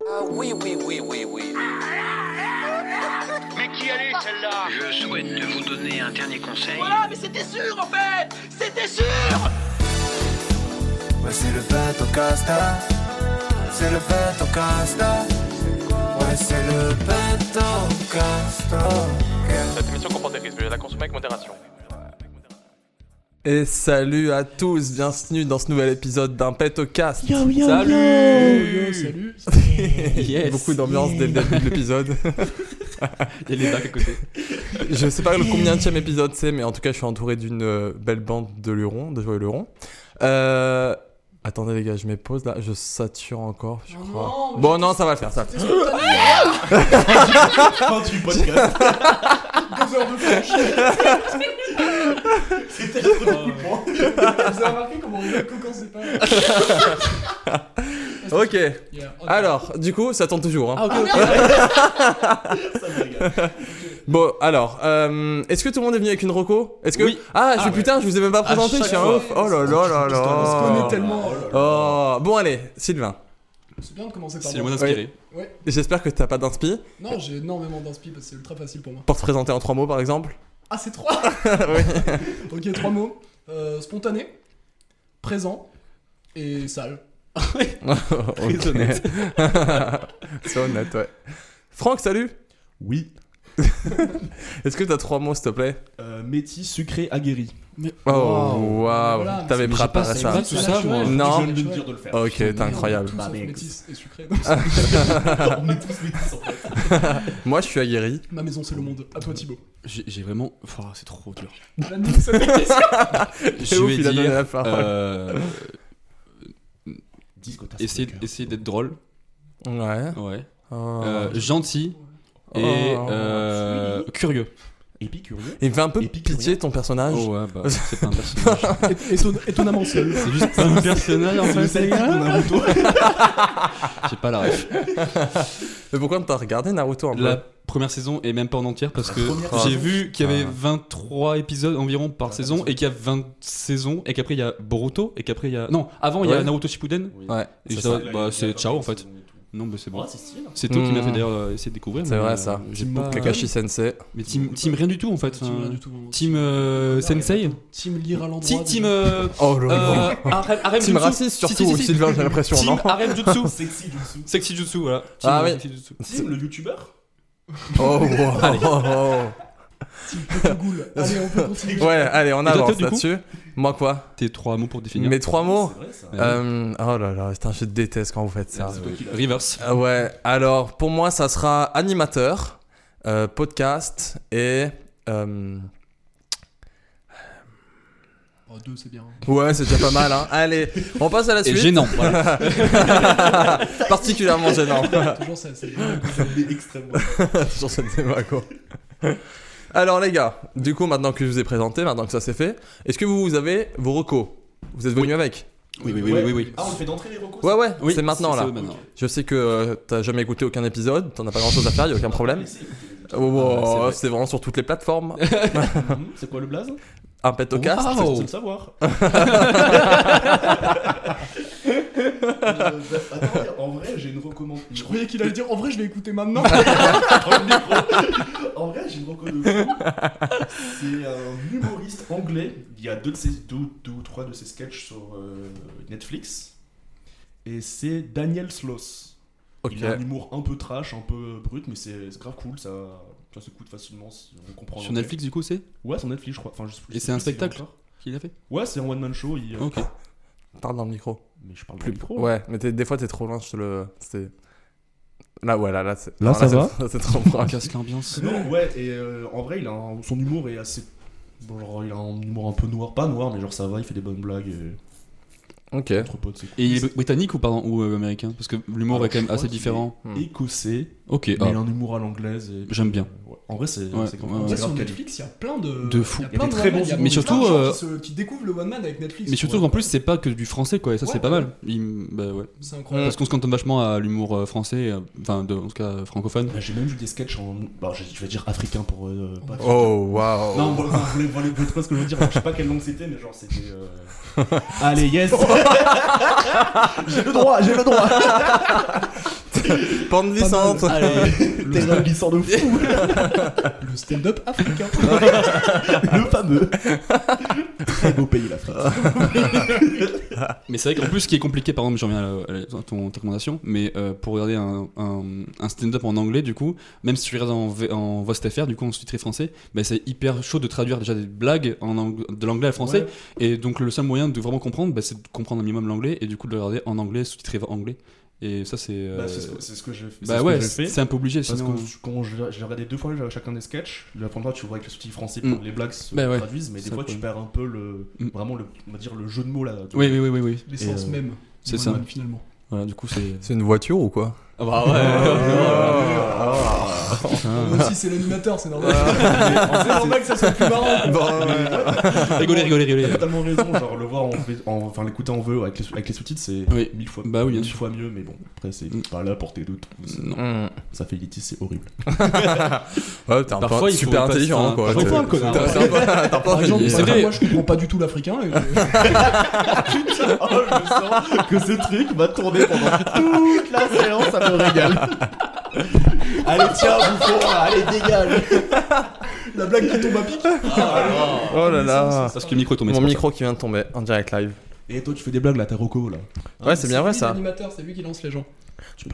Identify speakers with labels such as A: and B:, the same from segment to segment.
A: Euh, oui, oui, oui, oui, oui.
B: Mais qui elle est celle-là
C: Je souhaite vous donner un dernier conseil.
A: Voilà, mais c'était sûr en fait C'était sûr
D: Ouais, c'est le bateau casta. C'est le bateau casta. Ouais, c'est le bateau casta.
E: Cette émission comporte des risques, veuillez la consommer avec modération.
F: Et salut à tous, bienvenue dans ce nouvel épisode d'un Petocast.
G: Salut
F: salut.
G: Salut
F: Yes. Beaucoup d'ambiance dès le début de l'épisode.
G: Il y a les bacs à côté.
F: je sais pas le combien de épisode c'est, mais en tout cas, je suis entouré d'une euh, belle bande de lurons, de joyeux lurons. Euh, Attendez les gars, je mets pause là, je sature encore, je crois. bon Oh non, ça va le faire, ça. va le faire.
G: Fin du podcast. Deux heures de flash. C'était le coup de poing.
H: Vous avez remarqué comment on rigole que quand c'est pas.
F: Ok.
H: Yeah. Ok.
F: Alors, du coup, ça tombe toujours. hein.
G: Ah, ok, ok. Ça me régale.
F: Bon, alors, euh, est-ce que tout le monde est venu avec une roco Est-ce que
G: Oui.
F: ah, je
G: Ah, ouais.
F: putain, je vous ai même pas présenté, je
G: chaque
F: suis un
G: fois.
F: ouf. Oh là là là
G: On se
H: On est
F: là.
H: tellement.
F: Oh, bon allez, Sylvain.
H: C'est bien de commencer par
G: C'est le
H: moi.
G: moins inspiré.
F: J'espère que t'as pas d'inspi
H: Non, j'ai énormément d'inspi parce que c'est ultra facile pour moi.
F: pour te présenter en trois mots par exemple.
H: Ah, c'est trois Ok, trois mots. Euh, spontané, présent et sale.
F: Très honnête. C'est honnête, ouais. Franck, salut.
G: Oui.
F: Est-ce que t'as trois mots s'il te plaît
G: Euh, métis sucré aguerri.
F: Oh
H: Wow.
F: waouh,
H: Voilà,
F: t'avais
H: mais
G: j'ai pas
F: préparé ça.
G: Ah, tout ça, moi.
F: Non.
G: Je viens de me dire de le faire.
F: Ok, t'es incroyable.
H: Bah,
G: mec.
H: métis et sucré.
G: On est tous métis en fait.
F: Moi, je suis aguerri.
H: Ma maison, c'est le monde. À toi, Thibaut.
I: J'ai j'ai vraiment. Enfin, c'est trop dur.
H: La nuit, ça fait-
I: Je
F: ouf, il a
I: vais
F: donné la
I: dire.
F: parole.
I: euh,
G: Discotas.
I: essayer essayer d'être drôle.
F: Ouais.
I: Ouais.
F: Oh.
I: Euh, gentil. Et
F: Oh.
I: euh, curieux.
G: Épicurieux.
F: Il me fait un peu
G: Épicurien.
F: pitié ton personnage.
I: Oh ouais, bah, c'est pas un personnage.
H: Éton- Étonnamment seul.
I: c'est juste pas un personnage en fait, les gars. J'ai pas la ref.
F: Mais pourquoi t'as regardé Naruto un peu
I: La première saison est même pas en entière parce que
G: première
I: j'ai
G: saison.
I: vu qu'il y avait
F: Ah.
I: 23 épisodes environ par saison et qu'il y a 20 saisons et qu'après il y a Boruto et qu'après il y a. Non, avant il y a
F: Ouais.
I: Naruto Shippuden.
F: Ouais.
I: Et
F: c'est
I: ça,
F: ça.
I: bah, c'est ciao en fait. Non, mais c'est bon.
G: Ouais, c'est stylé.
I: C'est toi qui m'as fait
F: Mmh.
I: d'ailleurs euh, essayer de découvrir.
F: C'est
I: mais,
F: vrai,
I: euh,
F: ça.
I: j'ai
H: Team
I: pas- Euh,
F: Kakashi Sensei.
I: Mais team, team rien du tout en fait.
H: Team, rien
I: Euh,
H: du tout.
I: Team euh, Sensei
H: Team lire à l'endroit.
I: Team.
H: de-
I: Team. euh,
F: Oh
I: euh, Harem- Harem
F: Team
I: Jutsu.
F: raciste
I: Si, si,
F: surtout,
I: si, si.
F: Sylvain, j'ai l'impression.
I: Team
F: non
I: Harem Jutsu.
G: Sexy Jutsu.
I: Sexy Jutsu, voilà.
F: Ah oui.
I: Sexy Jutsu.
G: Tim, le youtubeur
F: Oh, wow.
H: Team Petit Ghoul. Allez, on peut continuer.
F: Ouais, allez, on
I: Et toi, Théo,
F: avance
I: du coup
F: là-dessus. Moi quoi
I: Tes trois mots pour définir.
F: Mes trois mots
G: C'est vrai ça. Ah,
F: Euh, Oh là là, putain, je déteste quand vous faites ça.
G: C'est toi qui l'as.
I: Reverse.
F: Ah ouais, alors pour moi, ça sera animateur, euh, podcast et. euh,
H: Oh, deux, c'est bien.
F: Ouais, c'est déjà pas mal, hein. Allez, on passe à la
I: Et
F: suite.
I: gênant. voilà.
F: Particulièrement gênant.
H: Toujours ça, c'est
G: Ça me met extrêmement.
F: sur cette débat, quoi. Alors les gars, du coup maintenant que je vous ai présenté, maintenant que ça c'est fait, est-ce que vous avez vos recos Vous êtes venus avec
I: Oui, oui, oui,
G: Ouais.
I: oui, oui.
G: Ah, on le fait d'entrer les recos
F: Ouais ouais,
I: Oui,
F: c'est maintenant là.
I: eux maintenant.
F: Je sais que euh, t'as jamais écouté aucun épisode, t'en as pas grand chose à faire, y a aucun problème. Oh, wow,
I: Ah, c'est vrai.
F: c'est vraiment sur toutes les plateformes.
G: Mhm. C'est quoi le blaze
F: Un pet au cast.
I: Waouh.
G: C'est le savoir. Euh, attends, en vrai, j'ai une recommande.
H: Je croyais qu'il allait dire en vrai je vais écouter maintenant.
G: En vrai, j'ai une reco de fou. C'est un humoriste anglais. Il y a deux, de ses- deux- deux ou trois de ses sketchs sur euh, Netflix. Et c'est Daniel Sloss.
F: Ok.
G: Il a un humour un peu trash, un peu brut, mais c'est c'est grave cool. Ça, ça se coûte facilement si on comprend.
I: Sur
G: l'anglais.
I: Netflix, du coup, c'est
G: Ouais, sur Netflix, je crois. Enfin, je sais plus-
I: Et
G: je sais
I: c'est un
G: plus s'il est
I: spectacle Ah,
G: encore.
I: Qui l'a fait
G: Ouais, c'est un one-man show. il, euh,
I: Ok.
F: Parle dans le micro.
G: Mais je parle
F: Plus-
G: plus
I: Oh.
G: pro.
F: Ouais, mais t'es- des fois t'es trop loin, je te le. c'est- Là ouais là là c'est.
G: Là,
F: non,
G: ça
F: c'est- là, C'est trop
I: On
F: proche.
I: casse l'ambiance.
G: Non, ouais, et euh, en vrai, il a un- son humour est assez. bon, genre, il a un humour un peu noir, pas noir, mais genre ça va, il fait des bonnes blagues. Et...
F: Ok.
G: Entre potes, c'est cool.
I: Et il est britannique ou, pardon, ou euh, américain Parce que l'humour
G: Alors,
I: est quand
G: je
I: même
G: crois
I: assez
G: qu'il est-
I: différent.
F: Hmm.
G: Écossais,
I: Ok,
G: mais
I: ah,
G: il a un humour à l'anglaise. et-
I: j'aime bien.
G: Ouais. En vrai, c'est.
I: Ouais,
G: c'est
I: ouais, ouais.
G: grave
H: Tu sais, sur
G: quali.
H: Netflix, il y a plein de.
I: Ah, De fou.
H: Il y a
G: Il y a
H: plein
G: des
H: de
G: très
H: one-man,
G: bons-
H: il y a
I: mais
H: plein de
I: surtout,
H: gens
I: euh,
H: Qui, se- qui découvrent le one man avec Netflix.
I: Mais surtout qu'en plus, c'est pas que du français, quoi. Et ça,
H: Ouais,
I: c'est pas
H: ouais.
I: mal. Il- bah, ouais.
H: C'est incroyable.
I: Parce qu'on se cantonne vachement à l'humour euh, français, euh, enfin, de- en tout cas euh, francophone.
G: Bah, J'ai même vu des sketchs en. Bah, je, je vais dire africain pour. euh, pas-
F: Oh waouh.
G: Non, bon, enfin, vous voulez- vous voulez- vous voyez pas ce que je veux dire. Alors, je sais pas quelle langue c'était, mais genre c'était. euh, Allez, yes J'ai le droit, j'ai le droit
F: Pente glissante.
H: Le,
G: Terrain glissant de fou.
H: le stand-up africain.
I: euh,
G: le fameux. Très beau pays, l'Afrique.
I: Euh. Mais c'est vrai qu'en plus, ce qui est compliqué, par exemple, j'en viens à, la- à ton, ta recommandation, mais euh, pour regarder un, un- un stand-up en anglais, du coup, même si tu regardes en, V- en voix STFR, du coup, en sous-titré français, bah, c'est hyper chaud de traduire déjà des blagues en ang- de l'anglais à le français. Et donc, le seul moyen de vraiment comprendre, bah, c'est de comprendre un minimum l'anglais et du coup, de le regarder en anglais, sous-titré anglais. Et ça, c'est. euh,
G: Bah, c'est ce que- c'est ce que je fais.
I: bah
G: c'est ce
I: ouais,
G: que je fais.
I: c'est c'est un peu obligé,
G: Parce
I: sinon.
G: que je- quand je, je l'ai regardé deux fois, j'ai regardé chacun des sketchs. La première fois, tu vois que les sous-titres français pour
I: Mm.
G: les blagues se
I: Bah ouais,
G: traduisent, mais
I: c'est
G: des
I: un
G: fois, tu
I: problème.
G: perds un peu le,
I: Mm.
G: vraiment le, on va dire le jeu de mots là. de-
I: Oui, oui, oui, oui, oui.
H: L'essence
G: Et, euh,
H: même.
I: c'est
H: du
I: ça.
H: one-man, Finalement.
I: Voilà, du coup, c'est.
F: C'est une voiture ou quoi
I: Ah bah ouais Ah.
H: Moi aussi, c'est l'animateur, c'est normal. c'est normal que ça soit plus marrant.
I: Bah, Rigolez, rigolez, rigolez.
G: T'as totalement raison, genre le voir en, V- en- enfin l'écouter en VO avec les, sous- avec les sous-titres c'est
I: Oui.
G: mille fois
I: Bah oui, bien
G: mille
I: sûr.
G: fois mieux mais bon après c'est
I: Mm.
G: pas là pour tes doutes
I: Non.
F: Hmm.
G: ça fait litis c'est horrible.
F: Ouais, t'es un
I: Parfois,
F: peu
I: il faut
F: super
I: pas-
F: intelligent
I: enfin,
F: quoi.
I: parfois, il
F: T'es-
I: faut un connard.
F: t'es- t'es un peu- t'es un peu
H: Par exemple,
F: intelligent.
I: C'est vrai.
H: moi, je comprends pas du tout l'africain. et je-
G: oh je sens que ce truc va tourner pendant toute la séance ça me régale. allez tiens bouffon allez dégage.
H: La blague qui tombe à pic.
F: Oh là là.
I: Parce que le micro est tombé.
F: Mon
I: c'est pour
F: micro qui vient de tomber en direct live.
G: Et Eh, toi tu fais des blagues là t'es Rocco là.
I: Ah,
F: Ouais, c'est bien vrai
H: lui,
F: ça.
H: l'animateur, c'est lui qui lance les gens.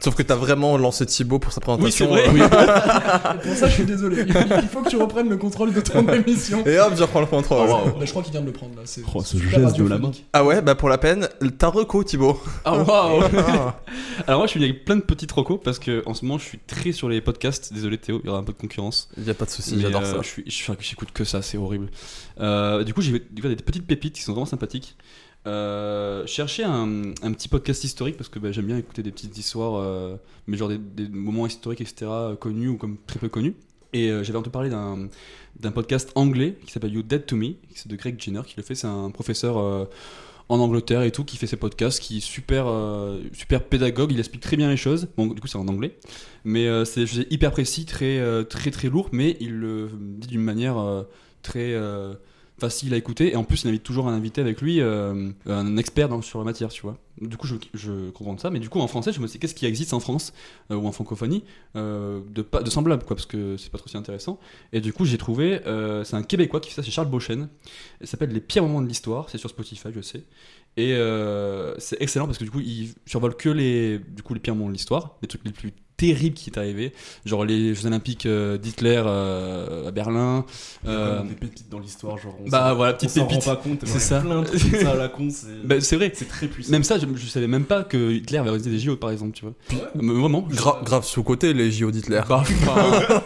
F: Sauf que t'as vraiment lancé Thibaut pour sa
I: ça. euh, Oui, c'est
F: présentation.
I: vrai.
H: Et pour ça, je suis désolé. Il faut- il faut que tu reprennes le contrôle de ton émission.
F: euh, Et hop, je reprends le
I: Ah,
F: contrôle.
H: Bah, je crois qu'il vient de le prendre là. C'est
G: Oh, ce
H: c'est super
G: geste de la
H: radiophonique.
F: Ah ouais, bah pour la peine, t'as reco Thibaut.
I: Ah, waouh
F: Ah.
I: Alors moi je suis venu avec plein de petits trocos parce que en ce moment je suis très sur les podcasts. Désolé Théo, il y aura un peu de concurrence.
F: Y a pas de soucis,
I: Mais,
F: j'adore
I: euh,
F: ça.
I: Je suis, je suis- j'écoute que ça, c'est horrible. Euh, du coup j'ai découvert des petites pépites qui sont vraiment sympathiques. Euh, chercher un, un petit podcast historique parce que bah, j'aime bien écouter des petites histoires, euh, mais genre des, des moments historiques etc connus ou comme très peu connus. Et euh, j'avais entendu parler d'un d'un podcast anglais qui s'appelle You Dead to Me, c'est de Greg Jenner qui le fait. C'est un professeur euh, en Angleterre et tout qui fait ses podcasts, qui est super, euh, super pédagogue. Il explique très bien les choses. Bon, du coup, c'est en anglais, mais euh, c'est c'est hyper précis, très, euh, très, très lourd, mais il le dit d'une manière euh, très euh, facile à écouter. Et en plus, il invite toujours un invité avec lui, euh, un expert dans- sur la matière, tu vois. Du coup, je, je comprends ça. Mais du coup, en français, je me dis qu'est-ce qui existe en France euh, ou en francophonie euh, de, pas- de semblable, quoi, parce que c'est pas trop si intéressant. Et du coup, j'ai trouvé, euh, c'est un Québécois qui fait ça, c'est Charles Beauchesne. Ça s'appelle Les pires moments de l'histoire. C'est sur Spotify, je sais. Et euh, c'est excellent parce que du coup, il survole que les, du coup, les pires moments de l'histoire, les trucs les plus terribles qui est arrivé, genre les Jeux Olympiques euh, d'Hitler euh, à Berlin. euh,
G: Vraiment Des pépites dans l'histoire genre. on
I: bah
G: s'en-
I: voilà,
G: on
I: petite
G: s'en rend
I: pépite.
G: pas compte.
I: C'est
G: ouais,
I: ça.
G: Plein de trucs comme ça à la con c'est.
I: Bah, c'est vrai.
G: c'est très puissant.
I: Même ça, je, je savais même pas que Hitler avait organisé des JO par exemple, tu vois. Mais vraiment.
F: Gra- grave sous-côté les JO d'Hitler.
I: Bah, enfin,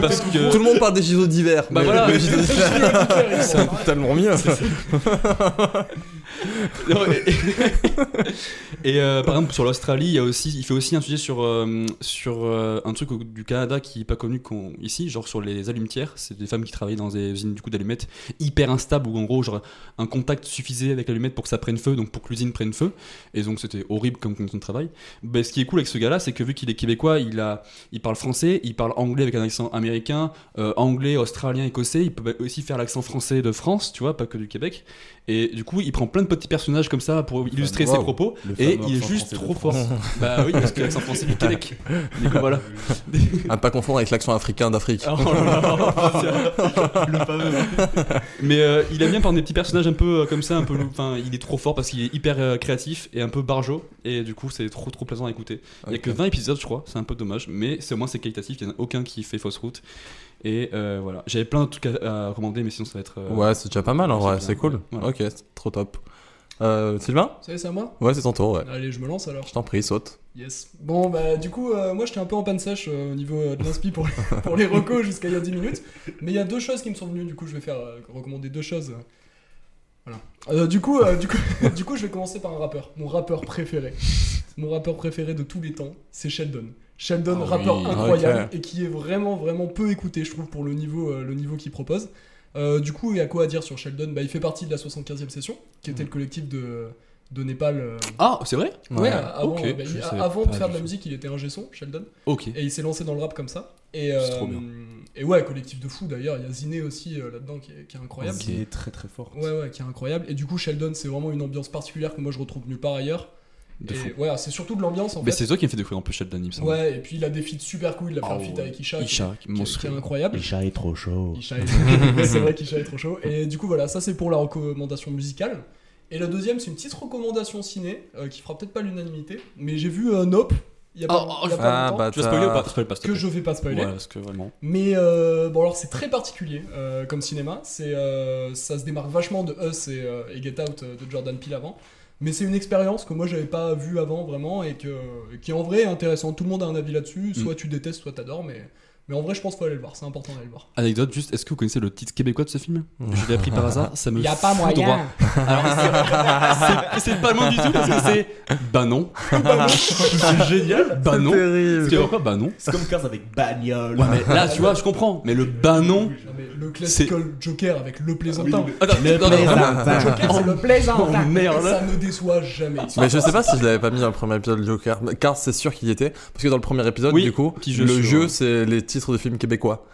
I: parce que
F: Tout le monde parle des JO d'hiver.
I: Bah
F: mais
I: voilà.
F: les JO d'hiver,
H: Ça-
F: c'est tellement mieux.
I: Non, et- et euh, par exemple sur l'Australie, il, y a aussi, il fait aussi un sujet sur, euh, sur euh, un truc au- du Canada qui est pas connu qu'on- ici, genre sur les allumetières. C'est des femmes qui travaillent dans des usines du coup d'allumettes hyper instables où en gros genre un contact suffisait avec l'allumette pour que ça prenne feu, donc pour que l'usine prenne feu. Et donc c'était horrible comme condition de travail. Mais ce qui est cool avec ce gars-là, c'est que vu qu'il est québécois, il a il parle français, il parle anglais avec un accent américain, euh, anglais, australien, écossais. Il peut aussi faire l'accent français de France, tu vois, pas que du Québec. Et du coup, il prend plein de petits personnages comme ça pour illustrer ses
G: wow.
I: propos.
G: Le
I: Et
G: fameux
I: il est
G: accent
I: juste
G: français de
I: trop fort.
G: France.
I: bah oui, parce que l'accent français du Québec. Du coup, voilà.
F: À ne pas confondre avec l'accent africain d'Afrique.
I: Oh là là, le fameux. Mais euh, il aime bien par des petits personnages un peu euh, comme ça, un peu. Enfin, il est trop fort parce qu'il est hyper euh, créatif et un peu barjot. Et du coup, c'est trop trop plaisant à écouter. Il y a
F: Ok.
I: que 20 épisodes, je crois. C'est un peu dommage, mais c'est au moins c'est qualitatif. Il n'y en a aucun qui fait fausse route. Et euh, voilà. J'avais plein de trucs à, à recommander, mais sinon ça va être. euh,
F: Ouais, c'est déjà pas mal en
I: c'est
F: vrai,
I: bien,
F: c'est cool.
I: ouais. Ouais.
F: Ok, c'est trop top. Euh, Sylvain
H: Ça y est, c'est à moi
F: Ouais, c'est ton tour, ouais.
H: Allez, je me lance alors.
F: Je t'en prie, saute.
H: Yes. Bon, bah, du coup, euh, moi, j'étais un peu en panne sèche euh, au niveau euh, de l'inspi pour, pour les recos jusqu'à il y a 10 minutes. Mais il y a deux choses qui me sont venues, du coup, je vais faire euh, recommander deux choses. Voilà. Euh, du, coup, euh, du, coup, du coup, je vais commencer par un rappeur. Mon rappeur préféré. Mon rappeur préféré de tous les temps, c'est Sheldon. Sheldon,
I: Ah oui,
H: rappeur incroyable et qui est vraiment, vraiment peu écouté, je trouve, pour le niveau, euh, le niveau qu'il propose. Euh, du coup, il y a quoi à dire sur Sheldon bah, Il fait partie de la 75e session, qui
I: Mm.
H: était le collectif de, de Népal. euh,
I: Ah, c'est vrai
H: Ouais, avant,
I: ok,
H: bah,
I: je
H: il-
I: savais
H: avant
I: pas
H: de faire
I: du
H: de la
I: tout.
H: musique, il était ingé son, Sheldon,
I: Ok.
H: et il s'est lancé dans le rap comme ça. Et, euh,
I: C'est trop bien.
H: et ouais, collectif de fou d'ailleurs, il y a Ziné aussi euh, là-dedans qui, est- qui est incroyable.
G: Qui est très très fort.
H: Ouais, ouais, qui est incroyable. Et du coup, Sheldon, c'est vraiment une ambiance particulière que moi je retrouve nulle part ailleurs.
I: De
H: Et
I: fou.
H: voilà, c'est surtout de l'ambiance en
I: Mais
H: fait.
I: c'est toi qui me fait découvrir un peu Sheldon, il me semble.
H: Ouais, et puis il a des feats super cool. Il a fait un feat avec Isha, qui-
I: Isha,
H: qui, qui est
I: monstrueux.
H: incroyable.
B: Isha est trop chaud.
H: Isha est trop chaud. c'est vrai qu'Isha est trop chaud. Et du coup, voilà, ça c'est pour la recommandation musicale. Et la deuxième, c'est une petite recommandation ciné euh, qui fera peut-être pas l'unanimité, mais j'ai vu euh, Nope il y a pas,
I: Oh, oh,
H: il y a
I: je-
H: pas
F: Ah,
H: longtemps,
F: bah,
I: Tu vas spoiler ou pas Spoil pas, s'il te
H: que
I: plaît.
H: je vais pas spoiler.
I: Ouais, parce que vraiment.
H: Mais euh, bon, alors c'est très particulier euh, comme cinéma. C'est euh, ça se démarque vachement de Us et, euh, et Get Out euh, de Jordan Peele avant. Mais c'est une expérience que moi j'avais pas vue avant vraiment et que, qui en vrai est intéressante. Tout le monde a un avis
I: Mm.
H: là-dessus. Soit tu détestes, soit t'adores. Mais, mais en vrai, je pense qu'il faut aller le voir. C'est important d'aller le voir.
I: Anecdote, juste, est-ce que vous connaissez le titre québécois de ce film Je l'ai appris par hasard, ça me.
H: Y a pas
I: fout
H: moyen.
I: droit. Alors, c'est- c'est pas le mot du tout parce que c'est. Bah non.
G: C'est génial.
I: Bah non.
F: Terrible.
I: Tu vois quoi Bah non.
G: C'est comme Cars avec bagnole.
I: Ouais, mais là, tu vois, je comprends. Mais le bah non.
H: Non, mais le classical Joker avec le plaisantin.
G: Oui,
I: Attends, non, non, vraiment.
H: Le Joker, c'est le plaisantin.
I: Ah Oh, merde.
H: Ça ne déçoit jamais.
F: Mais je sais pas si je l'avais pas mis dans le premier épisode de Joker, mais- car c'est sûr qu'il y était. Parce que dans le premier épisode,
I: Oui,
F: du coup,
I: petit jeu
F: le
I: sur-
F: jeu, c'est les titres de films québécois.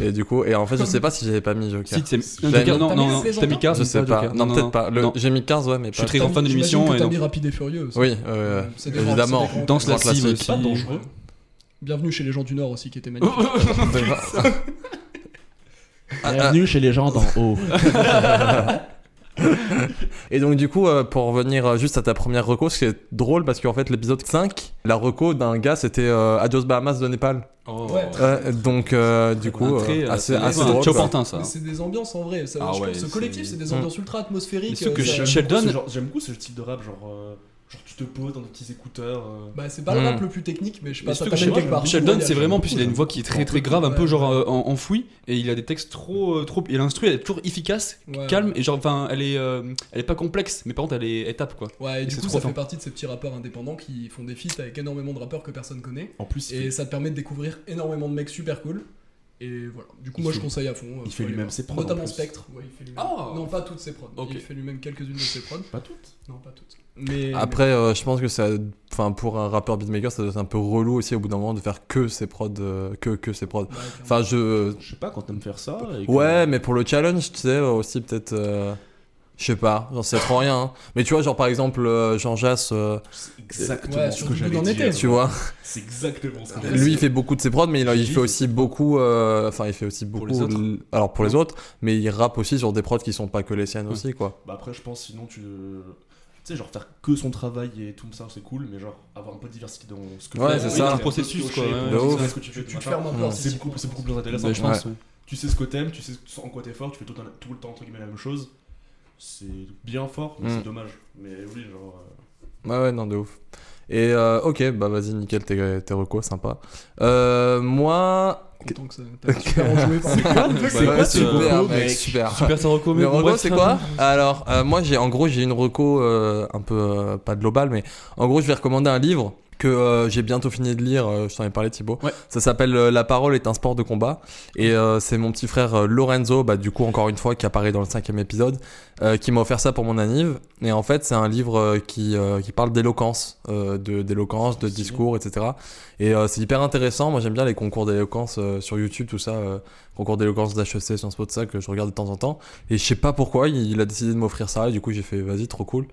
F: Et du coup, et en fait, je sais pas si j'avais pas mis Joker.
I: Si, t'as mis-
F: J'avais mis-
I: non, non, non,
H: T'as mis
I: t'as mis Cars,
F: je
I: mais
F: sais pas.
I: Joker.
F: Non, peut-être pas. Le-
I: non.
F: J'ai mis 15, ouais, mais
I: Je suis
F: pas.
I: très grand fan de l'émission.
H: J'imagine que T'as
I: et non.
H: mis Rapide et Furieux. aussi.
F: Oui, euh,
H: C'est des grands-
F: évidemment.
H: c'est des grands
I: Danse la
F: Grand
I: cime
F: classique.
I: aussi.
G: Pas dangereux.
H: Bienvenue chez les gens du Nord aussi, qui était magnifique.
F: Ah,
B: Bienvenue chez les gens d'en haut.
F: Et donc du coup, euh, pour revenir euh, juste à ta première reco, c'est drôle parce qu'en fait l'épisode 5, la reco d'un gars, c'était euh, Adios Bahamas de Népal.
I: Oh.
H: Ouais.
F: Euh, donc euh, du coup,
I: Un trait,
F: euh,
I: euh,
F: assez,
I: c'est-
F: assez
I: c'est un
F: drôle. quoi.
I: Choportin, ça.
H: Mais c'est des ambiances en vrai. Ça,
I: Ah
H: je
I: ouais,
H: pense que ce
I: c'est- Mm.
H: collectif, c'est des ambiances ultra atmosphériques.
I: Mais ce que
H: euh, ça-
I: je- Sheldon-
G: J'aime beaucoup, ce genre- j'aime beaucoup ce type de rap, genre, euh, genre tu te poses dans des petits écouteurs. euh,
H: Bah, c'est pas le rap
F: Mm.
H: le plus technique, mais je sais
I: Mais
H: pas, ça
I: surtout que
H: t'amène
I: Sheldon,
H: quelque part.
I: Sheldon, c'est
H: Voyage.
I: vraiment, en plus, il a une voix qui est très très grave, un peu
H: Ouais.
I: genre euh, en- enfouie, et il a des textes trop, euh, trop, il instruit, elle est toujours efficace,
H: Ouais.
I: calme, et genre, enfin, elle est, euh, elle est pas complexe, mais par contre, elle est étape quoi.
H: Ouais, et
I: Et
H: du
I: c'est
H: coup,
I: trop
H: ça fait
I: fin.
H: partie de ces petits rappeurs indépendants qui font des feats avec énormément de rappeurs que personne connaît.
G: En plus, il
H: Et
G: fait,
H: ça te permet de découvrir énormément de mecs super cool. Et voilà. Du coup,
G: Il
H: moi, je
G: fait-
H: conseille à fond. euh,
G: il
H: faut
G: fait
H: aller
G: lui-même
H: voir.
G: ses prods, en
H: Notamment
G: plus.
H: Spectre. Ouais, il fait lui-même.
I: Ah.
H: Non, pas toutes ses prods.
I: Ok.
H: Il fait lui-même quelques-unes de ses prods.
G: pas toutes.
H: Non, pas toutes. Mais.
F: Après, euh, je pense que ça, enfin pour un rappeur beatmaker, ça doit être un peu relou aussi au bout d'un moment de faire que ses prods, euh, que que ses prods.
H: mais- Ouais, clairement.
F: Enfin, je,
G: Je sais pas quand t'aimes faire ça. et que-
F: ouais, mais pour le challenge, tu sais euh, aussi peut-être. euh, Je sais pas, j'en sais trop rien. hein. Mais tu vois, genre par exemple, euh, Jean Jass, euh,
G: C'est exactement
H: Ouais,
G: ce
H: surtout
G: que j'allais
H: dans l'été.
G: dire.
F: tu vois, Bah,
G: C'est exactement ce que j'allais
F: Lui, il
G: dire.
F: fait beaucoup de ses prods, mais il, il
G: Gigi,
F: fait
G: c'est
F: aussi beaucoup. euh, Enfin, il fait aussi beaucoup.
I: les autres.
F: l- alors, pour les autres, mais il rappe aussi sur des prods qui sont pas que les siennes
I: Ouais.
F: aussi, quoi.
G: Bah après, je pense, sinon, tu. Tu sais, genre faire que son travail et tout ça, c'est cool, mais genre avoir un peu de diversité dans ce que tu
F: Ouais,
G: fais.
F: c'est
G: Oui,
F: ça.
G: t'as
I: Un
G: peu
I: processus,
G: pioché,
I: quoi, ouais.
G: pour
F: De
G: savoir
F: ouf.
G: ce que tu fais,
H: Tu- tu
G: machin.
H: te fermes un peu
G: Mmh. C'est
H: artistiquement.
G: beaucoup, c'est beaucoup plus intéressant.
I: Ouais, Bah, je pense. ouais.
G: Tu sais ce que t'aimes, tu sais ce- en quoi t'es fort, tu fais tout, un- tout le temps entre guillemets la même chose. C'est bien fort, mais
F: Mm.
G: c'est dommage. Mais oui, genre. euh,
F: Ouais, ouais, non, de ouf. Et euh, ok, bah vas-y, nickel, tes, tes recos, sympa. Euh, moi.
H: Content que ça t'as l'air super enjoué par
I: Ouais,
F: C'est
I: ouais,
F: quoi,
I: c'est,
F: super,
I: euh,
F: mec, super.
I: Super sans recours,
F: Le
I: mais bon,
F: reco,
I: bref,
F: c'est
I: ça-
F: quoi Alors, euh, moi, j'ai en gros, j'ai une reco euh, un peu euh, pas globale, mais en gros, je vais recommander un livre que euh, j'ai bientôt fini de lire. euh, je t'en ai parlé, Thibaut.
I: Ouais.
F: Ça s'appelle euh, La parole est un sport de combat, et euh, c'est mon petit frère euh, Lorenzo, bah du coup encore une fois qui apparaît dans le cinquième épisode, euh, qui m'a offert ça pour mon anniv. Et en fait, c'est un livre euh, qui euh, qui parle d'éloquence, euh, de d'éloquence, de discours, etc. Et euh, c'est hyper intéressant. Moi, j'aime bien les concours d'éloquence euh, sur YouTube, tout ça, euh, concours d'éloquence d'HEC, Sciences Po, tout ça que je regarde de temps en temps. Et je sais pas pourquoi, il, il a décidé de m'offrir ça. Et du coup, j'ai fait, vas-y, trop cool.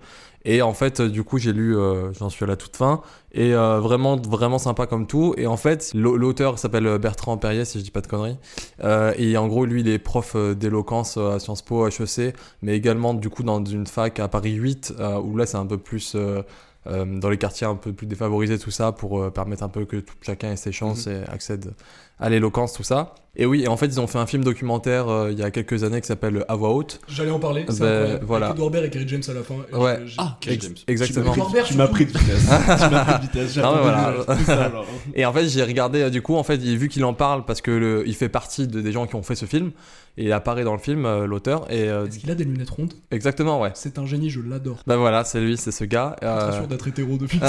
F: Et en fait, euh, du coup, j'ai lu, euh, j'en suis à la toute fin. Et euh, vraiment, vraiment sympa comme tout. Et en fait, l'au- l'auteur s'appelle euh, Bertrand Perrier, si je dis pas de conneries. Euh, et en gros, lui, il est prof euh, d'éloquence euh, à Sciences Po, HEC, mais également, du coup, dans une fac à Paris 8, euh, où là, c'est un peu plus. euh, euh, dans les quartiers un peu plus défavorisés, tout ça, pour euh, permettre un peu que tout, chacun ait ses chances et accède à l'éloquence, tout ça. Et oui, et en fait, ils ont fait un film documentaire euh, il y a quelques années qui s'appelle À voix haute.
H: J'allais en parler. c'est
F: Ben,
H: incroyable.
F: voilà.
H: Avec Edouard Baird et Kerry James à la fin. et
F: Ouais.
H: je- j'ai-
I: Ah,
F: Ex-
I: James.
F: Exactement.
H: Edouard Baird,
G: Tu m'as
H: surtout.
G: pris de vitesse. tu m'as pris de vitesse.
F: Non, mais voilà.
G: j'attendais tout ça, alors.
F: Et en fait, j'ai regardé euh, du coup, en fait, il- vu qu'il en parle parce que le- il fait partie de, des gens qui ont fait ce film et il apparaît dans le film euh, l'auteur et euh,
H: Est-ce qu'il a des lunettes rondes
F: exactement ouais.
H: C'est un génie, je l'adore.
F: Bah voilà, c'est lui, c'est ce gars.
H: Je suis
F: euh,
H: très sûr d'être hétéro de fixe.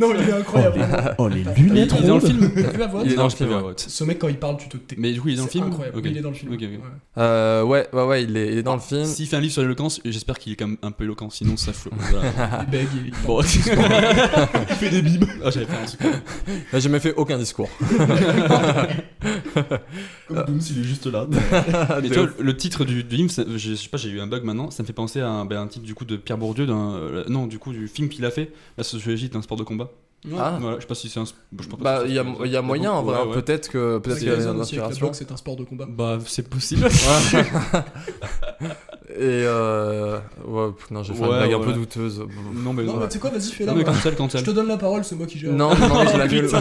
H: non, il est incroyable.
B: Oh les
I: Il
B: lunettes
I: est dans
B: rondes.
I: le
F: Oh,
I: film
H: T'as vu la voix
F: Il est dans
I: Non,
F: le
I: je peux
F: film,
I: voir, ouais.
H: Ce mec, quand il il parle, tu te tais.
I: Mais du coup, il est dans le
H: C'est
I: film
H: incroyable.
I: Ok.
H: Il est dans le film.
I: Ok, ok.
H: Ouais.
F: Euh, ouais, ouais, ouais, il est, il est dans le film.
I: S'il fait un livre sur l'éloquence, j'espère qu'il est quand même un peu éloquent, sinon ça fout. Voilà.
H: Il bègue, il- il-
I: bon, il fait des bimes. Ah, j'avais fait un truc.
F: Bah, J'ai jamais fait aucun discours.
G: Comme Dooms, il est juste là.
I: Ah, Mais tu vois, le titre du, du film, ça- je sais pas, j'ai eu un bug maintenant, ça me fait penser à un, ben, un titre du coup de Pierre Bourdieu, d'un, euh, non, du coup du film qu'il a fait, La sociologie d'un sport de combat.
F: Ah.
I: Voilà, je sais pas si c'est un. sp- je pense pas
F: Bah,
I: que c'est
F: il y a,
I: un-
F: il y a moyen en vrai. hein.
I: Ouais, ouais.
F: Peut-être que peut-être
H: C'est
F: qu'il y a
H: raison
F: une
H: aussi avec la
F: inspiration.
H: boxe, c'est un sport de combat.
I: Bah, c'est possible.
F: Et euh... ouais, pff, non, j'ai fait une
I: Ouais,
F: blague un
I: ouais.
F: peu douteuse.
I: non, mais.
H: Non, mais
I: voilà.
H: tu sais quoi, vas-y, fais-la.
I: Non, mais
H: moi.
I: cancel, cancel.
H: Je te donne la parole, c'est moi qui gère.
F: Non, non, mais je l'annule.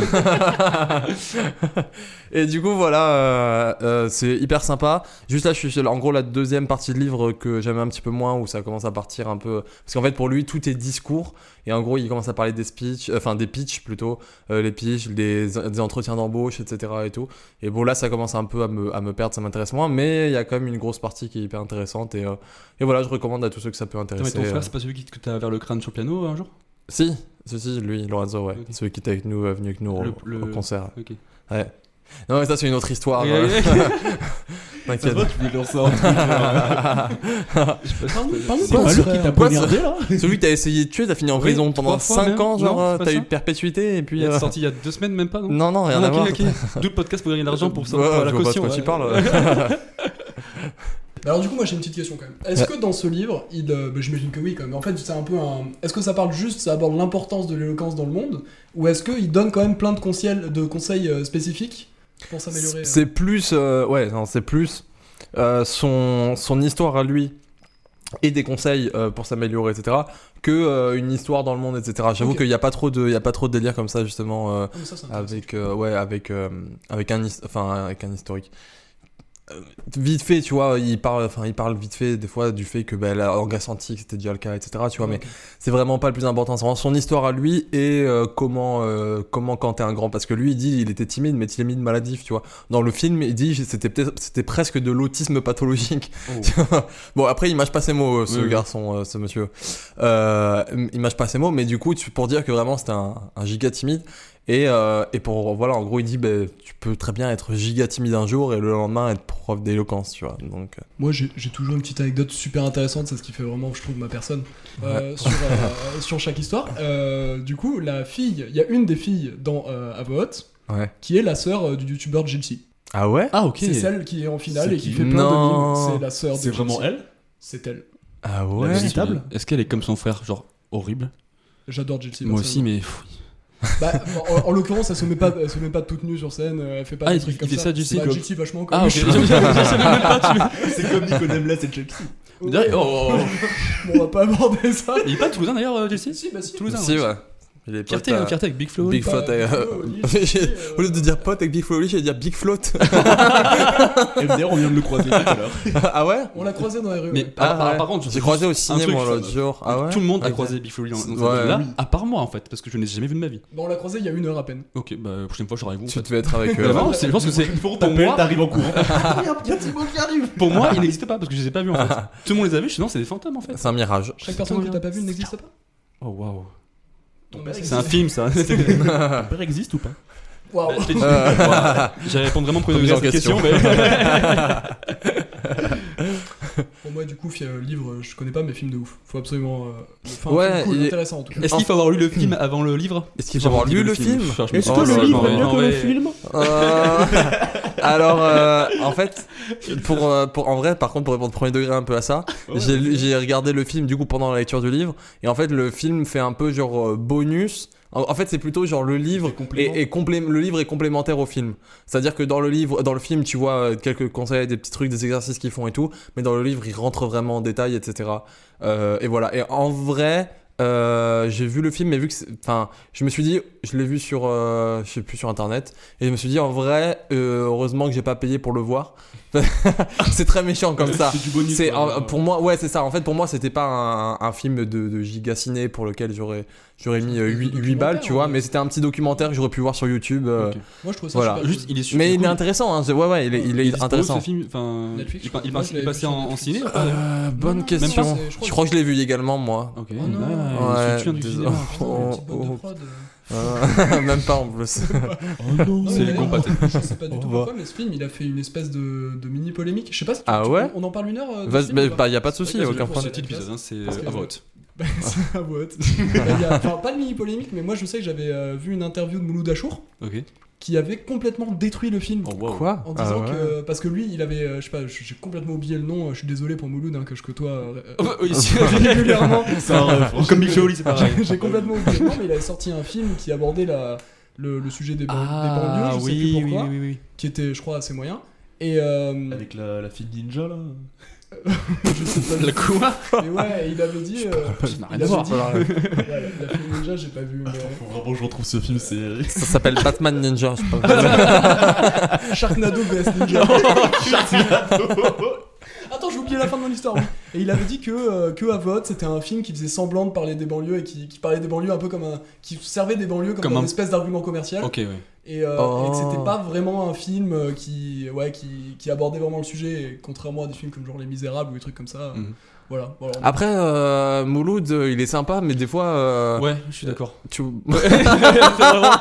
F: Et du coup, voilà, euh, euh, c'est hyper sympa. Juste là, je suis sur, en gros la deuxième partie de livre que j'aimais un petit peu moins, où ça commence à partir un peu. Parce qu'en fait, pour lui, tout est discours. Et en gros, il commence à parler des speeches, euh, enfin des pitchs plutôt, euh, les pitchs, des, des entretiens d'embauche, etc. Et tout. Et bon, là, ça commence un peu à me, à me perdre, ça m'intéresse moins. Mais il y a quand même une grosse partie qui est hyper intéressante. Et, euh, et voilà, je recommande à tous ceux que ça peut
I: Attends, mais
F: intéresser.
I: ton
F: euh.
I: frère, c'est pas celui qui- que t'as vers le crâne sur le piano un jour
F: Si, si, si, lui, Lorenzo, ouais.
I: Ok.
F: Celui qui était avec nous, euh, venu avec nous
I: Le-
F: au,
I: le-
F: au concert.
I: Ok.
F: Non, mais ça, c'est une autre histoire.
I: Ok,
F: euh,
I: ok.
F: T'inquiète.
I: tu voulais lancer un truc.
F: Ah,
B: C'est pas lui qui t'a
F: Quoi,
B: poignardé là
F: Celui que t'as essayé de tuer, t'as fini en
I: Oui,
F: prison pendant
I: trois fois
F: 5
I: même.
F: ans, genre,
I: Non,
F: euh,
I: c'est pas
F: t'as eu
I: ça.
F: perpétuité et
I: Il
F: puis.
I: est
F: euh,
I: sorti il y a deux semaines, même pas, non
F: Non, non, rien
I: Ah,
F: à
I: ok,
F: voir.
I: ok. D'où le podcast pour gagner de l'argent pour ça,
F: Ouais,
I: pour la
F: je vois pas de
I: caution.
F: quoi tu
I: ouais.
F: parles.
H: Bah Alors du coup, moi j'ai une petite question quand même. Est-ce que dans ce livre, il, euh, bah, j'imagine que oui quand même. En fait, c'est un peu un. Est-ce que ça parle juste, ça aborde l'importance de l'éloquence dans le monde, ou est-ce qu'il donne quand même plein de conseils, de conseils euh, spécifiques pour s'améliorer euh
F: C'est plus. euh, ouais, non, c'est plus. euh, son, son histoire à lui et des conseils euh, pour s'améliorer, etc. que euh, une histoire dans le monde, etc. J'avoue
H: Ok.
F: qu'il n'y a, pas trop de- il y a pas trop de délire comme ça, justement. euh,
H: Ah, mais ça, c'est intéressant.
F: avec euh, ouais avec euh, avec un his- enfin avec un historique Euh, vite fait tu vois il parle enfin il parle vite fait des fois du fait que bah, la- en Grèce antique c'était déjà le cas etc tu vois mais c'est vraiment pas le plus important c'est vraiment son histoire à lui et euh, comment euh, comment quand t'es un grand parce que lui il dit il était timide mais timide maladif tu vois dans le film il dit c'était peut-être c'était presque de l'autisme pathologique bon après il mâche pas ses mots euh, ce
I: Oh. Oui, oui.
F: garçon euh, ce monsieur euh, il mâche pas ses mots mais du coup tu, pour dire que vraiment c'était un, un giga timide et, euh, et pour voilà en gros il dit ben, tu peux très bien être giga timide un jour et le lendemain être prof d'éloquence tu vois donc euh,
H: Moi, j'ai j'ai toujours une petite anecdote super intéressante, c'est ce qui fait vraiment, je trouve, ma personne euh, sur, euh, sur chaque histoire. Euh, du coup, la fille, il y a une des filles dans euh, À voix haute
F: Ouais.
H: qui est la sœur euh, du youtubeur Gypsy.
F: ah ouais
B: Ah, ok.
H: C'est celle qui est en finale
G: C'est
H: et qui
G: qui
H: fait plein
F: Non.
H: de mimes. C'est la sœur de
G: C'est vraiment
H: Gypsy.
G: elle
H: C'est elle.
F: ah
G: La
F: ouais
G: visite. Véritable
I: Est-ce qu'elle est comme son frère, genre horrible
H: J'adore Gypsy.
I: Moi aussi, mais.
H: Bah, en, en l'occurrence, elle se met pas, elle se met pas toute nue sur scène, euh, elle fait pas
I: Ah,
H: des
I: il-
H: trucs
I: il
H: comme
I: fait ça, Gypsy,
H: Gypsy. Bah,
I: comme-
H: Gypsy vachement
I: Ah,
H: comme
I: ok.
G: C'est comme Nico Nemla, c'est Chelsea.
I: D'ailleurs, oh, oh, oh.
H: On va pas aborder ça.
I: Il est pas toulousain d'ailleurs, euh, Jesse
H: Si, bah si.
I: Toulousain.
F: si
I: ouais.
F: ouais il est
I: Fierté,
F: pote,
I: hein,
F: euh,
I: fierté avec Big Flo.
F: Big
H: Bah,
F: Float euh,
H: Flo, Oli, Gypsy, euh,
F: au lieu de dire pote avec Big Flo Oli, j'ai dit Big Float
G: MDR, on vient de le croiser tout à l'heure.
F: ah ouais
H: On l'a croisé dans la rue.
I: Mais
H: ouais.
I: par,
F: Ah
I: par-
F: ouais.
I: par contre,
F: j'ai croisé au cinéma
I: truc,
F: moi,
I: ça,
F: l'autre
I: ça.
F: jour ah ouais
I: tout le monde a
F: Ok.
I: croisé Big Flo Oli dans dans cette
F: Ouais.
I: là
F: Oui.
I: à part moi en fait, parce que je ne l'ai jamais vu de ma vie.
H: Bah, on l'a croisé il y a une heure à peine.
I: Ok, bah la prochaine fois, j'aurai vous. en
F: tu
I: fait.
F: devais être avec
I: Mais
F: eux
I: vraiment, c'est- je pense que c'est.
G: Pour
I: Pour
G: t'appelles,
I: moi-
G: t'arrives en courant.
I: Pour moi, il n'existe pas parce que je les ai pas vus en fait. Tout le monde les a vus, je dis non, c'est des fantômes en fait.
F: euh, c'est un mirage
H: Chaque personne que t'as pas vue n'existe pas.
I: Oh waouh.
H: Non, mais
I: C'est un film ça. Bah, C'est-
G: Ton père existe ou pas
H: Waouh.
I: Je t'ai dit, voilà. J'allais répondre vraiment pour une
F: Euh. Remise en
I: question, question mais.
F: question.
H: Pour moi, du coup, fi- euh, livre, euh, je connais pas mes films de ouf. Faut absolument. euh, Enfin,
F: Ouais,
H: film cool,
F: il est-
H: intéressant en tout cas.
I: Est-ce qu'il faut avoir lu le film avant le livre
F: est-ce qu'il faut avoir lu le film
I: Enfin, je me
G: Est-ce
I: suis-
G: que
I: Oh là
G: le
I: là,
G: livre
I: je
G: est
I: m'en
G: mieux que
I: vais.
G: le film
F: Euh, Alors, euh, en fait, pour, euh, pour, en vrai, par contre, pour répondre premier degré un peu à ça, j'ai lu- j'ai regardé le film du coup pendant la lecture du livre, et en fait, le film fait un peu genre euh, bonus. En, en fait, c'est plutôt genre le livre
G: Des compléments.
F: et, le livre est complémentaire au film. C'est-à-dire que dans le livre, dans le film, tu vois euh, quelques conseils, des petits trucs, des exercices qu'ils font et tout, mais dans le livre, ils rentrent vraiment en détail, etc. Euh, et voilà. Et en vrai, euh, j'ai vu le film, mais vu que, c'est- enfin, je me suis dit, je l'ai vu sur, euh, je sais plus sur internet, et je me suis dit en vrai, euh, heureusement que j'ai pas payé pour le voir. c'est très méchant
I: Euh,
F: comme ça.
G: C'est du bonus.
F: C'est
G: quoi.
F: en- pour moi, ouais, c'est ça. En fait, pour moi, c'était pas un, un film de, de giga ciné pour lequel j'aurais j'aurais mis 8, balles, tu vois,
H: ouais.
F: mais c'était un petit documentaire que j'aurais pu voir sur YouTube. euh,
I: Ok. Ah,
H: Moi, je trouve ça
F: voilà.
H: super
I: Juste,
H: cool.
I: il est
F: Mais il est
I: super cool.
F: intéressant, hein. c'est- ouais, ouais, il est, il est
I: dispo,
F: intéressant.
I: Ce film, enfin,
H: Netflix,
I: il,
H: je crois.
I: il,
H: Moi, je
I: il est
H: l'avais
I: passé
H: vu
I: en,
H: sur
I: en
H: Netflix. Ah,
I: ciné ou pas
F: Euh, bonne
H: Même
F: question.
H: pas, c'est- je crois
F: je crois que je l'ai vu également, moi.
I: Ok,
H: Oh non.
I: nice.
F: Ouais,
I: tu viens du
F: désolé.
I: cinéma.
H: Putain,
F: Oh,
H: une petite botte de
F: oh.
H: prod, euh.
F: Euh, même pas en plus.
B: Oh non.
I: C'est
H: Non, mais
I: Hugo
H: d'ailleurs,
I: Pathé.
H: Je sais pas du
F: Au
H: tout
F: revoir.
H: pourquoi, mais ce film, il a fait une espèce de, de mini polémique. Je sais pas si tu-
F: Ah
H: tu-
F: ouais
H: on en parle une heure. euh, de
F: Vas-y,
H: ce film,
F: mais
H: ou pas
F: bah, y a pas de souci, y a
H: Ok,
F: aucun
H: je-
F: problème.
I: Cet épisode, hein, c'est
H: Parce que
I: euh,
H: je-
I: à voix haute.
H: Bah, c'est à voix haute. Bah, y a- enfin, pas de mini polémique, mais moi je sais que j'avais euh, vu une interview de Mouloud Achour
I: Ok.
H: qui avait complètement détruit le film.
I: Oh wow.
F: Quoi
H: En
F: Ah
H: disant
F: ouais.
H: que. Parce que lui, il avait. euh, Je sais pas, j'ai complètement oublié le nom, euh, je suis désolé pour Mouloud hein, que je côtoie euh, euh,
I: Oh, oui, si.
H: régulièrement.
I: Comme Big Flo, c'est pareil.
H: J'ai complètement oublié le nom, mais il avait sorti un film qui abordait la, le, le sujet des, ban- des
I: Ah,
H: banlieues, je sais plus
F: Ah oui, oui,
H: pourquoi,
F: oui, oui.
H: qui était, je crois, assez moyen. Et euh,
G: Avec la, la fille ninja là.
H: je sais pas.
I: La quoi
H: Mais ouais, il avait dit. euh,
I: Ça n'a
H: il
I: rien à
H: avait
I: voir.
H: dit- Ouais, la- la film Ninja, j'ai pas vu. Mais...
G: Faut vraiment que je retrouve ce film, c'est.
F: Ça s'appelle Batman Ninja, je sais
H: Sharknado vs Ninja. Attends, j'ai oublié la fin de mon histoire. oui. Et il avait dit que, euh, que Avot, c'était un film qui faisait semblant de parler des banlieues et qui, qui parlait des banlieues un peu comme un. qui servait des banlieues comme,
I: Comme
H: une
I: un-
H: espèce d'argument commercial.
I: Ok, ouais.
H: Et, euh,
F: Oh.
H: et que c'était pas vraiment un film euh, qui, ouais, qui, qui abordait vraiment le sujet, et contrairement à des films comme genre Les Misérables ou des trucs comme ça. euh,
I: Mhm.
H: Voilà. Bon, alors,
F: Après, euh, Mouloud, euh, il est sympa, mais des fois. euh,
I: Ouais, je suis d'accord.
F: Tu...
I: vraiment-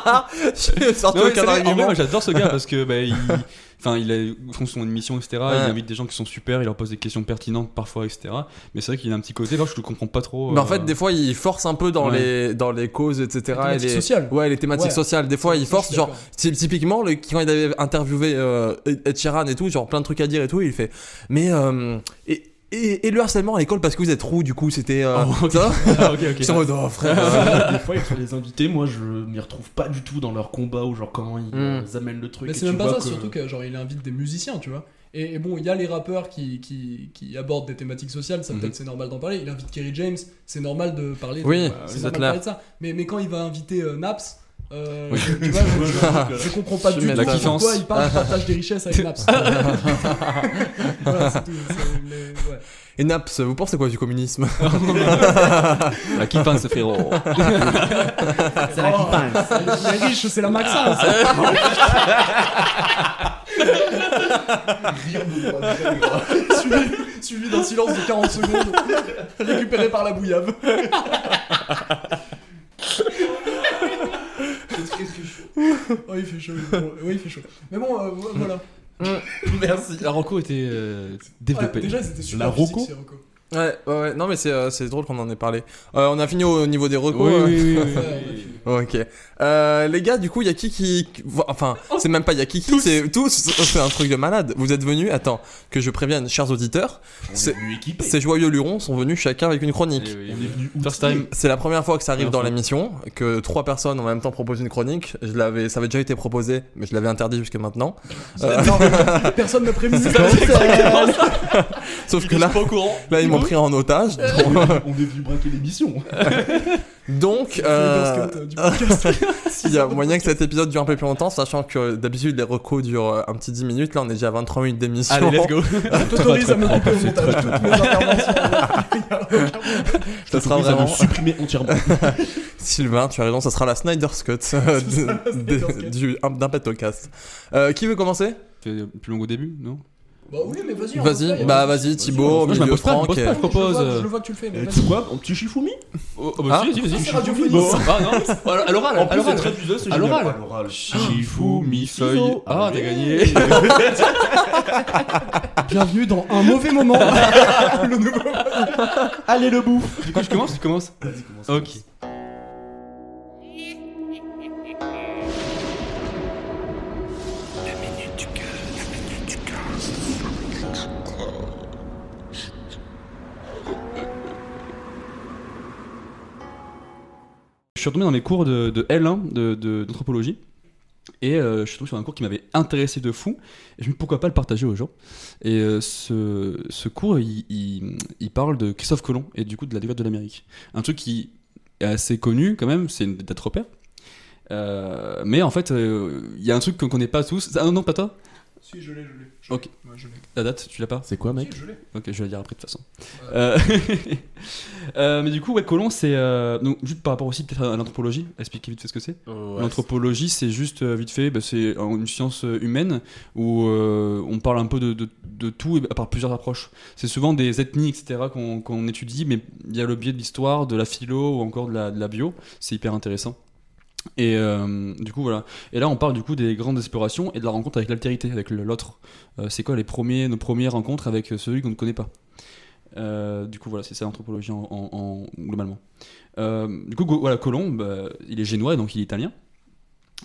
F: Surtout
I: Non, mais
F: aucun
I: c'est vrai, en vrai,
F: argument.
I: moi j'adore ce gars parce que bah, il, enfin, il a, ils font son émission, etc.
F: Ouais.
I: Il invite des gens qui sont super, il leur pose des questions pertinentes parfois, etc. Mais c'est vrai qu'il a un petit côté, alors je le comprends pas trop.
F: Mais en
I: euh,
F: fait, des fois, il force un peu dans, les, dans les causes, etc.
H: thématiques
F: et les...
H: sociales.
F: Ouais, les thématiques
H: Ouais.
F: sociales. Des fois, il
H: Ça, je
F: force,
H: suis
F: genre,
H: d'accord.
F: ty- typiquement, le- quand il avait interviewé euh, Ed Ed Sheeran et tout, genre plein de trucs à dire et tout, il fait Mais. euh, et, et, et le harcèlement à l'école parce que vous êtes roux, du coup, c'était. euh, ça
I: Ah, ok, ok.
F: J'étais en mode, oh, frère. euh,
G: des fois, entre les invités, moi je m'y retrouve pas du tout dans leur combat ou genre comment ils
F: Mm.
G: euh, amènent le truc.
H: Mais
G: et
H: c'est
G: tu
H: même pas
G: vois
H: ça,
G: que-
H: surtout que genre il invite des musiciens, tu vois. Et, et bon, il y a les rappeurs qui, qui, qui abordent des thématiques sociales, ça
I: Mhm.
H: peut-être c'est normal d'en parler. Il invite Kerry James, c'est normal de parler. de-
F: Oui,
H: c'est
F: vous
H: normal
F: êtes
H: de
F: là.
H: parler de ça. Mais, mais quand il va inviter euh, Naps, euh,
I: Oui.
H: tu vois, je, je- je comprends pas
F: Je
H: du
F: mets
H: tout
F: la
I: kiffance.
H: pourquoi il parle, il partage des richesses avec Naps. voilà, c'est tout. c'est- mais, ouais.
F: Et Naps, vous pensez quoi du communisme
I: Ah, qui pince, frérot
H: Oh. C'est la Ah. Les riches, c'est la Maxence. suivi, suivi d'un silence de 40 secondes, récupéré par la bouillave. Oh, il fait chaud. Bon, oui, il fait chaud. Mais bon, euh, vo- voilà.
I: Merci. La Rocco était euh, développée.
H: Ouais, déjà, c'était super.
G: La
H: physique,
G: Rocco
H: ces Rocco.
F: Ouais, ouais, ouais. Non, mais c'est euh, c'est drôle qu'on en ait parlé. Euh, on a fini au niveau des euh, recours.
I: oui, oui, oui, oui,
H: Ouais, on a
I: oui.
H: fini.
F: Ok. Euh, les gars, du coup, il y a qui qui. Enfin, c'est même pas il y a qui qui, c'est tous. C'est un truc de malade. Vous êtes venus, attends, que je prévienne, chers auditeurs,
G: On
F: C'est-
G: est venu équipé.
F: ces joyeux lurons sont venus chacun avec une chronique.
I: Eh oui,
G: On
I: oui.
G: est venu
I: First time.
F: C'est la première fois que ça arrive
I: Première
F: dans
I: fois.
F: l'émission, que trois personnes en même temps proposent une chronique. Je l'avais, ça avait déjà été proposé, mais je l'avais interdit jusqu'à maintenant.
H: Euh. Personne n'a prévu.
F: Sauf que là, là ils m'ont pris en otage.
G: On est venu- on est venu braquer l'émission.
F: Donc,
H: C'est
F: euh,
H: le Girl Scout, euh, du podcast.
F: il y a moyen que cet épisode dure un peu plus longtemps, sachant que d'habitude les recos durent euh, un petit 10 minutes. Là, on est déjà à 23 minutes d'émission.
I: Allez, let's go.
H: Je t'autorise à me couper au montage toutes mes interventions.
F: Ça sera
G: Ils vont
F: vraiment.
G: supprimer entièrement.
F: Sylvain, tu as raison, ça sera la Snyder's Cut euh, de-
H: Snyder's
F: de-
H: Cut.
F: du- un- d'un podcast. Euh, qui veut commencer
I: Fait plus long au début, non
H: Bah oui, mais vas-y.
F: Vas-y, bah vas-y, Thibaut, au
I: Moi, je
F: milieu
I: m'impose pas, je
F: Franck.
I: m'impose
F: et-
I: pas, je propose.
H: hein. Je
I: euh,
H: le vois que tu le fais, mais
G: Euh,
H: vas-y.
G: Tu vois, mon petit Chifoumi
I: Oh, oh, bah,
F: Ah.
I: si, vas-y, vas-y.
H: C'est
I: je-
H: radiophonique,
I: Bon,
H: ça.
I: Ah, non. Voilà, À l'oral,
G: En
I: à
G: plus
I: l'oral.
G: d'être répudieux, c'est
I: À
G: génial.
I: l'oral.
G: À l'oral.
I: Chifou, mi-feuille. Ah, t'as gagné.
H: Bienvenue dans un mauvais moment. le nouveau.
G: Allez le bout.
I: Du coup, je commence, tu commences Ok. Je suis retombé dans mes cours de, de L1 de- de- d'anthropologie. et euh, je suis tombé sur un cours qui m'avait intéressé de fou. Et je me dis pourquoi pas le partager aux gens. Et euh, ce, ce cours, il, il- il parle de Christophe Colomb et du coup de la découverte de l'Amérique. Un truc qui est assez connu quand même, c'est une date repère. Euh, mais en fait, euh, il y a un truc qu'on connaît pas tous. Ah non, non, pas toi
H: Si, je l'ai, je l'ai.
I: l'ai. Ok. La date, tu l'as pas
G: C'est quoi, mec
H: je l'ai.
I: Ok, je vais le dire après de toute façon. Euh, euh, mais du coup, ouais, Colomb, c'est. euh, donc, juste par rapport aussi peut-être à l'anthropologie, expliquer vite fait ce que c'est. L'anthropologie, c'est juste euh, vite fait, bah, c'est euh, une science euh, humaine où euh, on parle un peu de, de- de tout et par plusieurs approches. C'est souvent des ethnies, etc., qu'on qu'on étudie, mais il y a le biais de l'histoire, de la philo ou encore de la, de la bio. C'est hyper intéressant. Et euh, du coup, voilà. Et là, on parle du coup des grandes explorations et de la rencontre avec l'altérité, avec le- l'autre. Euh, c'est quoi les premiers, nos premières rencontres avec celui qu'on ne connaît pas Euh, Du coup, voilà, c'est ça l'anthropologie en, en- en- globalement. Euh, du coup, go- voilà, Colomb, bah, il est génois, donc il est italien,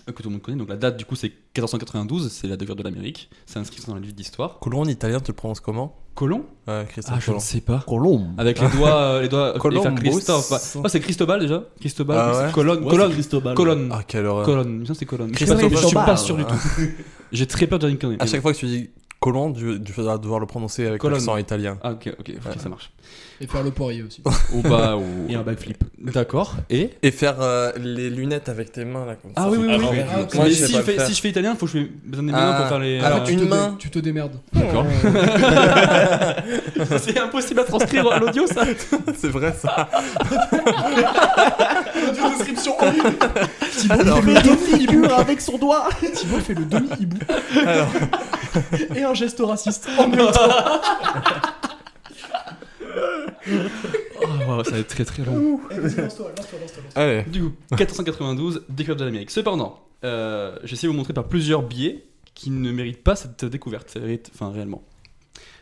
I: euh, que tout le monde connaît. Donc la date, du coup, c'est 1492, c'est la découverte de l'Amérique. C'est inscrit dans les livres d'histoire.
F: Colon en italien, tu le prononces comment
I: Colomb
F: Ouais,
I: Ah,
F: Christophe
I: je ne
F: Colomb.
I: sais pas.
B: Colombe.
I: Avec les doigts, euh, les doigts, les faire
F: Columbus.
I: Christophe. Bah, Ouais. Ouais, c'est Cristobal déjà. Cristobal,
F: Ah ouais.
I: c'est Colonne,
B: Ouais,
I: Colonne,
B: c'est Cristobal.
I: Colonne.
F: Ah, quelle horreur.
I: Colonne, il me semble que c'est Colonne. Ah. Je suis pas
F: Christophe
I: sûr- je suis
B: Colomb.
I: pas sûr du tout. J'ai très peur de dire une connerie.
F: À chaque fois que tu dis Colon, tu, tu vas devoir le prononcer avec
I: Colonne.
F: l'accent italien.
I: Ah ok, ok, ok, ça marche.
H: Et faire le poirier aussi.
I: Ou bah, ou...
B: Et un backflip.
I: D'accord, et
F: Et faire euh, les lunettes avec tes mains, là, comme ça.
I: Ah oui, oui, oui.
H: Ah, ok.
F: Moi,
I: Mais
F: je sais
I: si je,
F: pas le
I: fais,
F: faire.
I: si je fais italien, faut que je mets besoin des
F: Ah.
I: mains pour faire les...
F: Alors,
H: Ah,
I: euh,
H: tu
F: une
H: te dé-
F: main.
H: Tu te démerdes.
I: D'accord. c'est impossible à transcrire à l'audio, ça
F: C'est vrai, ça.
H: Audio description en ligne.
F: Alors,
H: le demi-hibou avec son doigt. Thibaut fait le demi-hibou. Et un geste raciste en même temps.
I: oh, Ça va être très très long.
H: Eh, vas-y, lance-toi, lance-toi, lance-toi, lance-toi.
F: allez.
I: Du coup, 492, découverte de l'Amérique. Cependant, euh, j'essaie de vous montrer par plusieurs biais qui ne méritent pas cette découverte, ça mérite- enfin réellement.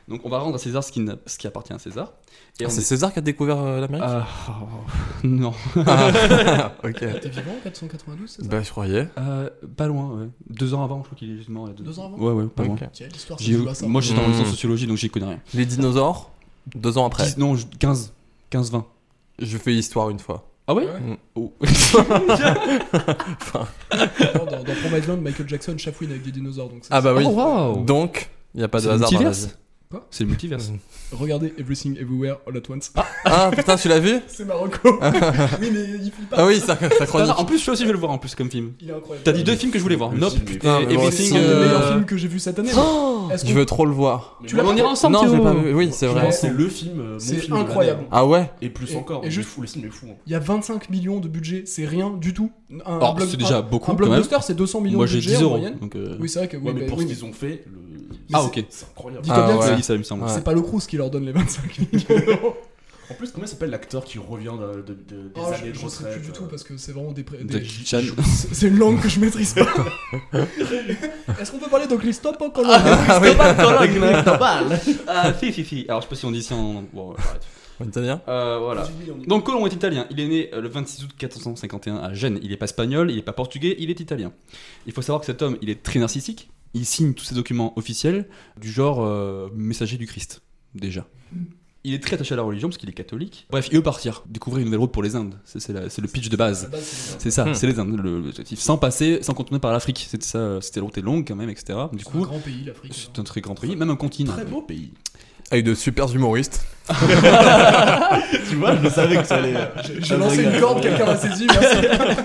I: Donc on va rendre à César ce qui, n'a- ce qui appartient à César. Et on
F: Ah, C'est
I: est-
F: César qui a découvert euh, l'Amérique
I: Ah, oh, non.
F: Ah, Ok.
H: T'es vivant en 492, c'est ça
F: Bah, je croyais.
I: Euh, pas loin, ouais. Deux ans avant, je crois qu'il est juste mort. il y a
H: Deux ans avant
I: Ouais, ouais, pas
F: Ok.
I: loin.
H: Tiens, l'histoire,
I: J'ai-
H: c'est à ça.
I: Moi j'étais en
F: Mm.
I: licence sociologie donc j'y connais rien.
F: Les dinosaures, deux ans après.
I: Dix- non, je- 15. 15, 20.
F: Je fais histoire une fois.
I: Ah ouais,
H: Ouais.
F: Mm.
I: Oh.
H: Non, dans, dans Promised Land, Michael Jackson chafouine avec des dinosaures. Donc ça,
F: Ah bah oui.
I: Oh, waouh.
F: Donc, il n'y a pas de
I: C'est le
F: hasard dans la
I: multiverse
F: vie.
H: Quoi
I: C'est le multiverse.
H: c'est- Regardez Everything Everywhere All At Once. Ah,
F: Ah putain, tu l'as vu
H: c'est Marocco. oui, mais il flippe pas.
F: Ah oui, ça, ça
I: Ah, non,
F: chronique.
I: en plus, celui-ci, je vais le voir en plus comme film.
H: Il est incroyable.
I: T'as dit deux films que je voulais voir.
G: Le
I: Nope.
G: film est-
I: et
F: Putain, mais moi
H: Ah, C'est
F: aussi,
I: Everything.
H: un des
F: euh,
H: meilleurs films que j'ai vu cette année. Est-ce
F: Je
H: qu'on-
F: veux trop le voir.
H: Tu l'as
I: On
H: pas
I: ira ensemble,
F: non, je l'ai
I: Théo.
F: pas vu. Oui, c'est
H: Je
F: vrai.
H: pense-
G: C'est le film, euh, mon
H: C'est
G: film de
H: incroyable.
G: l'année.
F: Ah ouais
G: Et plus
H: Et-
G: encore,
H: et
G: il est
H: juste-
G: fou, le film est fou. hein.
H: Il y a 25 millions de budget, c'est rien du tout. Un,
I: Or,
H: un block-
I: Ah, c'est déjà
H: un-
I: beaucoup,
H: Un
I: quand même.
H: blockbuster, c'est 200 millions
I: Moi,
H: de
I: j'ai
H: budget
I: 10
H: en
I: euros.
H: moyenne.
I: donc, euh,
H: Oui, c'est vrai que. oui,
G: Ouais, mais
H: bah,
G: pour
H: oui,
G: ce
H: mais
G: qu'ils ont fait, le-
I: Ah,
G: c'est-
I: ok.
G: C'est incroyable.
H: Dis-toi
F: Ah,
H: bien que
F: ouais.
I: tu
H: c'est-
I: as dit ça, il me semble.
F: Ouais.
H: c'est pas le Cruz qui leur donne les 25 millions d'euros.
G: En plus, comment s'appelle l'acteur qui revient de, de- de- des
H: Oh,
G: années
H: je,
G: de
H: je sais
G: retraite euh,
H: plus du tout parce que c'est vraiment des. pré-
I: De
H: des-
I: Chan.
H: C'est c'est une langue que je maîtrise pas. Est-ce qu'on peut parler de Christophe Colombo
F: Ah oui,
I: Ah, si, si, si. Alors, je sais pas si on dit ça en. Bon, arrête.
F: en italien
I: Euh, voilà. Donc Colomb est italien. Il est né euh, le 26 août 1451 à Gênes. Il n'est pas espagnol, il n'est pas portugais, il est italien. Il faut savoir que cet homme, il est très narcissique. Il signe tous ses documents officiels du genre euh, messager du Christ, déjà.
H: Hmm.
I: Il est très attaché à la religion parce qu'il est catholique. Bref, il veut partir, découvrir une nouvelle route pour les Indes. C'est c'est la- c'est le pitch de base. C'est ça,
F: Hmm.
I: c'est les Indes, le- l'objectif. Sans passer, sans contourner par l'Afrique. C'était ça, euh, c'était la route est longue quand même, etc. Du
H: C'est un
I: coup,
H: grand pays, hein. l'Afrique.
I: c'est un très grand pays, même un continent.
G: Très beau pays.
F: Avec de super humoristes.
G: tu vois, je le savais que ça allait.
H: J'ai j'ai lancé une corde, quelqu'un m'a saisi. merci.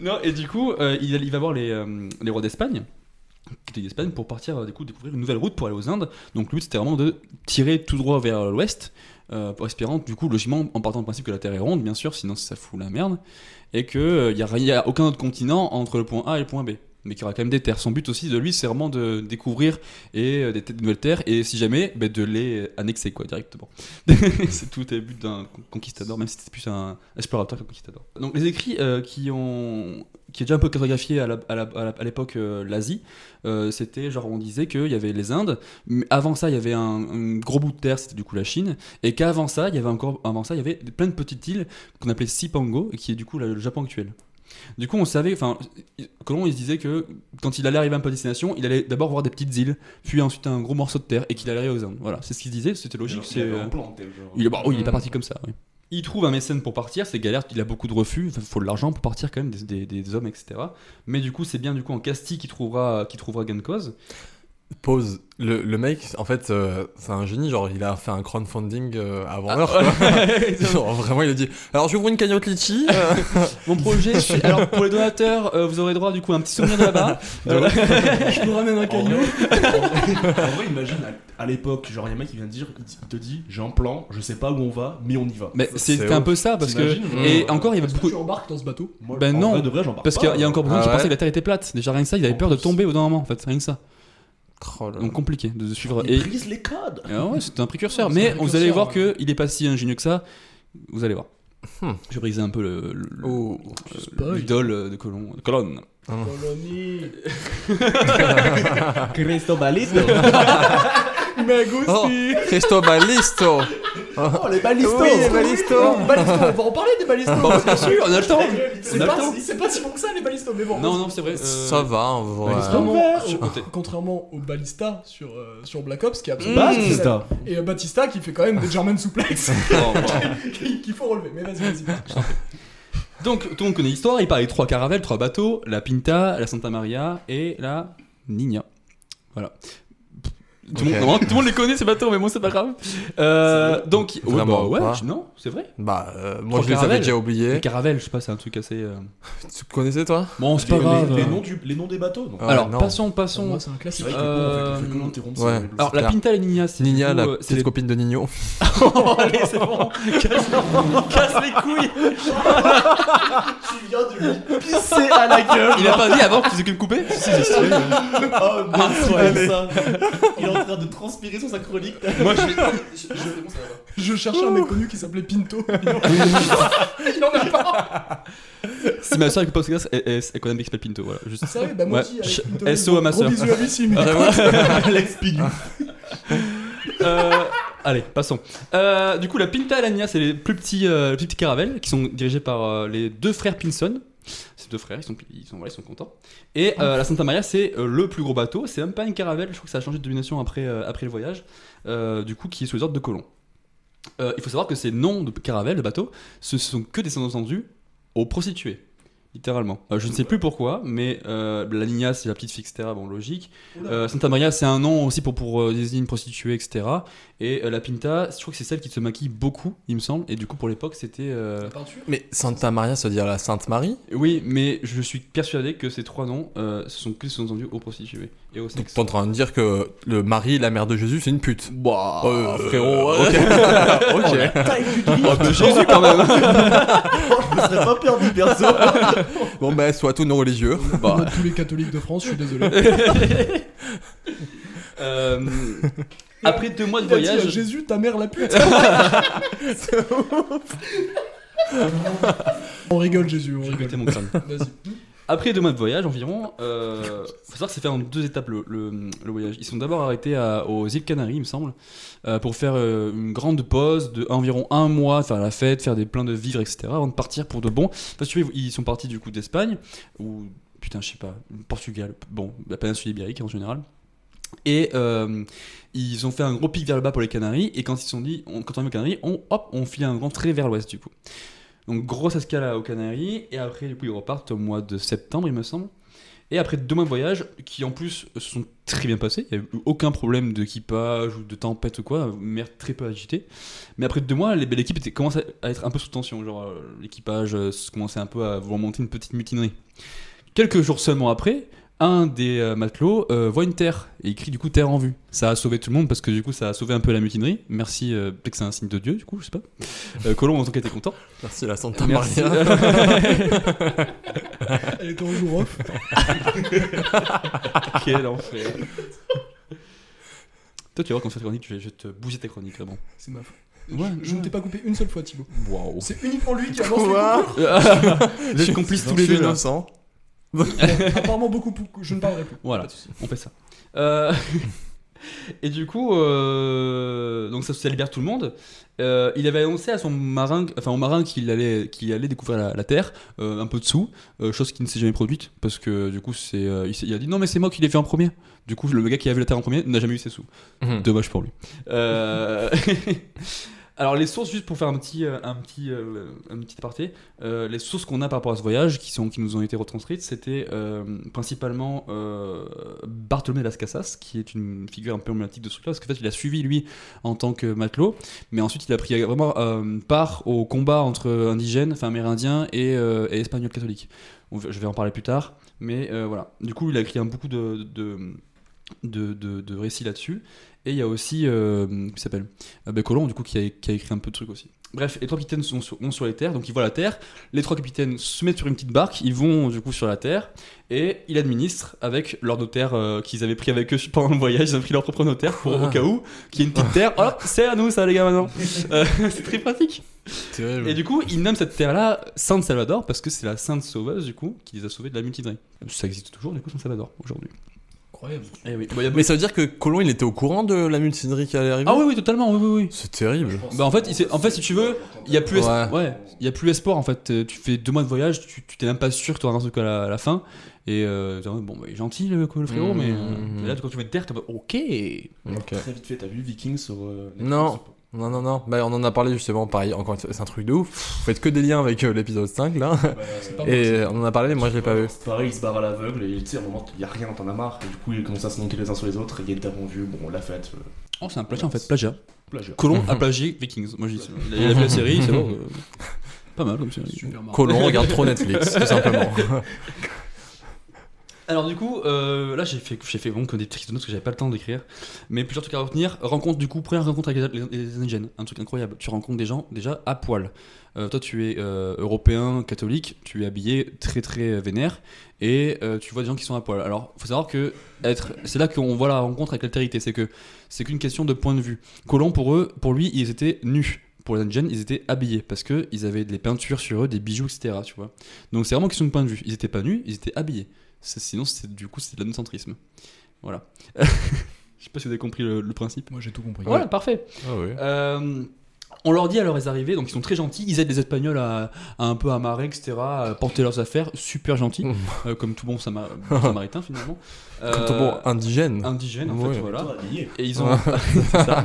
I: Non, et du coup, euh, il, il va voir les, euh, les rois d'Espagne, quitter l'Espagne, pour partir, euh, du coup, découvrir une nouvelle route pour aller aux Indes. Donc, lui, c'était vraiment de tirer tout droit vers l'ouest, euh, pour espérant, du coup, logiquement, en partant du principe que la Terre est ronde, bien sûr, sinon ça fout la merde, et qu'il n'y a, rien- aucun autre continent entre le point A et le point B. Mais qu'il y aura quand même des terres. Son but aussi de lui, c'est vraiment de découvrir et euh, des t- de nouvelles terres, et si jamais, ben, de les annexer quoi directement. c'est tout le but d'un con- conquistador, même si c'était plus un explorateur qu'un conquistador. Donc les écrits euh, qui ont qui est déjà un peu cartographié à la- à la- à la- à l'époque euh, l'Asie, euh, c'était genre on disait qu'il y avait les Indes, mais avant ça il y avait un, un gros bout de terre, c'était du coup la Chine, et qu'avant ça il y avait encore avant ça il y avait plein de petites îles qu'on appelait Sipango, et qui est du coup la- le Japon actuel. Du coup on savait, enfin Colomb il se disait que quand il allait arriver à un peu destination, il allait d'abord voir des petites îles, puis ensuite un gros morceau de terre, et qu'il allait arriver aux Indes. Voilà, c'est ce qu'il disait, c'était logique.
G: Alors qu'il
I: c'est
G: avait un
I: euh,
G: plan, tel genre.
I: il est, bah, oh, il est pas
F: Mm.
I: parti comme ça. oui. Il trouve un mécène pour partir, c'est galère, il a beaucoup de refus, il faut de l'argent pour partir quand même, des, des- des hommes, etc. Mais du coup, c'est bien du coup en Castille qu'il trouvera, qu'il trouvera gain de cause.
F: Pause. Le, le mec, en fait, euh, c'est un génie. Genre, il a fait un crowdfunding euh,
I: Ah,
F: avant l'heure. quoi. Genre, vraiment, il a dit Alors, j'ouvre une cagnotte Litchi. euh,
I: Mon projet, c'est- alors pour les donateurs, euh, vous aurez droit du coup à un petit souvenir de là-bas. Euh,
H: Je vous ramène
F: Oh,
H: un
G: En
H: caillou.
G: vrai, en vrai- en vrai, imagine à, à l'époque, genre, il y a un mec qui vient te dire, il te- il te dit, j'ai un plan, je sais pas où on va, mais on y va.
I: mais
F: C'est
I: c'est- c'était un
F: ouf.
I: peu ça, parce que.
G: T'imagines,
I: Et
G: genre,
I: encore, il y avait
H: Est-ce que
I: beaucoup.
H: tu embarques dans ce bateau
G: moi,
I: ben
G: en
I: non,
G: vrai, de vrai, j'embarque
I: Parce qu'il y a- il y a encore beaucoup de gens qui
F: Ah ouais.
I: pensaient que la terre était plate. Déjà rien que ça, ils avaient
G: En
I: peur de
G: plus.
I: tomber au d'un moment, en fait, rien que ça.
F: oh là là.
I: Donc compliqué de de suivre.
G: Ils
I: Et
G: brisent les codes.
I: Ah ouais, c'est un précurseur.
H: C'est un
I: Mais vous allez
H: précurseur,
I: voir
H: ouais.
I: qu'il est pas si ingénieux que ça. Vous allez voir.
F: Hmm.
I: Je brisais un peu le- le- le-
F: Oh,
I: euh,
H: spoil.
I: l'idole euh, de Colon. De Colonne.
H: Colonie.
B: Cristobalito
H: Me gusta.
F: Oh, Cristobalisto
H: Oh, les balistos.
F: Oui, les balistos.
H: Les balistos, On va en parler des balistos.
I: bien sûr, on a le temps
H: C'est
I: On a
H: pas,
I: le temps.
H: c'est pas si bon que ça les balistos, mais bon.
I: Non, non, c'est vrai. euh,
F: Ça va, en vrai.
B: Balisto.
H: Contrairement,
I: Je comptais.
H: contrairement au Ballista sur, euh, sur Black Ops qui est absolument
G: Mmh.
B: Bah,
H: pas
B: c'est
H: spécial.
B: ça.
H: Et euh, Batista qui fait quand même des German souplex
I: oh, wow.
H: qu'il faut relever. Mais vas-y, vas-y.
I: Donc, tout le monde connaît l'histoire. Il parlait de trois caravelles, trois bateaux la Pinta, la Santa Maria et la Nina. Voilà. Tout, le
F: Ok.
I: monde, normalement, tout le monde les connaît ces bateaux, mais bon, c'est pas grave. Euh, donc, ouais,
F: Vraiment
I: bah, ouais,
F: pas.
I: je- non, c'est vrai.
F: Bah, euh, moi
I: Trois
F: je les avais
I: caravelles.
F: déjà
I: Les
F: oubliés.
I: caravelles, je sais pas, c'est un truc assez. euh,
F: Tu connaissais toi
I: Bon, c'est pas
G: Ah, les,
I: grave.
G: les noms du- les noms des bateaux. donc.
F: Ah,
I: Alors,
F: non.
I: passons, passons.
H: Moi, c'est un
G: C'est
H: classique.
G: vrai que
I: Euh,
G: le con, on fait- on fait comment interrompre
F: ouais.
G: ça le-
I: Alors, la
F: clair.
I: Pinta et la Nina, c'est.
F: Nina,
I: du
F: la
I: coup, euh, c'est
F: petite
I: les-
F: copine de Nino.
I: Oh, allez, c'est bon. Casse, casse les couilles.
G: Tu viens de lui pisser à la gueule.
I: Il a pas dit avant que tu faisais que me couper Si, si, si.
G: Oh, mais
I: Ah,
G: c'est
I: allez.
G: ça. Il est en train de transpirer sur sa chronique.
I: Moi, je vais-
H: Je cherchais un mec connu qui s'appelait Pinto. Il en- Il en a pas.
I: Si ma soeur écoute pas ce podcast, elle, elle, elle connaît bien qui s'appelle Pinto. Voilà. Juste...
H: Sérieux, bah moi
I: Ouais,
H: aussi.
I: ch-
H: avec Pinto,
I: SO à ma Ah,
H: gros
I: sœur.
H: bisous à lui, s'il m'écoute.
G: Alex Pigou.
I: Euh, allez, passons. Euh, du coup, la Pinta et la Nina, c'est les plus petits, euh, les plus petits caravelles qui sont dirigés par euh, les deux frères Pinson. Ces deux frères, ils sont, ils sont, voilà, ils sont contents. Et euh, la Santa Maria, c'est euh, le plus gros bateau. C'est même pas une caravelle, je crois que ça a changé de domination après, euh, après le voyage. Euh, du coup, qui est sous les ordres de colons. Euh, il faut savoir que ces noms de caravelles, de bateaux, ce sont que des sous-entendus aux prostituées. Littéralement. Euh, je ne sais plus pourquoi, mais euh, la Nina, c'est la petite Fixtera, bon, logique. Euh, Santa Maria, c'est un nom aussi pour, pour euh, désigner une prostituée, etc. Et euh, la Pinta, je crois que c'est celle qui se maquille beaucoup, il me semble. Et du coup, pour l'époque, c'était. euh,
H: Peinture.
F: Mais Santa Maria, ça veut dire la Sainte Marie
I: Oui, mais je suis persuadé que ces trois noms euh, ce sont que sous-entendus aux prostituées et au
F: Donc
I: sexe.
F: t'es en train de dire que le mari, la mère de Jésus, c'est une pute
I: Bah,
F: Euh, frérot, ok. ok.
I: Jésus quand même
G: Je me serais pas perdu perso.
F: Bon, bah, soit tous nos religieux.
I: Bah,
H: Comme Tous les catholiques de France, je suis désolé.
I: Euh, Après deux mois de
H: Il a dit à
I: voyage.
H: Jésus, ta mère la pute. on rigole, Jésus, on rigole.
I: Écoutez mon crâne.
H: Vas-y.
I: Après deux mois de voyage environ, euh, faut savoir que c'est fait en deux étapes le, le- le voyage. Ils sont d'abord arrêtés à- aux îles Canaries, il me semble, euh, pour faire euh, une grande pause de environ un mois, faire la fête, faire des pleins de vivres, etc., avant de partir pour de bon. Parce que ils sont partis du coup d'Espagne, ou putain, je sais pas, Portugal, bon, la péninsule ibérique en général. Et euh, ils ont fait un gros pic vers le bas pour les Canaries. Et quand ils se sont dit, on- quand on est aux Canaries, on, hop, on file un grand trait vers l'ouest du coup. Donc grosse escale aux Canaries, et après du coup ils repartent au mois de septembre il me semble. Et après deux mois de voyage, qui en plus se sont très bien passés, il n'y a eu aucun problème d'équipage ou de tempête ou quoi, mer très peu agitée. Mais après deux mois, les- l'équipe était- commence à- à être un peu sous tension, genre euh, l'équipage euh, se- commençait un peu à vouloir monter une petite mutinerie. Quelques jours seulement après, un des euh, matelots euh, voit une terre et il crie du coup terre en vue. Ça a sauvé tout le monde parce que du coup ça a sauvé un peu la mutinerie. Merci, euh, peut-être que c'est un signe de Dieu du coup, je sais pas. Euh, Colomb en tout cas était content.
F: Merci, la Santa
I: Merci.
F: Maria.
H: Elle était en jour off.
I: Quel enfer. Toi, tu vas voir comme cette chronique, je vais, je vais te bouger ta chronique là bon.
H: C'est ma faute.
I: Ouais,
H: je ne
I: ouais.
H: t'ai pas coupé une seule fois, Thibaut.
I: Waouh.
H: C'est uniquement lui qui avance
F: Quoi
H: les
I: Je suis complice tous les deux. là.
F: innocent.
H: concours. Apparemment beaucoup plus. Je ne parlerai plus.
I: Voilà, on fait ça. Euh, et du coup, euh, donc ça, ça libère tout le monde. Euh, il avait annoncé à son marin, enfin au marin qu'il allait, qu'il allait découvrir la, la Terre, euh, un peu de sous, euh, chose qui ne s'est jamais produite parce que du coup, c'est, euh, il, s'est- il a dit non mais c'est moi qui l'ai fait en premier. Du coup, le gars qui a vu la Terre en premier n'a jamais eu ses sous.
F: Mhm.
I: Dommage pour lui. Euh, Alors les sources, juste pour faire un petit, euh, un petit, euh, un petit aparté, euh, les sources qu'on a par rapport à ce voyage, qui, sont, qui nous ont été retranscrites, c'était euh, principalement euh, Bartholomé de Las Casas, qui est une figure un peu emblématique de ce truc-là, parce qu'en fait, il a suivi, lui, en tant que matelot, mais ensuite, il a pris vraiment euh, part au combat entre indigènes, enfin amérindiens, et, euh, et espagnols catholiques. On va- Je vais en parler plus tard, mais euh, voilà. Du coup, il a écrit un, beaucoup de... de de, de- de récits là-dessus et il y a aussi euh, qui s'appelle euh, ben, Colomb du coup qui a, qui a écrit un peu de trucs aussi bref les trois capitaines sont sur, vont sur les terres donc ils voient la terre les trois capitaines se mettent sur une petite barque, ils vont du coup sur la terre et ils administrent avec leur notaire euh, qu'ils avaient pris avec eux pendant le voyage. Ils ont pris leur propre notaire pour au cas où qu'il y ait une petite terre. Hop, c'est à nous ça les gars maintenant. Euh, c'est très pratique.
F: Terrible.
I: Et du coup, ils nomment cette terre-là San Salvador parce que c'est la sainte sauveuse, du coup, qui les a sauvés de la mutinerie. Ça existe toujours, du coup, San Salvador, aujourd'hui.
H: Incroyable.
F: Mais ça veut dire que Colomb, il était au courant de la mutinerie qui allait arriver
I: Ah oui, oui, totalement, oui, oui, oui.
F: C'est terrible.
I: Bah en fait, il s'est- en fait, si tu veux, il y a plus, es-
F: Ouais.
I: ouais, il y a plus espoir en fait. Euh, Tu fais deux mois de voyage, tu tu t'es même pas sûr que tu auras un truc à la, à la fin. Et euh, t'es en mode, bon, bah, il est gentil le, le frérot,
F: Mmh,
I: mais
F: mmh.
I: euh, là quand tu vas te taire, t'es en mode, ok.
F: Ok.
G: Très vite fait, t'as vu Viking sur. euh, Netflix
F: Non. Non, non, non. Bah, on en a parlé justement, pareil, encore une fois, c'est un truc de ouf. Vous faites que des liens avec euh, l'épisode 5, là.
G: Bah,
H: pas bon.
F: Et on en a parlé, moi je l'ai pas vu.
G: c'est Pareil, il se barre à l'aveugle et tu sais, à un moment, il y a rien, t'en as marre. Et du coup, ils commencent à se monter les uns sur les autres. Et il y a une table en vue, bon, la fête, euh,
I: Oh, c'est un plagiat en fait, plagiat.
G: plagiat.
I: Colon a plagié Vikings. Moi, je dis, il a, il a vu la série, c'est bon. euh, pas mal comme série.
H: Super marrant.
F: Colomb regarde trop Netflix, tout simplement.
I: Alors du coup, euh, là j'ai fait, j'ai fait bon, comme des petites notes parce que j'avais pas le temps d'écrire, mais plusieurs trucs à retenir. Rencontre du coup, première rencontre avec les, les- les indigènes, un truc incroyable. Tu rencontres des gens déjà à poil. Euh, toi tu es euh, européen, catholique, tu es habillé très très euh, vénère et euh, tu vois des gens qui sont à poil. Alors faut savoir que être, c'est là qu'on voit la rencontre avec l'altérité, c'est que c'est qu'une question de point de vue. Colomb pour eux, pour lui, ils étaient nus. Pour les indigènes, ils étaient habillés parce que ils avaient des peintures sur eux, des bijoux, etc. Tu vois. Donc c'est vraiment question de point de vue. Ils étaient pas nus, ils étaient habillés. Ça, Sinon, c'est du coup, c'est de l'anocentrisme. Voilà. Je sais pas si vous avez compris le, le principe.
H: Moi j'ai tout compris.
I: Voilà, parfait.
F: Ah oui.
I: Euh, on leur dit à leur arrivée, donc ils sont très gentils, ils aident les Espagnols à, à un peu amarrer, etc., à porter leurs affaires, super gentils,
F: Mmh.
I: euh, comme tout bon Sama- samaritain finalement. Euh,
F: Comme ton bon indigène.
I: indigène, en
F: Ouais.
I: fait, voilà.
G: Toi, habillé.
I: Et ils ont. C'est ça.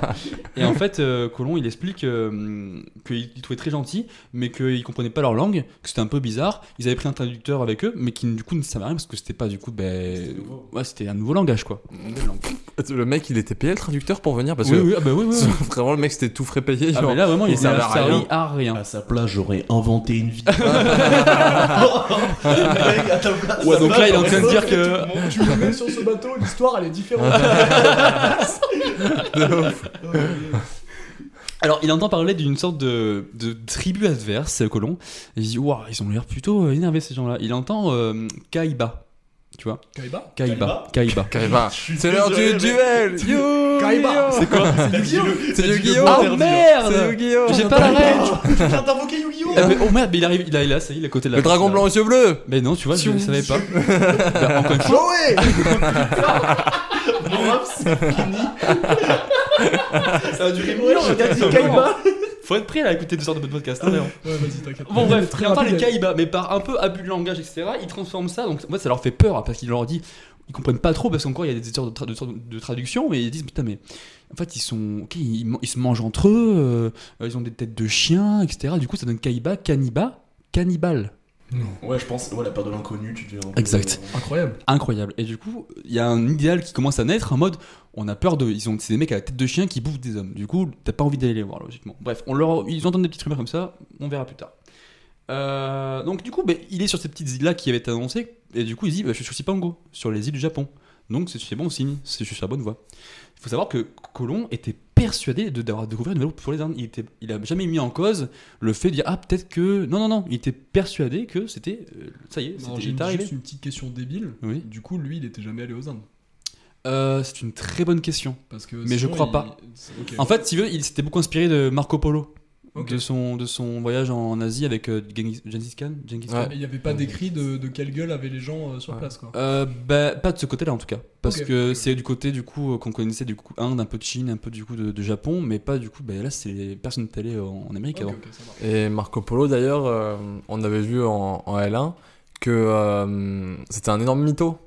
I: Et en fait, euh, Colomb, il explique euh, qu'il qu'il trouvait très gentil, mais qu'ils comprenaient pas leur langue, que c'était un peu bizarre. Ils avaient pris un traducteur avec eux, mais qui du coup ne servait à rien parce que c'était pas du coup. Ben... Ouais, c'était un nouveau langage quoi. Une nouvelle langue.
F: Le mec, il était payé le traducteur pour venir parce
I: oui,
F: que
I: oui, ah bah oui, oui. oui.
F: vraiment le mec c'était tout frais payé.
I: Ah,
F: genre.
I: mais là vraiment, il
F: il
I: était
F: servait à rien.
I: servi à rien.
G: À sa place, j'aurais inventé une vie.
I: Ouais, donc là, il est en train de dire que.
H: Tu me mets sur ce bateau, l'histoire elle est différente.
I: Alors, il entend parler d'une sorte de, de tribu adverse, Colomb. Il dit Waouh, ils ont l'air plutôt euh, énervés ces gens-là. Il entend euh, Kaiba. Tu vois
H: Kaiba
I: Kaiba. Kaiba.
F: Kaiba. C'est l'heure du duel. Yo,
H: Kaiba.
F: yo.
H: C'est
F: quoi C'est Yu-Gi-Oh.
I: Oh
F: C'est
I: merde
F: Yu-Gi-Oh.
I: J'ai pas la règle
G: Yu-Gi-Oh!
I: Ah, mais- Oh merde, mais il arrive, il a là, ça y est, il est à côté de la.
F: Le dragon blanc aux yeux bleus.
I: Mais non, tu vois, je ne savais pas. Bah, encore une fois,
H: Chloé
G: Mon rap, c'est fini! Ça a duré mille ans,
I: regarde,
G: c'est
I: Kaiba. faut être prêt à écouter des sortes de podcasts. hein, vraiment.
H: Ouais, vas-y, t'inquiète.
I: Bon bref,
H: Très
I: il entend les
H: rapide.
I: Kaiba, mais par un peu abus de langage, etc. Il transforme ça, donc moi ça leur fait peur hein, parce qu'il leur dit, ils comprennent pas trop parce qu'encore il y a des erreurs de, tra- de tra- de traduction, mais ils disent putain mais en fait ils sont, ok, ils, man- ils se mangent entre eux, euh, euh, ils ont des têtes de chiens, etc. Du coup ça donne Kaiba, Kaniba, cannibale.
G: Ouais, je pense, ouais, la peur de l'inconnu, tu deviens. un peu- euh,
I: Exact.
H: Incroyable.
I: Incroyable. Et du coup il y a un idéal qui commence à naître en mode on a peur de, ils ont c'est des mecs à la tête de chien qui bouffent des hommes. Du coup t'as pas envie d'aller les voir logiquement. Bref, on leur, ils entendent des petites rumeurs comme ça, on verra plus tard. Euh, donc du coup, ben, il est sur ces petites îles-là qui avaient été annoncées, et du coup il dit, ben, je suis sur Cipango, sur les îles du Japon. Donc c'est- c'est bon signe, c'est- je suis sur la bonne voie. Il faut savoir que Colomb était persuadé de- d'avoir découvert une nouvelle route pour les Indes. Il n'a il a jamais mis en cause le fait de dire, ah peut-être que... Non, non, non, il était persuadé que c'était... euh, ça y est,
H: Alors,
I: c'était
H: J'ai
I: il est
H: une-
I: arrivé.
H: juste une petite question débile.
I: Oui.
H: Du coup, lui, il était jamais allé aux Indes.
I: Euh, c'est une très bonne question.
H: Parce que
I: Mais je
H: sinon,
I: crois
H: il-
I: pas.
H: Ok.
I: En fait, si vous voulez, il s'était beaucoup inspiré de Marco Polo.
H: Ok.
I: De, son, de son voyage en Asie avec euh, Genghis Gengis Khan, Gengis Khan.
F: Ouais.
H: Ah, Mais Il n'y avait pas décrit de, de quelle gueule avaient les gens euh, sur
F: Ouais.
H: place, quoi.
I: Euh, bah, pas de ce côté-là en tout cas, parce
H: Ok.
I: que c'est du côté du coup euh, qu'on connaissait du coup Inde, un peu de Chine, un peu du coup de, de Japon, mais pas du coup. Bah, là, c'est les personnes télé en, en Amérique
H: Ok,
I: avant.
H: ok, ça marche.
F: Et Marco Polo d'ailleurs, euh, on avait vu en, en L1 que euh, c'était un énorme mytho.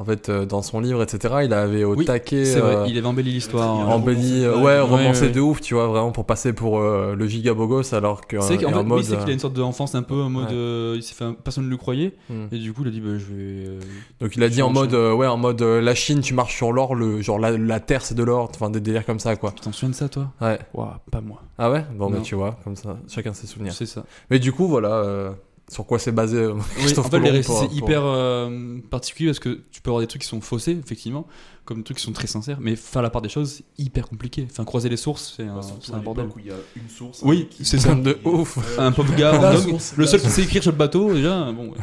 F: En fait, euh, dans son livre, etc., il avait au
I: Oui,
F: taquet.
I: C'est
F: euh,
I: vrai, il avait embelli l'histoire. hein.
F: embelli, euh,
G: Ouais,
F: ouais,
G: ouais,
F: romancé
I: ouais.
F: de ouf, tu vois, vraiment pour passer pour euh, le giga bogos alors que.
I: C'est
F: euh,
I: qu'en
F: est
I: fait,
F: en mode,
I: oui, c'est qu'il a une sorte d'enfance un peu en mode.
F: Ouais.
I: euh, il s'est fait un- personne ne le croyait,
F: Hmm.
I: et du coup, il a dit bah, je vais. euh,
F: Donc il a dit
I: Sur
F: en
I: le
F: mode,
I: champ.
F: euh, ouais, en mode euh, la Chine, tu marches sur l'or, le genre la, la terre c'est de l'or, enfin des délires comme ça quoi.
I: Tu t'en souviens de ça, toi
F: Ouais.
I: Ouah, pas moi.
F: Ah ouais Bon,
I: Non.
F: mais tu vois, comme ça, chacun ses souvenirs.
I: C'est ça.
F: Mais du coup, voilà, euh, sur quoi c'est basé euh,
I: Oui,
F: Christophe
I: en fait, les
F: Colomb
I: récits,
F: pour-
I: c'est
F: pour-
I: hyper euh, particulier parce que tu peux avoir des trucs qui sont faussés, effectivement, comme des trucs qui sont très sincères, mais faire la part des choses, c'est hyper compliqué. Enfin, croiser les sources, c'est un,
G: Bah, surtout
I: c'est
G: à
I: un bordel.
G: l'époque où il y a une source.
I: Oui, c'est ça.
F: De ouf.
I: Un pauvre gars,
H: La
I: random,
H: source,
I: le
H: la
I: seul qui sait écrire sur le bateau, déjà, bon. ouais.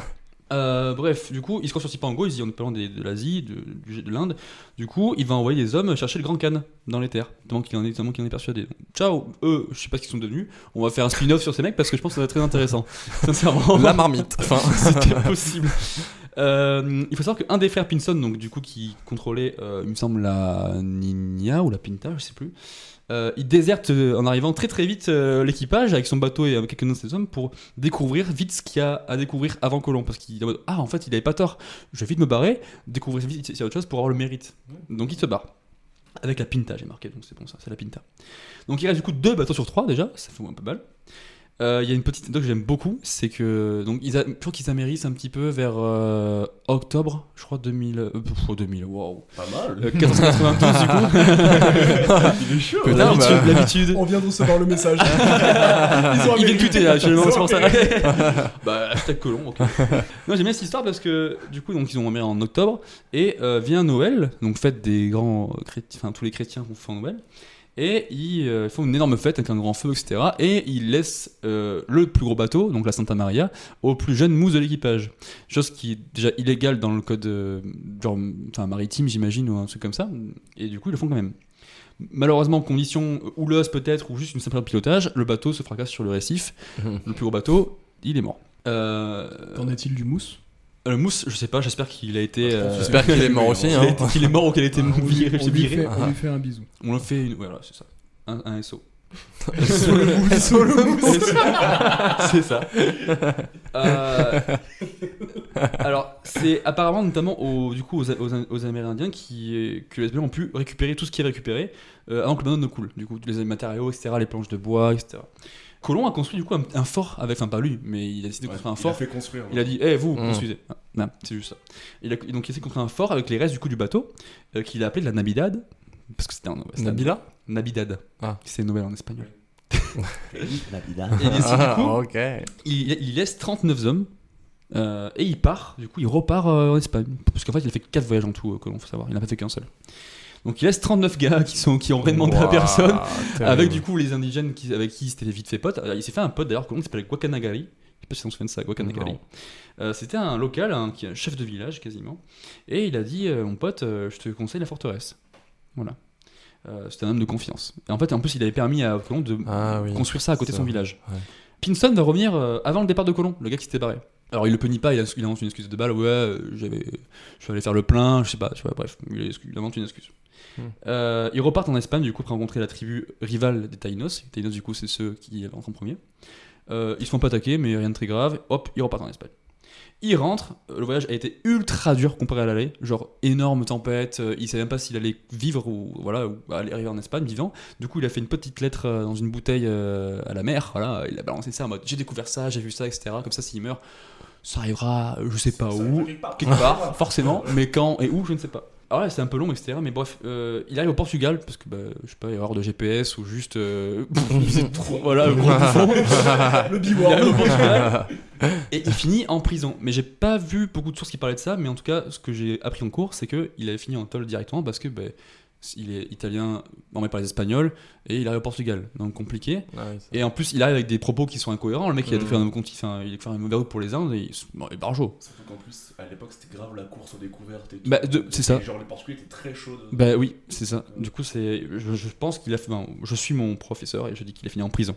I: Euh, bref, du coup, il se croit sur Cipango, il se dit on est pas loin des- de l'Asie, de, du- de l'Inde. Du coup, il va envoyer des hommes chercher le grand Khan dans les terres, tant qu'il en est, tant qu'il en est persuadé. Donc, ciao, eux, je sais pas ce qu'ils sont devenus. On va faire un spin-off sur ces mecs parce que je pense que ça va être très intéressant. Sincèrement.
F: La marmite. Enfin,
I: c'était possible. Euh, il faut savoir qu'un des frères Pinson, donc du coup qui contrôlait, euh, il me semble la Nina ou la Pinta, je sais plus, euh, il déserte euh, en arrivant très très vite euh, l'équipage avec son bateau et avec quelques-uns de ses hommes pour découvrir vite ce qu'il y a à découvrir avant Colomb parce qu'il est en mode, ah en fait il avait pas tort, je vais vite me barrer, découvrir vite s'il y a autre chose pour avoir le mérite. Donc il se barre. Avec la Pinta, j'ai marqué, donc c'est bon ça, c'est la Pinta. Donc il reste du coup deux bateaux sur trois déjà, ça fait un peu mal. Euh, Il y a une petite anecdote que j'aime beaucoup, c'est que donc ils a- je crois qu'ils amérissent un petit peu vers euh, octobre, je crois 2000, euh, pff, 2000, waouh,
G: Pas mal.
I: Euh, 1492 du coup.
G: Il est chaud.
F: Putain,
I: L'habitude,
F: bah.
I: l'habitude.
H: On vient de recevoir le message.
I: Il vient de tweeter là, actuellement,
H: Ils ont
I: c'est pour ça.
H: amérissé.
I: bah hashtag colon. ok. non, j'aime bien cette histoire parce que du coup donc ils ont améri en octobre et euh, vient Noël, donc fête des grands chrétiens, enfin tous les chrétiens font- font Noël. Et ils euh, font une énorme fête avec un grand feu, etc. Et ils laissent euh, le plus gros bateau, donc la Santa Maria, au plus jeune mousse de l'équipage. Chose qui est déjà illégale dans le code euh, genre, enfin, maritime, j'imagine, ou un truc comme ça. Et du coup, ils le font quand même. Malheureusement, conditions houleuses peut-être, ou juste une simple erreur de pilotage, le bateau se fracasse sur le récif.
F: Mhm.
I: le plus gros bateau, il est mort. Euh,
H: Qu'en est-il du mousse
I: le mousse, je sais pas, j'espère qu'il a été. euh,
F: J'espère qu'il est mort aussi.
I: qu'il a
F: hein.
I: été- qu'il est mort ou qu'il a été
H: on, lui,
I: viré.
H: on
I: je sais
H: lui
I: viré. Ah.
H: fait, on lui fait un bisou.
I: On le fait une. Voilà, c'est ça. Un, un SO.
H: mousse.
I: C'est ça. Euh, alors, c'est apparemment notamment aux, du coup, aux, aux- aux Amérindiens qui, que les Espagnols ont pu récupérer tout ce qui est récupéré euh, avant que le bateau ne coule. Du coup, tous les matériaux, etc., les planches de bois, etc. Colomb a construit du coup un, un fort avec, enfin pas lui, mais il a décidé de construire un
G: Il a
I: fort.
G: fait construire.
I: Il a dit, hé vous,
F: Mm.
I: construisez. Ah, non, c'est juste ça. Il a, donc il s'est construit un fort avec les restes du coup du bateau euh, qu'il a appelé de la Nabidad. Parce que c'était un. c'était un-
F: Nabila
I: Nabidad.
F: Ah.
I: C'est une nouvelle en espagnol.
B: Nabila.
I: Et il décide, du
F: Ah,
I: coup,
F: ok.
I: il, il laisse 39 hommes euh, et il part, du coup il repart euh, en Espagne. Parce qu'en fait il a fait 4 voyages en tout, euh, que l'on faut savoir, il n'a pas fait qu'un seul. Donc il laisse 39 gars qui, sont, qui ont rien demandé à
F: Ouah,
I: personne,
F: terrible.
I: avec du coup les indigènes qui, avec qui il s'était vite fait pote. Alors, il s'est fait un pote d'ailleurs, Colomb, qui s'appelait Guacanagari. Je sais pas si on se souvient de ça, Guacanagari.
F: Non.
I: Euh, C'était un local, un, qui, un chef de village quasiment, et il a dit euh, Mon pote, euh, je te conseille la forteresse. Voilà. Euh, C'était un homme de confiance. Et en fait, en plus, il avait permis à Colomb de
F: Ah oui.
I: construire ça à côté de
F: ça,
I: son village.
F: ouais.
I: Pinson va revenir euh, avant le départ de Colomb, le gars qui s'était barré. Alors il le punit pas, il, a- il invente une excuse de balle, ouais, euh, j'avais, je suis allé faire le plein, je sais pas, tu vois, bref, il, excu- il invente une excuse.
F: Hmm.
I: Euh, ils repartent en Espagne, du coup, pour rencontrer la tribu rivale des Taïnos. Les Taïnos, du coup, c'est ceux qui rentrent en premier. Euh, ils se font pas attaquer, mais rien de très grave, hop, ils repartent en Espagne. Ils rentrent, euh, le voyage a été ultra dur comparé à l'aller, genre énorme tempête, euh, il savait même pas s'il allait vivre ou voilà, ou aller arriver en Espagne vivant. Du coup, il a fait une petite lettre euh, dans une bouteille euh, à la mer. Voilà, il a balancé ça en mode j'ai découvert ça, j'ai vu ça, etc. Comme ça, s'il meurt, ça arrivera, euh, je sais pas où, quelque part, forcément. Mais quand et où, je ne sais pas. Alors là, c'est un peu long, etc. Mais bref, euh, il arrive au Portugal parce que bah, je sais pas, il y a erreur de GPS ou juste euh, c'est trop, voilà, le gros bouffon.
H: Le
I: Il arrive au
H: biword.
I: Portugal et il finit en prison. Mais j'ai pas vu beaucoup de sources qui parlaient de ça. Mais en tout cas, ce que j'ai appris en cours, c'est que il avait fini en tôle directement parce que bah, il est italien, formé par les Espagnols, et il arrive au Portugal, donc compliqué.
F: Ah oui, ça-
I: Et en plus, il arrive avec des propos qui sont incohérents. Le mec, il a
F: Mm.
I: fait un conti- enfin, il a fait un mauvais route pour les Indes, et il se- bon, il est barjo.
G: Surtout qu'en plus, à l'époque, c'était grave la course aux découvertes et tout.
I: Bah, de- c'est ça.
G: Et Genre, les Portugais étaient très chauds. de-
I: Bah oui, c'est ça. Du coup, c'est, je, je pense qu'il a fait. ben, je suis mon professeur et je dis qu'il a fini en prison.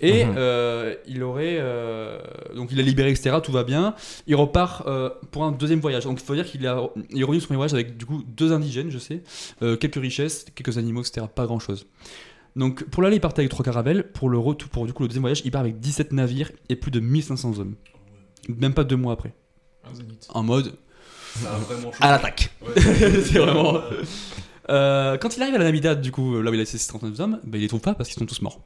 I: Et
F: Mhm.
I: euh, il aurait. euh, donc il a libéré, etc. Tout va bien. Il repart euh, pour un deuxième voyage. Donc il faut dire qu'il a, il est revenu de son premier voyage avec du coup deux indigènes, je sais, euh, quelques richesses, quelques animaux, etc. Pas grand chose. Donc pour l'aller, il partait avec trois caravelles. Pour le retour, pour du coup le deuxième voyage, il part avec 17 navires et plus de 1500 hommes. Même pas deux mois après. En mode,
G: Ça a vraiment chaud.
I: à l'attaque.
G: Ouais.
I: c'est vraiment. Euh, quand il arrive à la Namidad, du coup, là où il a laissé ses 39 hommes, bah, il les trouve pas parce qu'ils sont tous morts.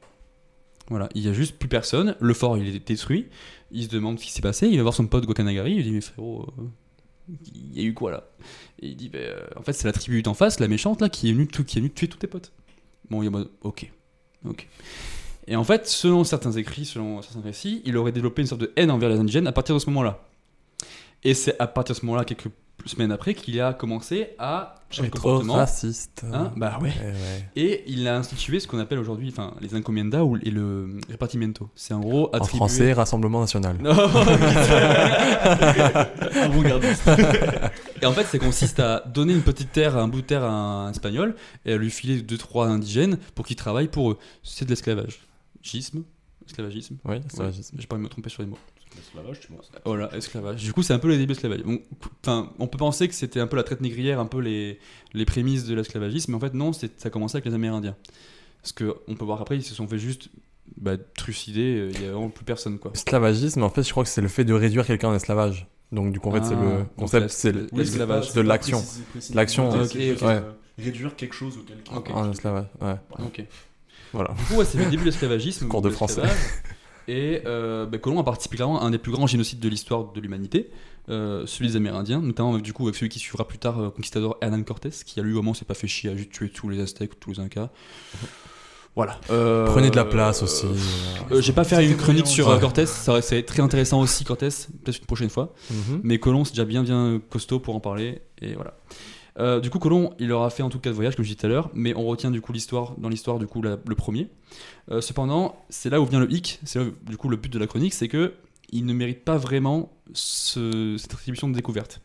I: Voilà, il y a juste plus personne. Le fort, il est détruit. Il se demande ce qui s'est passé. Il va voir son pote Guacanagari. Il lui dit Mais frérot, euh, il y a eu quoi là Et il dit Bah, euh, En fait, c'est la tribu d'en face, la méchante là, qui est venue, tout, qui est venue tuer tous tes potes. Bon, il est en mode Ok. Ok. Et en fait, selon certains écrits, selon certains récits, il aurait développé une sorte de haine envers les indigènes à partir de ce moment-là. Et c'est à partir de ce moment-là, quelques semaines après, qu'il a commencé à changer de
F: Être trop
I: comportement.
F: raciste.
I: Hein, bah ouais.
F: Eh ouais.
I: Et il a institué ce qu'on appelle aujourd'hui enfin, les encomiendas ou, et le répartimento. C'est en gros
F: En
I: attribuer...
F: français, Rassemblement National.
I: Non,
G: euh,
I: Avant-gardiste. Et en fait, ça consiste à donner une petite terre, un bout de terre à un espagnol et à lui filer deux trois indigènes pour qu'il travaille pour eux. C'est de l'esclavage. Gisme Esclavagisme
F: Oui,
I: Ouais,
F: racisme.
I: J'ai pas envie de me tromper sur les mots.
G: L'esclavage, tu vois.
I: Voilà, Oh esclavage. Du coup, c'est un peu le début de l'esclavage. On, enfin, on peut penser que c'était un peu la traite négrière, un peu les, les prémices de l'esclavagisme, mais en fait, non, c'est- ça a commencé avec les Amérindiens. Parce que on peut voir après, ils se sont fait juste bah, trucider, euh, il n'y a vraiment plus personne, quoi.
F: Esclavagisme, en fait, je crois que c'est le fait de réduire quelqu'un en esclavage. Donc, du coup, en fait, c'est
I: Ah,
F: le
I: donc
F: concept,
I: la-
F: c'est le-
I: oui, l'esclavage,
F: de l'action. L'action,
I: ok,
F: ok.
G: Réduire quelque chose ou quelqu'un.
I: Ok.
F: Ah, En esclavage, ouais.
I: Ok.
F: Voilà.
I: Du coup, ouais, c'est le début de l'esclavagisme.
F: Cours de
I: l'esclavage. Et euh, bah, Colomb a participé clairement à un des plus grands génocides de l'histoire de l'humanité, euh, celui des Amérindiens, notamment avec, du coup, avec celui qui suivra plus tard, euh, conquistador Hernán Cortés, qui à lui vraiment s'est pas fait chier à juste tuer tous les Aztèques ou tous les Incas. Voilà. Euh,
F: Prenez de la place aussi.
I: euh, euh, J'ai pas fait une chronique sur
F: Ouais.
I: euh, Cortés, ça aurait ça aurait été très intéressant aussi Cortés, peut-être une prochaine fois.
F: Mhm.
I: Mais Colomb, c'est déjà bien, bien costaud pour en parler. Et voilà. Euh, du coup, Colomb, il aura fait en tout cas de voyage, comme je disais tout à l'heure, mais on retient du coup l'histoire, dans l'histoire, du coup, la- le premier. Euh, cependant, c'est là où vient le hic, c'est là, où, du coup, le but de la chronique, c'est que il ne mérite pas vraiment ce- cette attribution de découverte.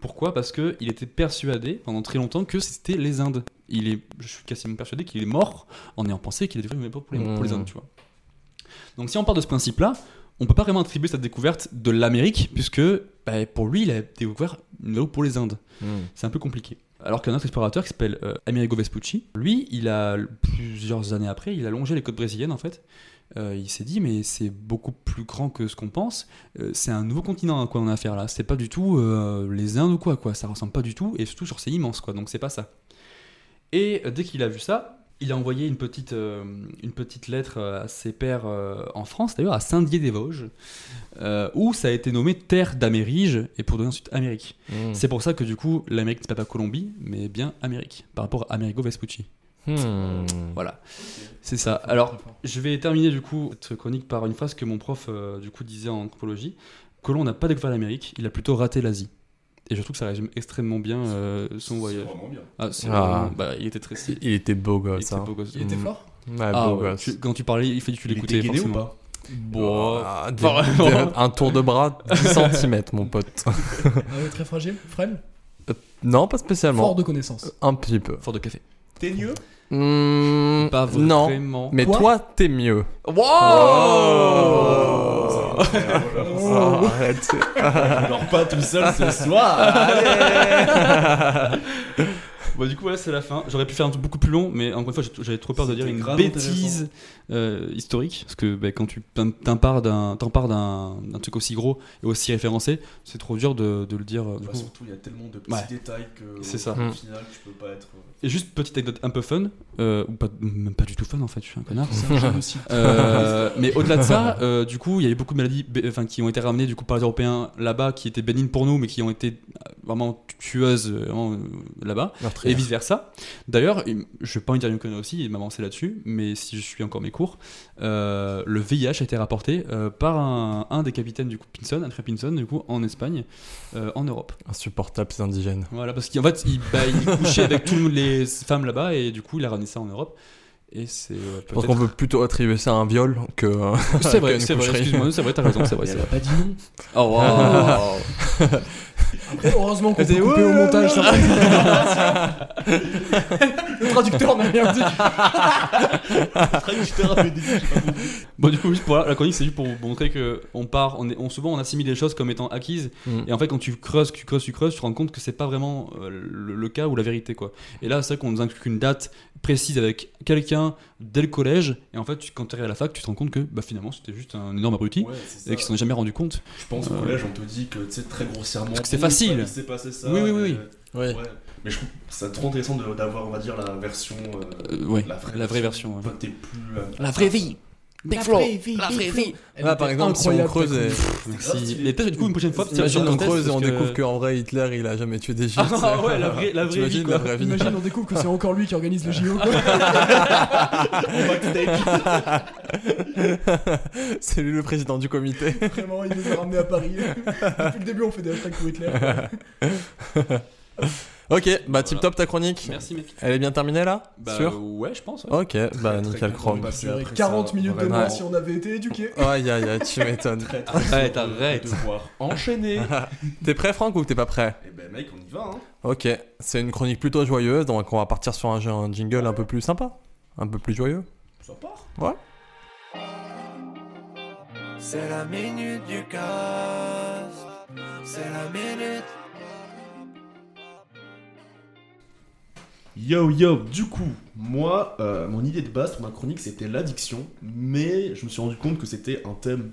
I: Pourquoi Parce que il était persuadé pendant très longtemps que c'était les Indes. Il est, je suis quasiment persuadé qu'il est mort en ayant pensé qu'il était vraiment pour les, pour les
F: Mmh.
I: Indes, tu vois. Donc si on part de ce principe-là, on peut pas vraiment attribuer cette découverte de l'Amérique, puisque bah, pour lui, il a découvert une eau pour les Indes.
F: Mhm.
I: C'est un peu compliqué. Alors qu'un autre explorateur qui s'appelle euh, Amerigo Vespucci, lui, il a plusieurs années après, il a longé les côtes brésiliennes en fait. Euh, il s'est dit mais c'est beaucoup plus grand que ce qu'on pense. Euh, c'est un nouveau continent à quoi on a affaire là. C'est pas du tout euh, les Indes ou quoi quoi. Ça ressemble pas du tout et surtout sur c'est immense quoi. Donc c'est pas ça. Et euh, dès qu'il a vu ça, il a envoyé une petite euh, une petite lettre euh, à ses pairs euh, en France d'ailleurs à Saint-Dié-des-Vosges euh, où ça a été nommé Terre d'Amérige et pour donner ensuite Amérique.
F: Mhm.
I: C'est pour ça que du coup, l'Amérique n'est pas Colombie, mais bien Amérique, par rapport à Amerigo Vespucci.
F: Mm. Hmm.
I: Voilà, c'est ça. Alors, je vais terminer du coup cette chronique par une phrase que mon prof euh, du coup disait en anthropologie. Colomb n'a pas découvert l'Amérique, il a plutôt raté l'Asie. Et je trouve que ça résume extrêmement bien euh, son voyage.
G: C'est vraiment bien.
I: Ah, c'est
F: Ah.
I: vraiment- bah, il était très stylé.
F: Il était beau
I: Il
F: gosse.
I: était
F: hein.
I: beau gosse.
H: Il était
F: Mm.
H: fort
F: Ouais,
I: Ah,
F: beau
I: ouais,
F: gosse.
I: tu- quand tu parlais, il fait tu
G: Il était
I: l'écoutais
G: gainé ou
I: forcément.
G: pas
I: Bon,
F: Ah, des-
I: Bon.
F: des- un tour de bras 10 cm, mon pote.
H: Ah ouais, Très fragile, frêle,
F: Non, pas spécialement.
H: fort de connaissances.
F: Un petit peu.
I: fort de café.
G: T'es mieux
F: Hmm,
I: Mm, Pas
F: non.
I: vraiment.
F: Mais
H: Quoi
F: toi, t'es mieux.
G: Oh,
I: Ah,
F: Oh, arrête.
G: On dort pas tout seul ce soir
I: Bon, du coup, voilà, c'est la fin. J'aurais pu faire un truc beaucoup plus long, mais encore une fois, j'ai- j'avais trop peur de dire
G: C'était
I: une
G: grave
I: bêtise euh, historique. Parce que bah, quand tu t'em- t'empares d'un t'empares d'un d'un truc aussi gros et aussi référencé, c'est trop dur de, de le dire. euh, du
G: Bah,
I: coup.
G: Surtout, il y a tellement de petits
I: Ouais.
G: détails que
I: C'est ça.
G: au
F: Mm.
G: final, tu peux pas être. euh,
I: Et juste petite anecdote un peu fun, euh, ou pas, même pas du tout fun en fait, je suis un connard.
H: C'est un génocide.
I: Euh, mais au-delà de ça, euh, du coup, il y a eu beaucoup de maladies bé- enfin, qui ont été ramenées du coup par les Européens là-bas, qui étaient bénignes pour nous, mais qui ont été euh, vraiment tueuses euh, vraiment, euh, là-bas. et vice versa. D'ailleurs, il- je vais pas en dire une connerie aussi, il m'a avancé là-dessus, mais si je suis encore mes cours, euh, le VIH a été rapporté euh, par un, un des capitaines du coup Pinson, André Pinson, du coup en Espagne, euh, en Europe.
F: Insupportable, ces indigènes.
I: Voilà, parce qu'en fait, il, bah, il couchait avec toutes les femmes là-bas et du coup, il a ramené ça en Europe. Et c'est euh,
F: Je pense
I: peut-être-
F: qu'on peut plutôt attribuer ça à un viol que. euh,
I: C'est vrai,
F: qu'une
I: c'est vrai,
F: coucherie.
I: excuse-moi, c'est vrai, t'as raison, c'est vrai. c'est vrai.
H: Pas dit non.
I: Oh, wow.
H: Après, heureusement qu'on
I: Elle
H: peut
I: dit,
H: couper
I: ouais,
H: au montage. ça. Le traducteur n'a rien dit.
I: Bon, du coup, juste pour la la chronique, c'est juste pour vous montrer que on part, on est, on, souvent on assimile les choses comme étant acquises,
F: Mm.
I: et en fait, quand tu creuses, tu creuses, tu creuses, tu te rends compte que c'est pas vraiment euh, le, le cas ou la vérité, quoi. Et là, c'est vrai qu'on nous inculque une date précise avec quelqu'un dès le collège, et en fait, tu- quand tu arrives à la fac, tu te rends compte que bah, finalement, c'était juste un énorme abruti,
G: Ouais, c'est ça.
I: et qu'ils s'en est jamais rendu compte.
G: Je pense au collège, on te dit que tu sais très grossièrement.
I: Parce que c'est
G: oui,
I: facile.
G: Il s'est passé ça.
I: Oui, oui, oui,
G: et-
I: oui.
F: Ouais.
G: Ouais. Mais je trouve ça trop intéressant de- d'avoir, on va dire, la version. euh,
I: Euh, ouais,
G: la vraie,
I: la vraie version, ouais.
G: Toi, t'es plus. euh,
I: La vraie vie
F: Big
H: La
F: Flo,
H: vraie vie,
F: la
H: Big
F: vraie
H: Flo.
F: vie.
H: Elle
F: Là,
H: était
F: par exemple, si on
H: incroyable,
F: creuse
H: ta
F: et.
I: Merci. Mais peut-être une coup, une prochaine fois, peut-être
F: Imagine,
I: faire un
F: on
I: test,
F: creuse et
I: parce
F: on
I: que-
F: découvre qu'en vrai, Hitler, il a jamais tué des Juifs.
I: Ah ouais, la vraie- la vraie
F: T'imagines
I: vie, quoi.
F: la vraie vie.
H: Imagine, on découvre que c'est encore lui qui organise le JO. quoi.
F: C'est lui le président du comité.
H: Vraiment, il nous a ramenés à Paris. Depuis le début, on fait des hashtags pour Hitler.
F: Ok, bah tip top ta chronique.
I: Merci mec.
F: Elle est bien terminée là
I: Bah,
F: Sûr
I: ouais, je pense. ouais.
F: Ok, bah nickel chrome.
G: Parce que après
H: 40
G: ça,
H: minutes de
G: vraiment,
H: moins si on avait été éduqués.
F: Aïe aïe aïe, tu m'étonnes.
G: Très très sûr
I: Arrête,
G: de-
I: arrête.
G: de devoir enchaîner.
F: T'es prêt Franck ou t'es pas prêt
G: Eh ben mec, on y va hein.
F: Ok, c'est une chronique plutôt joyeuse, donc on va partir sur un, jeu- un jingle un peu plus sympa, un peu plus joyeux.
G: Ça part.
D: C'est la minute du cast. C'est la minute.
G: Yo yo, du coup, moi, euh, mon idée de base pour ma chronique c'était l'addiction, mais je me suis rendu compte que c'était un thème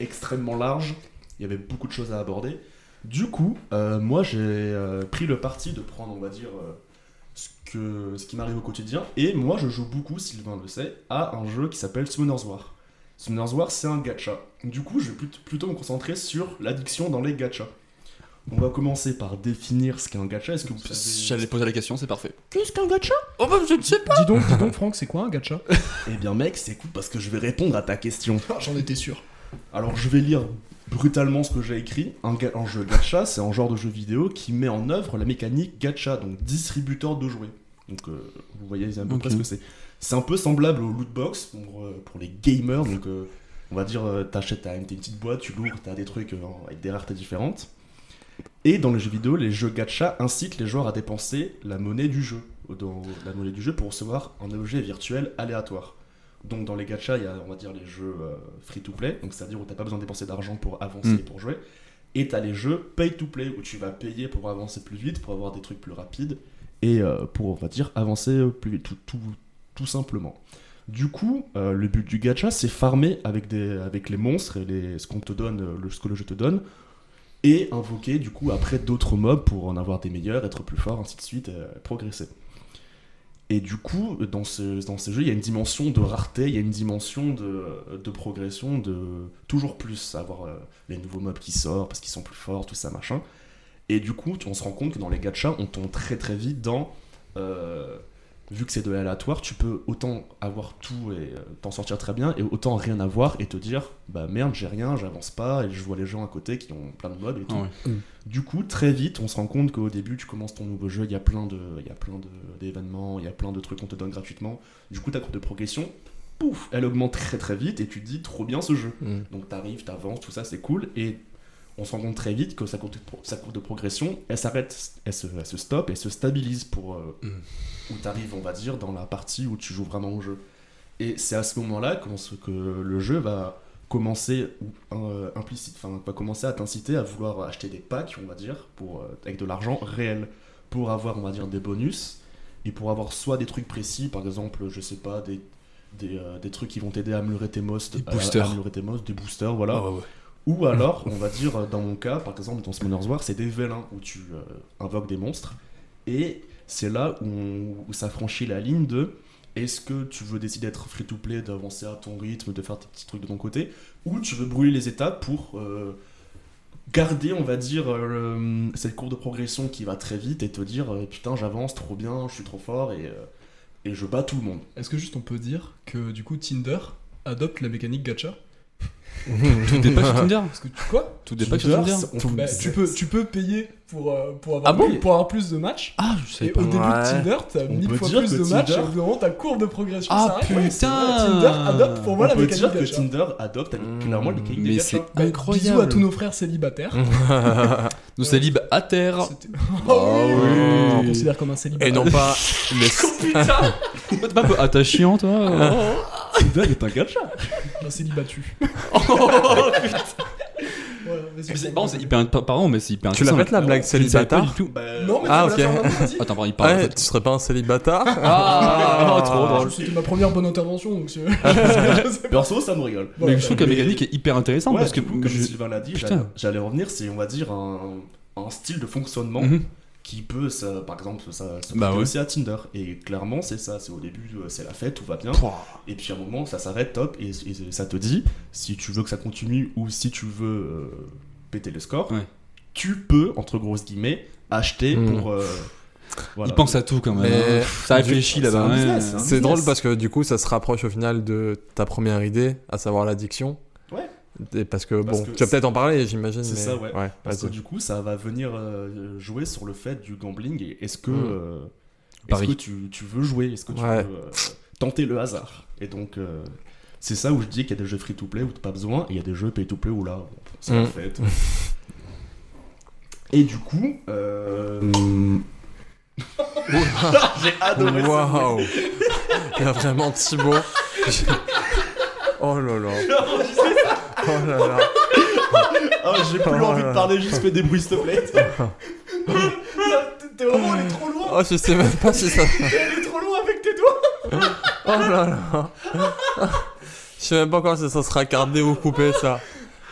G: extrêmement large, il y avait beaucoup de choses à aborder. Du coup, euh, moi j'ai euh, pris le parti de prendre, on va dire, euh, ce, que, ce qui m'arrive au quotidien, et moi je joue beaucoup, Sylvain le sait, à un jeu qui s'appelle Summoner's War. Summoner's War c'est un gacha, du coup je vais plut- plutôt me concentrer sur l'addiction dans les gachas. On va commencer par définir ce qu'est un gacha, est-ce que vous savez...
I: J'allais poser la question, c'est parfait.
H: Qu'est-ce qu'un gacha
I: Oh bah je ne sais pas.
H: Dis donc, dis donc, Franck, c'est quoi un gacha
G: Eh bien mec, c'est cool parce que je vais répondre à ta question.
H: Ah, J'en étais sûr.
G: Alors je vais lire brutalement ce que j'ai écrit. Un, ga- un jeu gacha, c'est un genre de jeu vidéo qui met en œuvre la mécanique gacha, donc distributeur de jouets. Donc euh, vous voyez à peu près
I: Ok.
G: ce que c'est. C'est un peu semblable au loot box pour, euh, pour les gamers, donc euh, on va dire euh, t'achètes t'as une t'as une petite boîte, tu l'ouvres, t'as des trucs euh, avec des raretés différentes. Et dans les jeux vidéo, les jeux gacha incitent les joueurs à dépenser la monnaie du jeu, dans la monnaie du jeu pour recevoir un objet virtuel aléatoire. Donc dans les gachas, il y a on va dire les jeux euh, free to play, donc c'est-à-dire où t'as pas besoin de dépenser d'argent pour avancer
I: Mm.
G: et pour jouer. Et t'as les jeux pay to play où tu vas payer pour avancer plus vite, pour avoir des trucs plus rapides et euh, pour on va dire avancer euh, plus vite, tout, tout, tout simplement. Du coup, euh, le but du gacha, c'est farmer avec, des, avec les monstres et les, ce qu'on te donne, euh, le, ce que le jeu te donne, et invoquer du coup après d'autres mobs pour en avoir des meilleurs, être plus fort, ainsi de suite, euh, progresser. Et du coup, dans, ce, dans ces jeux, il y a une dimension de rareté, il y a une dimension de, de progression, de toujours plus, avoir euh, les nouveaux mobs qui sortent parce qu'ils sont plus forts, tout ça, machin. Et du coup, tu- on se rend compte que dans les gachas, on tombe très très vite dans. euh, vu que c'est de l'aléatoire, tu peux autant avoir tout et euh, t'en sortir très bien, et autant rien avoir et te dire bah merde, j'ai rien, j'avance pas, et je vois les gens à côté qui ont plein de mobs et tout.
I: Ah ouais.
G: Du coup, très vite, on se rend compte qu'au début, tu commences ton nouveau jeu, il y a plein de, il y a plein de- d'événements, il y a plein de trucs qu'on te donne gratuitement. Du coup, ta courbe de progression, pouf, elle augmente très très vite et tu te dis trop bien ce jeu.
F: Mm.
G: Donc t'arrives, t'avances, tout ça, c'est cool et on se rend compte très vite que sa courbe de, pro- sa courbe de progression, elle s'arrête, elle se, elle se stoppe, elle se stabilise pour euh,
I: Mm.
G: où t'arrives, on va dire, dans la partie où tu joues vraiment au jeu. Et c'est à ce moment-là qu'on se- que le jeu va commencer ou, euh, implicite, enfin va commencer à t'inciter à vouloir acheter des packs, on va dire, pour euh, avec de l'argent réel pour avoir, on va dire, des bonus et pour avoir soit des trucs précis, par exemple, je sais pas, des des, euh, des trucs qui vont t'aider à améliorer tes most,
I: Des
G: à- à
I: boosters.
G: améliorer tes most, des boosters, voilà.
I: Ah ouais, ouais.
G: Ou alors, on va dire, euh, dans mon cas, par exemple, dans Summoner's War, c'est des vélins où tu euh, invoques des monstres. Et c'est là où, on- où ça franchit la ligne de est-ce que tu veux décider d'être free-to-play, d'avancer à ton rythme, de faire tes petits trucs de ton côté, ou tu veux brûler les étapes pour euh, garder, on va dire, euh, le- cette courbe de progression qui va très vite et te dire euh, putain, j'avance trop bien, je suis trop fort et, euh, et je bats tout le monde.
H: Est-ce que juste on peut dire que du coup Tinder adopte la mécanique gacha
I: Tout n'est pas sur Tinder.
H: Parce que tu quoi
I: Tout n'est pas sur
G: Tinder,
I: Tinder.
G: c'est- on-
H: Bah,
G: c'est-
H: tu, peux, tu peux payer pour, euh, pour, avoir
I: Ah bon
H: plus, pour avoir plus de matchs.
I: Ah, je
H: Et
I: savais
H: au
I: pas.
H: début
F: Ouais.
H: de Tinder, t'as
G: On
H: 1000
G: peut
H: fois
G: dire
H: plus
G: que
H: de matchs et
G: Tinder-
H: au bout d'un moment, ta courbe de progression
I: Ah
H: s'arrête.
I: putain
H: Tinder adopte pour moi la
G: on peut
H: mécanique
G: dire que
H: gacha.
G: Tinder adopte avec- clairement les
I: Mmh,
G: mécanique des
I: Mais
G: gachas.
I: c'est
H: Donc,
I: incroyable.
H: Bisous à tous nos frères célibataires.
I: Nous c'est libre à terre.
H: C'était-
I: Ah
H: On
I: oui.
H: considère comme un célibataire.
F: Et non pas les.
I: T'es pas un peu attachiant toi euh.
G: Tinder est un gacha.
H: Un célibatu. Voilà, vas-y,
I: Mais c'est-
H: prends-
I: Bon, c'est hyper par- parent, mais c'est hyper
F: Tu l'as
I: intéressant.
F: faite, la blague
I: Je l'ai pas
F: célibataire
I: du tout.
G: Bah,
H: Non, mais
F: Ah,
H: tu peux la faire
F: ok.
H: maintenant, vas-y.
I: Attends, pardon, il parle. en
F: Ouais,
I: fait.
F: tu serais pas un célibataire
I: Ah, trop drôle.
H: C'était ma première bonne intervention, donc c'est-
G: Perso, ça me rigole.
I: Mais je trouve que la
G: Mais-
I: mécanique est hyper intéressante
G: Ouais,
I: parce que
G: du coup, comme
I: je-
G: Sylvain l'a dit,
I: Putain.
G: j'allais- j'allais revenir, c'est on va dire un, un style de fonctionnement
I: Mhm.
G: qui peut, ça, par exemple, ça se
F: Bah ouais.
G: aussi à Tinder. Et clairement, c'est ça. C'est au début, euh, c'est la fête, tout va bien. Et puis à un moment, ça s'arrête, top. Et, et ça te dit, si tu veux que ça continue ou si tu veux euh, péter le score,
I: Ouais. Mhm.
G: tu peux, entre grosses guillemets, acheter
F: Mm.
G: pour. euh, voilà.
I: Il pense à tout quand même.
F: Mais-
I: hein. Ça réfléchit
G: C'est un
I: là-bas. ouais.
G: business, hein.
F: C'est drôle parce que du coup, ça se rapproche au final de ta première idée, à savoir l'addiction.
G: Ouais.
F: Et parce que
G: Parce
F: bon,
G: que
F: tu vas
G: c'est-
F: peut-être en parler, j'imagine.
G: C'est
F: mais-
G: ça, ouais. Parce que
F: vas-y.
G: du coup, ça va venir euh, jouer sur le fait du gambling. Et est-ce que,
F: Mm.
G: euh, est-ce
I: Paris.
G: que tu, tu veux jouer Est-ce que tu
F: Ouais.
G: veux euh, tenter le hasard Et donc, euh, c'est ça où je dis qu'il y a des jeux free-to-play où t'as pas besoin, et il y a des jeux pay-to-play où là, c'est
F: Mm.
G: la fête. et du coup, euh, j'ai adoré ça.
F: Waouh Il y a vraiment Thibaut. J'ai- Oh là là. Oh là là.
G: Ah, j'ai plus
F: Oh
G: envie
F: là
G: de
F: là.
G: parler, juste fais des bruits, s'il te plaît. T'es vraiment allé trop loin,
F: Oh, je sais même pas si ça.
G: t'es allé trop loin avec tes doigts.
F: Oh là là. Je sais même pas encore si ça sera cardé ou coupé ça.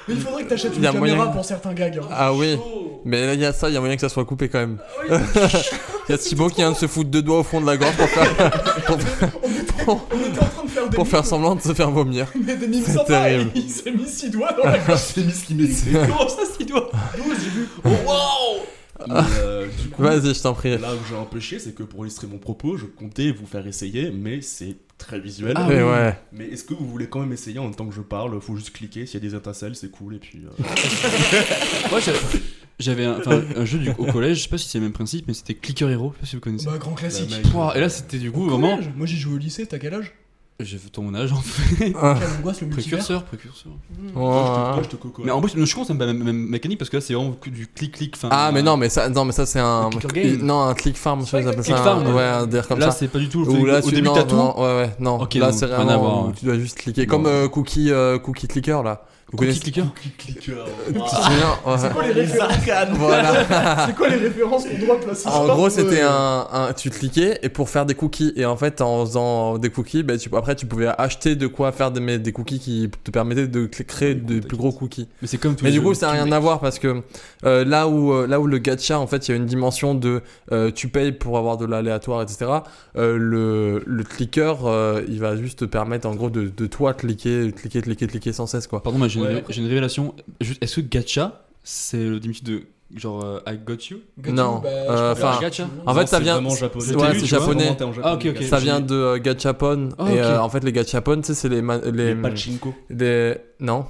H: Mais il faudrait que t'achètes une
F: Y a
H: caméra
F: moyen.
H: pour certains gags. hein.
F: Ah oui. Mais là, il y a ça, il y a moyen que ça soit coupé quand même.
I: Ah
F: Il y a Thibaut qui vient de se foutre deux doigts au fond de la gorge pour faire,
H: On était en train de faire des
F: pour faire
H: mimes,
F: semblant de se faire vomir.
H: mais des mimes
F: C'est
H: sympas,
F: terrible.
H: et il s'est mis six doigts dans la gorge.
G: J'ai mis ce qui m'existe.
H: Comment ça, six doigts Oh,
G: Mais, euh, du coup,
F: Vas-y, je t'en prie.
G: là où j'ai un peu chier, c'est que pour illustrer mon propos, je comptais vous faire essayer, mais c'est très visuel.
F: Et Eh ouais.
G: Mais est-ce que vous voulez quand même essayer en même temps que je parle Faut juste cliquer, s'il y a des intercelles, c'est cool, et puis... euh,
I: Moi, j'avais- j'avais un, enfin, un jeu du- au collège, je sais pas si c'est le même principe, mais c'était Clicker Hero, je sais pas si vous connaissez.
H: Bah, grand classique.
G: Bah, mec.
I: Pouah, et là, c'était du coup
H: Comment
I: vraiment.
H: Moi j'ai joué au lycée, t'as quel âge
I: J'ai fait ton âge en fait.
H: Quelle angoisse le multivers
I: Précurseur, précurseur.
F: Oh.
G: Moi, je te coco.
I: Mais en plus, je pense que c'est la même, même mécanique parce que là, c'est vraiment que du clic-clic. enfin,
F: Ah, mais non, mais ça, non, mais ça c'est un.
I: Un clicker game.
F: Non, un click farm, je sais pas, ils appellent ça.
I: Click
F: un-
I: farm.
F: Ouais, un délire comme
I: Là,
F: ça.
I: c'est pas du tout.
F: Ou là,
I: au
F: tu-
I: début,
F: non,
I: t'as tout.
F: non, ouais, ouais, non.
I: Ok,
F: là,
I: donc,
F: c'est
I: rien
F: vraiment
I: à voir,
F: où
I: ouais.
F: tu dois juste cliquer. Comme euh, cookie, euh, cookie clicker, là. Vous
I: Cookie
F: connaissez
I: clicker.
G: Cliqueur.
H: C'est quoi les
G: Les
H: références
G: arcanes
F: Voilà.
H: C'est quoi les références qu'on doit placer
F: En gros, c'était
H: euh,
F: un, un- Tu cliquais et pour faire des cookies. Et en fait, en faisant des cookies, bah, tu, après, tu pouvais acheter de quoi faire des, mais des cookies qui te permettaient de cl- créer de plus gros cookies.
I: Mais c'est comme tous
F: Mais
I: les
F: du coup,
I: jeux.
F: ça n'a rien à voir parce que euh, là où euh, là où le gacha, en fait, il y a une dimension de euh, tu payes pour avoir de l'aléatoire, etc. euh, le le clicker, euh, il va juste te permettre, en gros, de, de toi cliquer, cliquer, cliquer, cliquer sans cesse, quoi.
I: Pardon, mais j'ai une,
G: Ouais,
I: ré-
G: après-
I: j'ai une révélation. Juste, Est-ce que gacha, c'est le diminutif de genre euh, I got you
F: Non,
H: bah,
F: euh, enfin, En fait, ça vient-
G: Vraiment japonais.
F: c'est- ouais,
G: T'as lu,
F: c'est
G: tu vois,
F: japonais.
G: commenté en
I: Ah,
G: japonais,
I: ok, ok.
G: gars.
F: Ça vient de euh, gachapon
I: Ah,
F: et
I: ok.
F: euh, en fait, les gachapon, tu sais, c'est les ma- les,
G: Les pachinko.
F: les- non.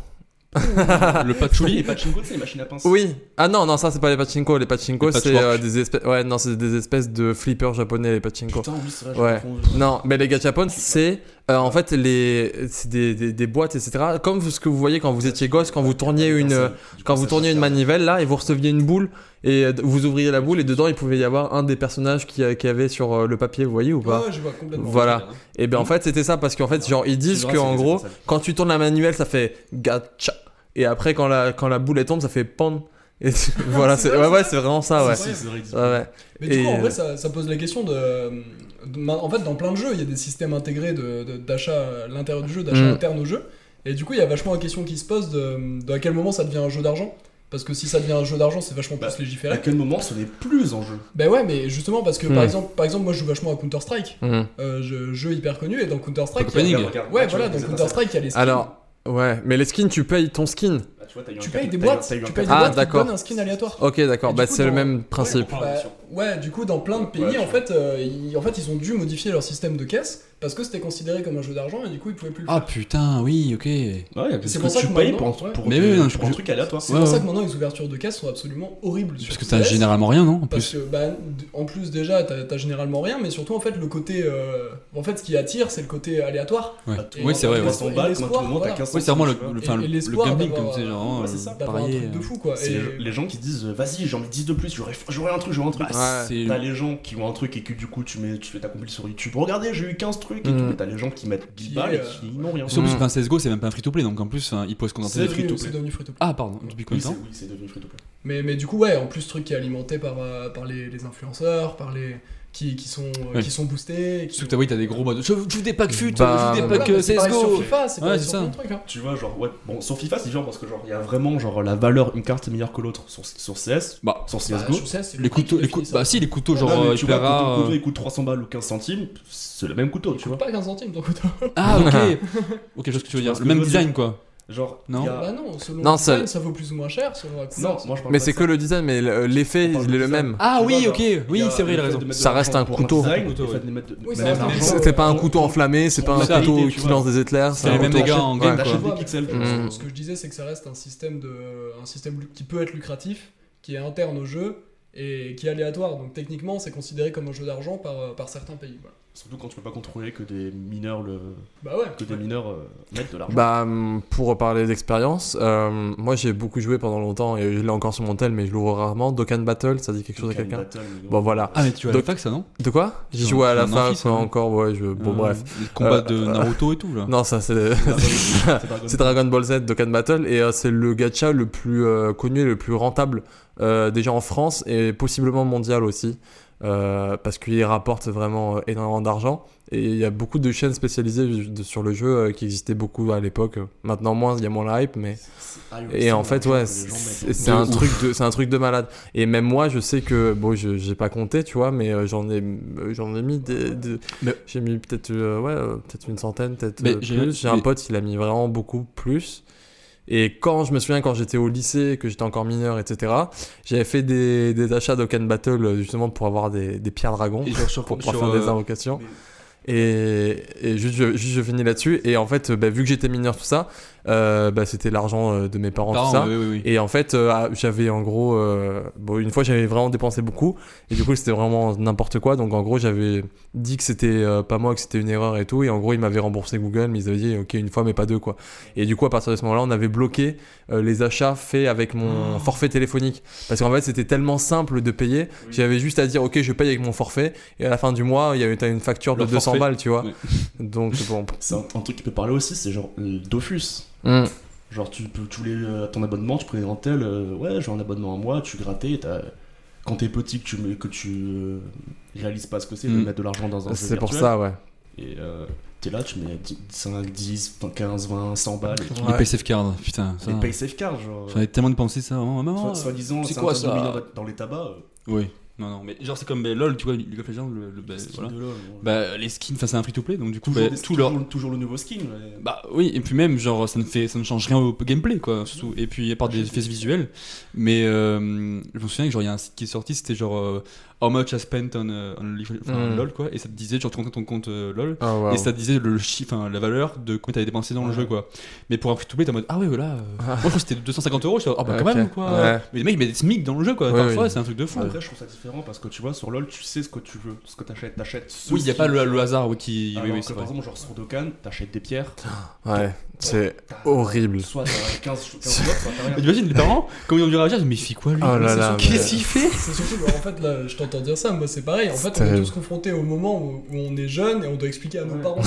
I: Le patchouli
G: Les pachinko, c'est les machines à pincer.
F: Oui. Ah non, non, ça c'est pas les pachinko. Les pachinko,
I: Les
F: c'est
I: patchwork.
F: euh, des espèces. Ouais, non, c'est des espèces de flippers japonais les pachinko.
G: Putain, oui, c'est vrai,
F: Ouais.
G: je confonds.
F: Non, mais les gachapon, c'est euh, en fait les c'est des, des, des boîtes, etc. Comme vous- ce que vous voyez quand vous étiez gosse, quand vous tourniez une euh,
G: Du coup,
F: quand
G: Ah, ça,
F: vous
G: ça
F: tourniez une
G: regarde.
F: manivelle là et vous receviez une boule et euh, vous ouvriez la boule et dedans il pouvait y avoir un des personnages qui, euh, qui avait sur euh, le papier, vous voyez ou pas
H: je vois complètement.
F: Voilà. Et bien en fait c'était ça parce qu'en fait genre ils disent
G: Tu
F: que
G: verras, c'est
F: en
G: des
F: gros
G: intercelles.
F: quand tu tournes la manuelle ça fait gacha et après quand la quand la boule elle tombe ça fait pan et voilà
H: C'est
F: c'est
H: vrai, c'est
F: ouais ouais
H: vrai.
F: c'est vraiment ça ouais.
G: Si, si, c'est vrai, dis-
F: Ouais, ouais.
H: Mais du coup, en
F: Et,
H: vrai,
F: euh,
H: ça, ça pose la question de, de- En fait, dans plein de jeux, il y a des systèmes intégrés de- de- d'achat à l'intérieur du jeu, d'achat
F: Mm.
H: interne au jeu. Et du coup, il y a vachement la question qui se pose de, de à quel moment ça devient un jeu d'argent. Parce que si ça devient un jeu d'argent, c'est vachement
G: Bah,
H: plus
G: À
H: légiféré.
G: quel moment ce n'est plus en jeu
H: Ben ouais, mais justement, parce que
F: Mm.
H: par, exemple, par exemple, moi je joue vachement à Counter-Strike,
F: Mhm.
H: euh, jeu, jeu hyper connu, et dans Counter-Strike. il y a-
I: Opening.
G: Ah,
H: Ouais, voilà, dans Counter-Strike, il y a les skins.
F: Alors ouais, mais les skins tu payes ton skin.
H: tu payes des boîtes, tu payes des
F: Ah,
H: boîtes qui te
F: d'accord.
H: donnent un skin aléatoire.
F: OK,
H: Et
F: d'accord.
H: du
F: Bah
H: coup,
F: c'est le
H: dans-
F: même principe.
H: Bah, ouais, du coup, dans plein de pays,
G: Ouais, je
H: en, fait, euh, ils, en fait, ils ont dû modifier leur système de caisse parce que c'était considéré comme un jeu d'argent et du coup, ils pouvaient plus le
I: Ah
H: faire.
I: putain, oui, ok.
G: Ouais, parce
H: C'est
G: que
H: pour ça
G: tu
H: que
G: payes pour
H: maintenant-
G: un truc- pour
I: Mais
G: que-
I: oui, non, je-
G: pour un
I: je-
G: truc aléatoire.
H: C'est
I: ouais,
H: pour
I: ouais.
H: ça que maintenant, les ouvertures de caisse sont absolument horribles. sur
I: Parce que
H: PS,
I: t'as généralement rien, non En
H: Parce
I: plus.
H: que, bah, d- en plus, déjà, t'as t'as généralement rien, mais surtout, en fait, le côté. euh, En fait, ce qui attire, c'est le côté aléatoire.
I: Ouais.
G: Bah, tout
I: Oui,
G: le monde
I: c'est vrai.
G: a
I: Ouais,
G: 300
H: ouais.
G: balles,
H: Et
G: comme à tout
H: l'espoir,
G: le monde, t'as
H: voilà.
G: 15
I: Ouais, c'est vraiment le,
G: tu vois.
I: le-
H: Et-
I: enfin,
H: et
I: le- le
H: l'espoir
I: gambling,
H: d'avoir-
I: comme c'est genre.
G: Ouais,
I: euh,
G: c'est ça.
H: D'avoir un
I: parier,
H: truc de
I: euh,
H: fou, quoi.
G: C'est
H: Et-
G: le- les gens qui disent euh, vas-y j'en ai 10 de plus j'aurai j'aurai un truc j'aurai un truc
F: Ouais.
I: c'est-
G: t'as les gens qui ont un truc et que du coup tu mets tu fais ta compil sur YouTube regardez j'ai eu 15 trucs et
F: Mm.
G: tout mais t'as les gens qui mettent 10
H: Qui,
G: balles et
H: euh,
G: qui n'ont rien
I: Surtout
F: Mm.
I: que enfin, CSGO, c'est même pas un free-to-play, donc en plus, hein, ils pourraient se contenter
H: C'est
I: des
H: devenu-
I: free-to-play.
H: c'est devenu free to play.
I: Ah, pardon, depuis
G: oui
I: combien de
G: c'est
I: temps
G: oui, c'est devenu free to play
H: Mais, mais du coup, ouais, en plus, truc qui est alimenté par, euh, par les, les influenceurs, par les, qui, qui sont, euh,
I: Oui.
H: qui sont boostés. et qui
I: Surtout que
H: sont-
I: t'as- oui, t'as des gros modes. Je joue des packs fut, je
F: Bah,
I: joue des
H: Voilà,
I: packs
H: mais
I: euh,
H: c'est pareil
I: CSGO.
H: sur FIFA, c'est
I: Ouais,
H: pareil
I: c'est
H: sur
I: ça.
H: plein de trucs, hein.
G: Tu vois, genre, ouais, bon, sur FIFA, c'est différent parce que, genre, il y a vraiment, genre, la valeur, une carte est meilleure que l'autre sur, sur CS,
I: Bah,
G: sur
H: Bah,
G: CSGO.
H: sur CS, c'est le
I: les
H: prix
I: couteaux,
H: qui
I: les
H: définit
I: couteaux-
H: ça.
I: bah si, les couteaux
G: Non,
I: genre
G: mais
I: euh,
G: tu vois,
I: hyper
G: ton- ton
I: rares.
G: couteau,
I: euh.
G: il coûte 300 balles ou 15 centimes, c'est le même couteau, tu vois.
H: Pas 15 centimes ton couteau.
I: Ah, ok. ok, je vois ce que tu veux dire.
G: vois ce
I: Le
G: que
I: même
G: je veux dire.
I: design, quoi.
G: Genre,
I: Non.
G: il y a-
H: Bah non, selon
F: Non,
H: le
F: ça-
H: design, ça vaut plus ou moins cher, selon la
G: Ah. Non,
H: couleur.
G: moi je parle
F: Mais
G: pas
F: c'est
G: de
F: que
G: ça.
F: le design, mais le- l'effet,
G: On parle
F: il
G: de
F: est le
G: design.
F: même.
I: Ah
G: Tu
I: oui,
G: vois,
I: ok.
G: genre,
I: Oui,
G: il y a
I: c'est vrai, il a
G: le fait
I: raison.
G: de mettre de
F: Ça
G: l'argent
F: reste un
G: pour
F: couteau.
G: design,
I: Couteau,
G: le fait
I: ouais.
G: de mettre de- de
H: Oui, ça
G: mettre
H: reste
G: de
H: un
G: l'argent.
H: couteau.
F: C'est pas un couteau
G: Ton-
F: enflammé, c'est pas
G: ton
F: un
G: qualité,
F: couteau
G: tu
F: qui
G: vois.
F: lance des éclairs,
I: C'est
F: c'est
I: les
F: un
I: mêmes
F: couteau.
I: dégâts en
F: Ouais.
I: game,
H: Je
I: quoi.
H: vois, mais
G: pixels,
H: ce-
F: tu
I: Mm.
F: vois.
H: Ce que je disais, c'est que ça reste un système, de, un système lu- qui peut être lucratif, qui est interne au jeu et qui est aléatoire. Donc techniquement, c'est considéré comme un jeu d'argent par, euh, par certains pays. voilà.
G: Surtout quand tu peux pas contrôler que des mineurs le
H: Bah ouais.
G: que des mineurs euh, mettent de l'argent.
F: Bah, hum, pour parler d'expérience, euh, moi j'ai beaucoup joué pendant longtemps, et je l'ai encore sur mon tel, mais je l'ouvre rarement. Dokkan Battle, ça dit quelque chose à
G: Can
F: quelqu'un Bah,
G: battle, mais
F: Bon, voilà.
I: Ah, mais tu as
F: Donc-
I: le pack, ça, non
F: De quoi J'y
I: C'est
F: jouais
I: un-
F: à la
I: c'est un
F: fin,
I: amphi, ça,
F: quoi,
I: non
F: encore, ouais, je... bon,
I: Euh,
F: bref.
I: Le combat
F: Euh,
I: de
F: euh,
I: Naruto et tout, là.
F: Non, ça, c'est.
G: C'est Dragon
F: C'est
G: Ball.
F: Dragon Ball Z, Dokkan Battle, et euh, c'est le gacha le plus euh, connu et le plus rentable euh, déjà en France et possiblement mondial aussi, euh, parce qu'il rapporte vraiment euh, énormément d'argent. Et il y a beaucoup de chaînes spécialisées de- sur le jeu euh, qui existaient beaucoup à l'époque. Maintenant moins, il y a moins la hype, mais
G: Ah, oui,
F: et en fait ouais,
G: c'est l'argent que les gens mettent.
F: c'est c'est
I: De
F: un
I: ouf.
F: truc de c'est un truc de malade. Et même moi, je sais que bon, je j'ai pas compté, tu vois, mais euh, j'en ai euh, j'en ai mis des, des-
I: Mais-
F: j'ai mis peut-être euh, ouais, euh, peut-être une centaine, peut-être
I: Mais
F: euh,
I: j'ai-
F: plus. J'ai un
I: mais-
F: pote, il a mis vraiment beaucoup plus. Et quand je me souviens quand j'étais au lycée, que j'étais encore mineur, etc. J'avais fait des, des achats d'Okan Battle euh, justement pour avoir des, des pierres dragons
I: Et genre sur
F: pour pouvoir
I: sur,
F: faire des
I: euh,
F: invocations. Et, et juste, je, juste, je finis là-dessus. Et en fait, euh, bah, vu que j'étais mineur, tout ça, euh, bah, c'était l'argent euh, de mes parents,
I: parents,
F: tout ça.
I: oui, oui, oui.
F: Et en fait, euh, ah, j'avais en gros, euh, bon, une fois j'avais vraiment dépensé beaucoup, et du coup c'était vraiment n'importe quoi. Donc en gros, j'avais dit que c'était euh, pas moi, que c'était une erreur et tout, et en gros ils m'avaient remboursé Google, mais ils avaient dit ok une fois mais pas deux quoi. Et du coup à partir de ce moment-là, on avait bloqué euh, les achats faits avec mon
G: Ah.
F: forfait téléphonique, parce qu'en fait c'était tellement simple de payer, j'avais juste à dire ok je paye avec mon forfait, et à la fin du mois il y avait t'as une facture de
I: Leur
F: 200
I: forfait.
F: balles, tu vois.
I: Ouais.
F: Donc bon.
G: C'est un, un truc qui peut parler aussi, c'est genre le Dofus.
F: Mm.
G: Genre tu peux tous les euh, ton abonnement, tu prenais un tel, euh, ouais, j'ai un abonnement à moi, tu grattais, t'as- quand t'es petit que tu me- que tu euh, réalises pas ce que c'est de
I: Mm.
G: mettre de l'argent dans un jeu
F: C'est pour
G: virtuel.
F: ça ouais.
G: Et euh, t'es là, tu mets 10, 5, 10, 15, 20, 100 balles. Et
I: Les PaySafe Cards, putain. ça.
G: Les pay safe card, genre.
I: J'en ai tellement dépensé ça, vraiment. Maman,
G: Soit, disant,
I: Ah, c'est
G: c'est un
I: quoi,
G: tas de
I: ça
G: mineurs dans les tabacs. euh,
I: Oui. Non, non, mais genre c'est comme bah, LOL, tu vois, League of Legends, le, le- bah,
G: c'est
I: voilà.
G: de l'homme, ouais.
I: Bah, les skins, enfin c'est un free-to-play, donc du coup,
G: toujours,
I: bah,
G: des-
I: tout
G: toujours-
I: leur...
G: toujours le nouveau skin. mais-
I: Bah oui, et puis même, genre, ça ne, fait, ça ne change rien au gameplay, quoi, surtout. Et puis, à part des effets visuels. Mais euh, je me souviens que, genre, il y a un site qui est sorti, c'était genre euh, How much I spent on, euh, on League of- enfin,
F: Mm.
I: on LOL, quoi. Et ça te disait, genre, tu comptais ton compte euh, LOL.
F: Ah, wow.
I: Et ça te disait le chiffre, enfin, la valeur de combien t'avais dépensé dans le
G: Ouais.
I: jeu, quoi. Mais pour un free-to-play, t'es en mode, ah ouais, voilà. euh, Moi, je crois que c'était 250 euros. Je suis en mode, ah bah
F: Ok.
I: quand même, quoi.
F: Ouais.
I: Mais les mecs, ils mettent des SMIC dans le jeu, quoi.
F: Ouais,
I: Parfois,
F: oui.
I: c'est un truc de fou.
G: Après, je trouve ça différent parce que tu vois, sur LoL, tu sais ce que tu veux, ce que t'achètes. T'achètes ce
I: Oui, il n'y a
G: skin.
I: pas le, le hasard oui, qui.
F: Ah
G: Alors
I: oui, oui,
G: que,
I: c'est
G: par
I: vrai.
G: exemple, genre sur Dokkan, t'achètes des pierres.
F: Ouais, c'est
G: t'as-
F: horrible.
G: Soit t'as 15, 15 blocs, soit t'as
I: Mais
G: rien.
I: T'imagines les parents, quand ils ont dû réagir, mais il fait quoi lui
F: Oh là
I: Mais c'est
F: là,
I: sûr,
F: mais-
I: Qu'est-ce qu'il fait
H: C'est surtout, bah, en fait, là, je t'entends dire ça, moi c'est pareil. En fait, on est
F: terrible.
H: tous confrontés au moment où, où on est jeune et on doit expliquer à nos
G: Ouais.
H: parents.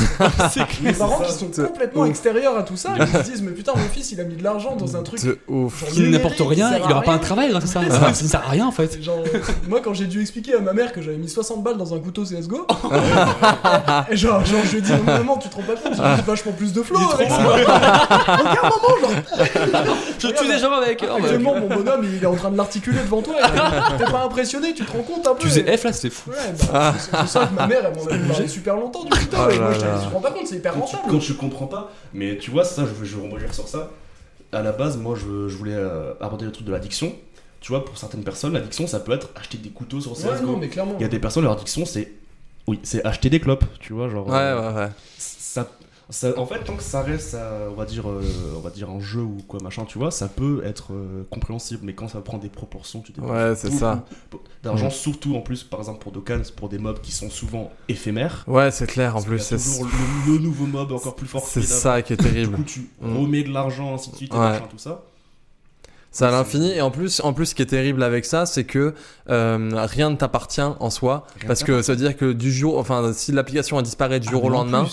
I: C'est
H: Mes parents qui sont
F: C'est
H: complètement
F: ouf.
H: extérieurs à tout ça, et qui se disent Mais putain, mon fils il a mis de l'argent dans un truc.
F: De ouf.
H: genre
I: qu'il n'apporte
H: numérique,
I: rien,
H: ça
I: il
H: sert à
I: aura pas un
H: rien.
I: travail grâce à ça.
H: Ouais,
I: Ça ne
H: c'est-
I: sert à rien en fait.
H: Genre, euh, moi quand j'ai dû expliquer à ma mère que j'avais mis 60 balles dans un couteau CSGO, et genre, genre je lui ai dit oh, maman tu te rends pas compte, j'ai mis vachement plus de flow avec ça. Regarde maman, genre
I: Je tue des gens avec. Oh, bah,
H: actuellement mon bonhomme il est en train de l'articuler devant toi, et t'es pas impressionné, tu te rends compte un peu.
I: Tu faisais F là, c'est fou.
H: Ouais, bah, c'est c'est ça que ma mère elle m'en a parlé super longtemps du couteau,
F: Oh
G: Ah
H: et moi
F: là
H: je
F: là.
H: me rends pas compte, c'est hyper
G: Quand tu,
H: rentable.
G: quand tu comprends pas, mais tu vois, ça, je vais, je vais rebondir sur ça. À la base, moi, je, je voulais euh, aborder le truc de l'addiction. Tu vois, pour certaines personnes, l'addiction, ça peut être acheter des couteaux sur
H: Ouais,
G: CSGO.
H: non mais clairement.
G: Il y a des personnes, leur addiction, c'est. Oui, c'est acheter des clopes, tu vois, genre.
F: Ouais,
G: euh,
F: ouais, ouais.
G: ça, ça- en fait, tant que ça reste, euh, on va dire, euh, on va dire un jeu ou quoi machin, tu vois, ça peut être euh, compréhensible, mais quand ça prend des proportions, tu dépenses
F: Ouais, c'est
G: beaucoup
F: ça.
G: D'argent,
F: Mhm.
G: surtout en plus, par exemple pour Dokkan, c'est pour des mobs qui sont souvent éphémères.
F: Ouais, c'est clair en
G: Parce
F: plus.
G: qu'il y a
F: C'est
G: toujours le, le nouveau mob encore plus fort.
F: c'est
G: qu'il y en a.
F: ça qui est terrible.
G: Du coup, tu
F: Mhm.
G: remets de l'argent, ainsi de suite, et
F: Ouais.
G: machin, tout ça.
F: C'est à l'infini. Et en plus, en plus, ce qui est terrible avec ça, c'est que euh, rien ne t'appartient en soi.
G: Rien
F: parce
G: ne Ah,
F: que ça veut dire que du jour, enfin, si l'application a disparu du jour au lendemain,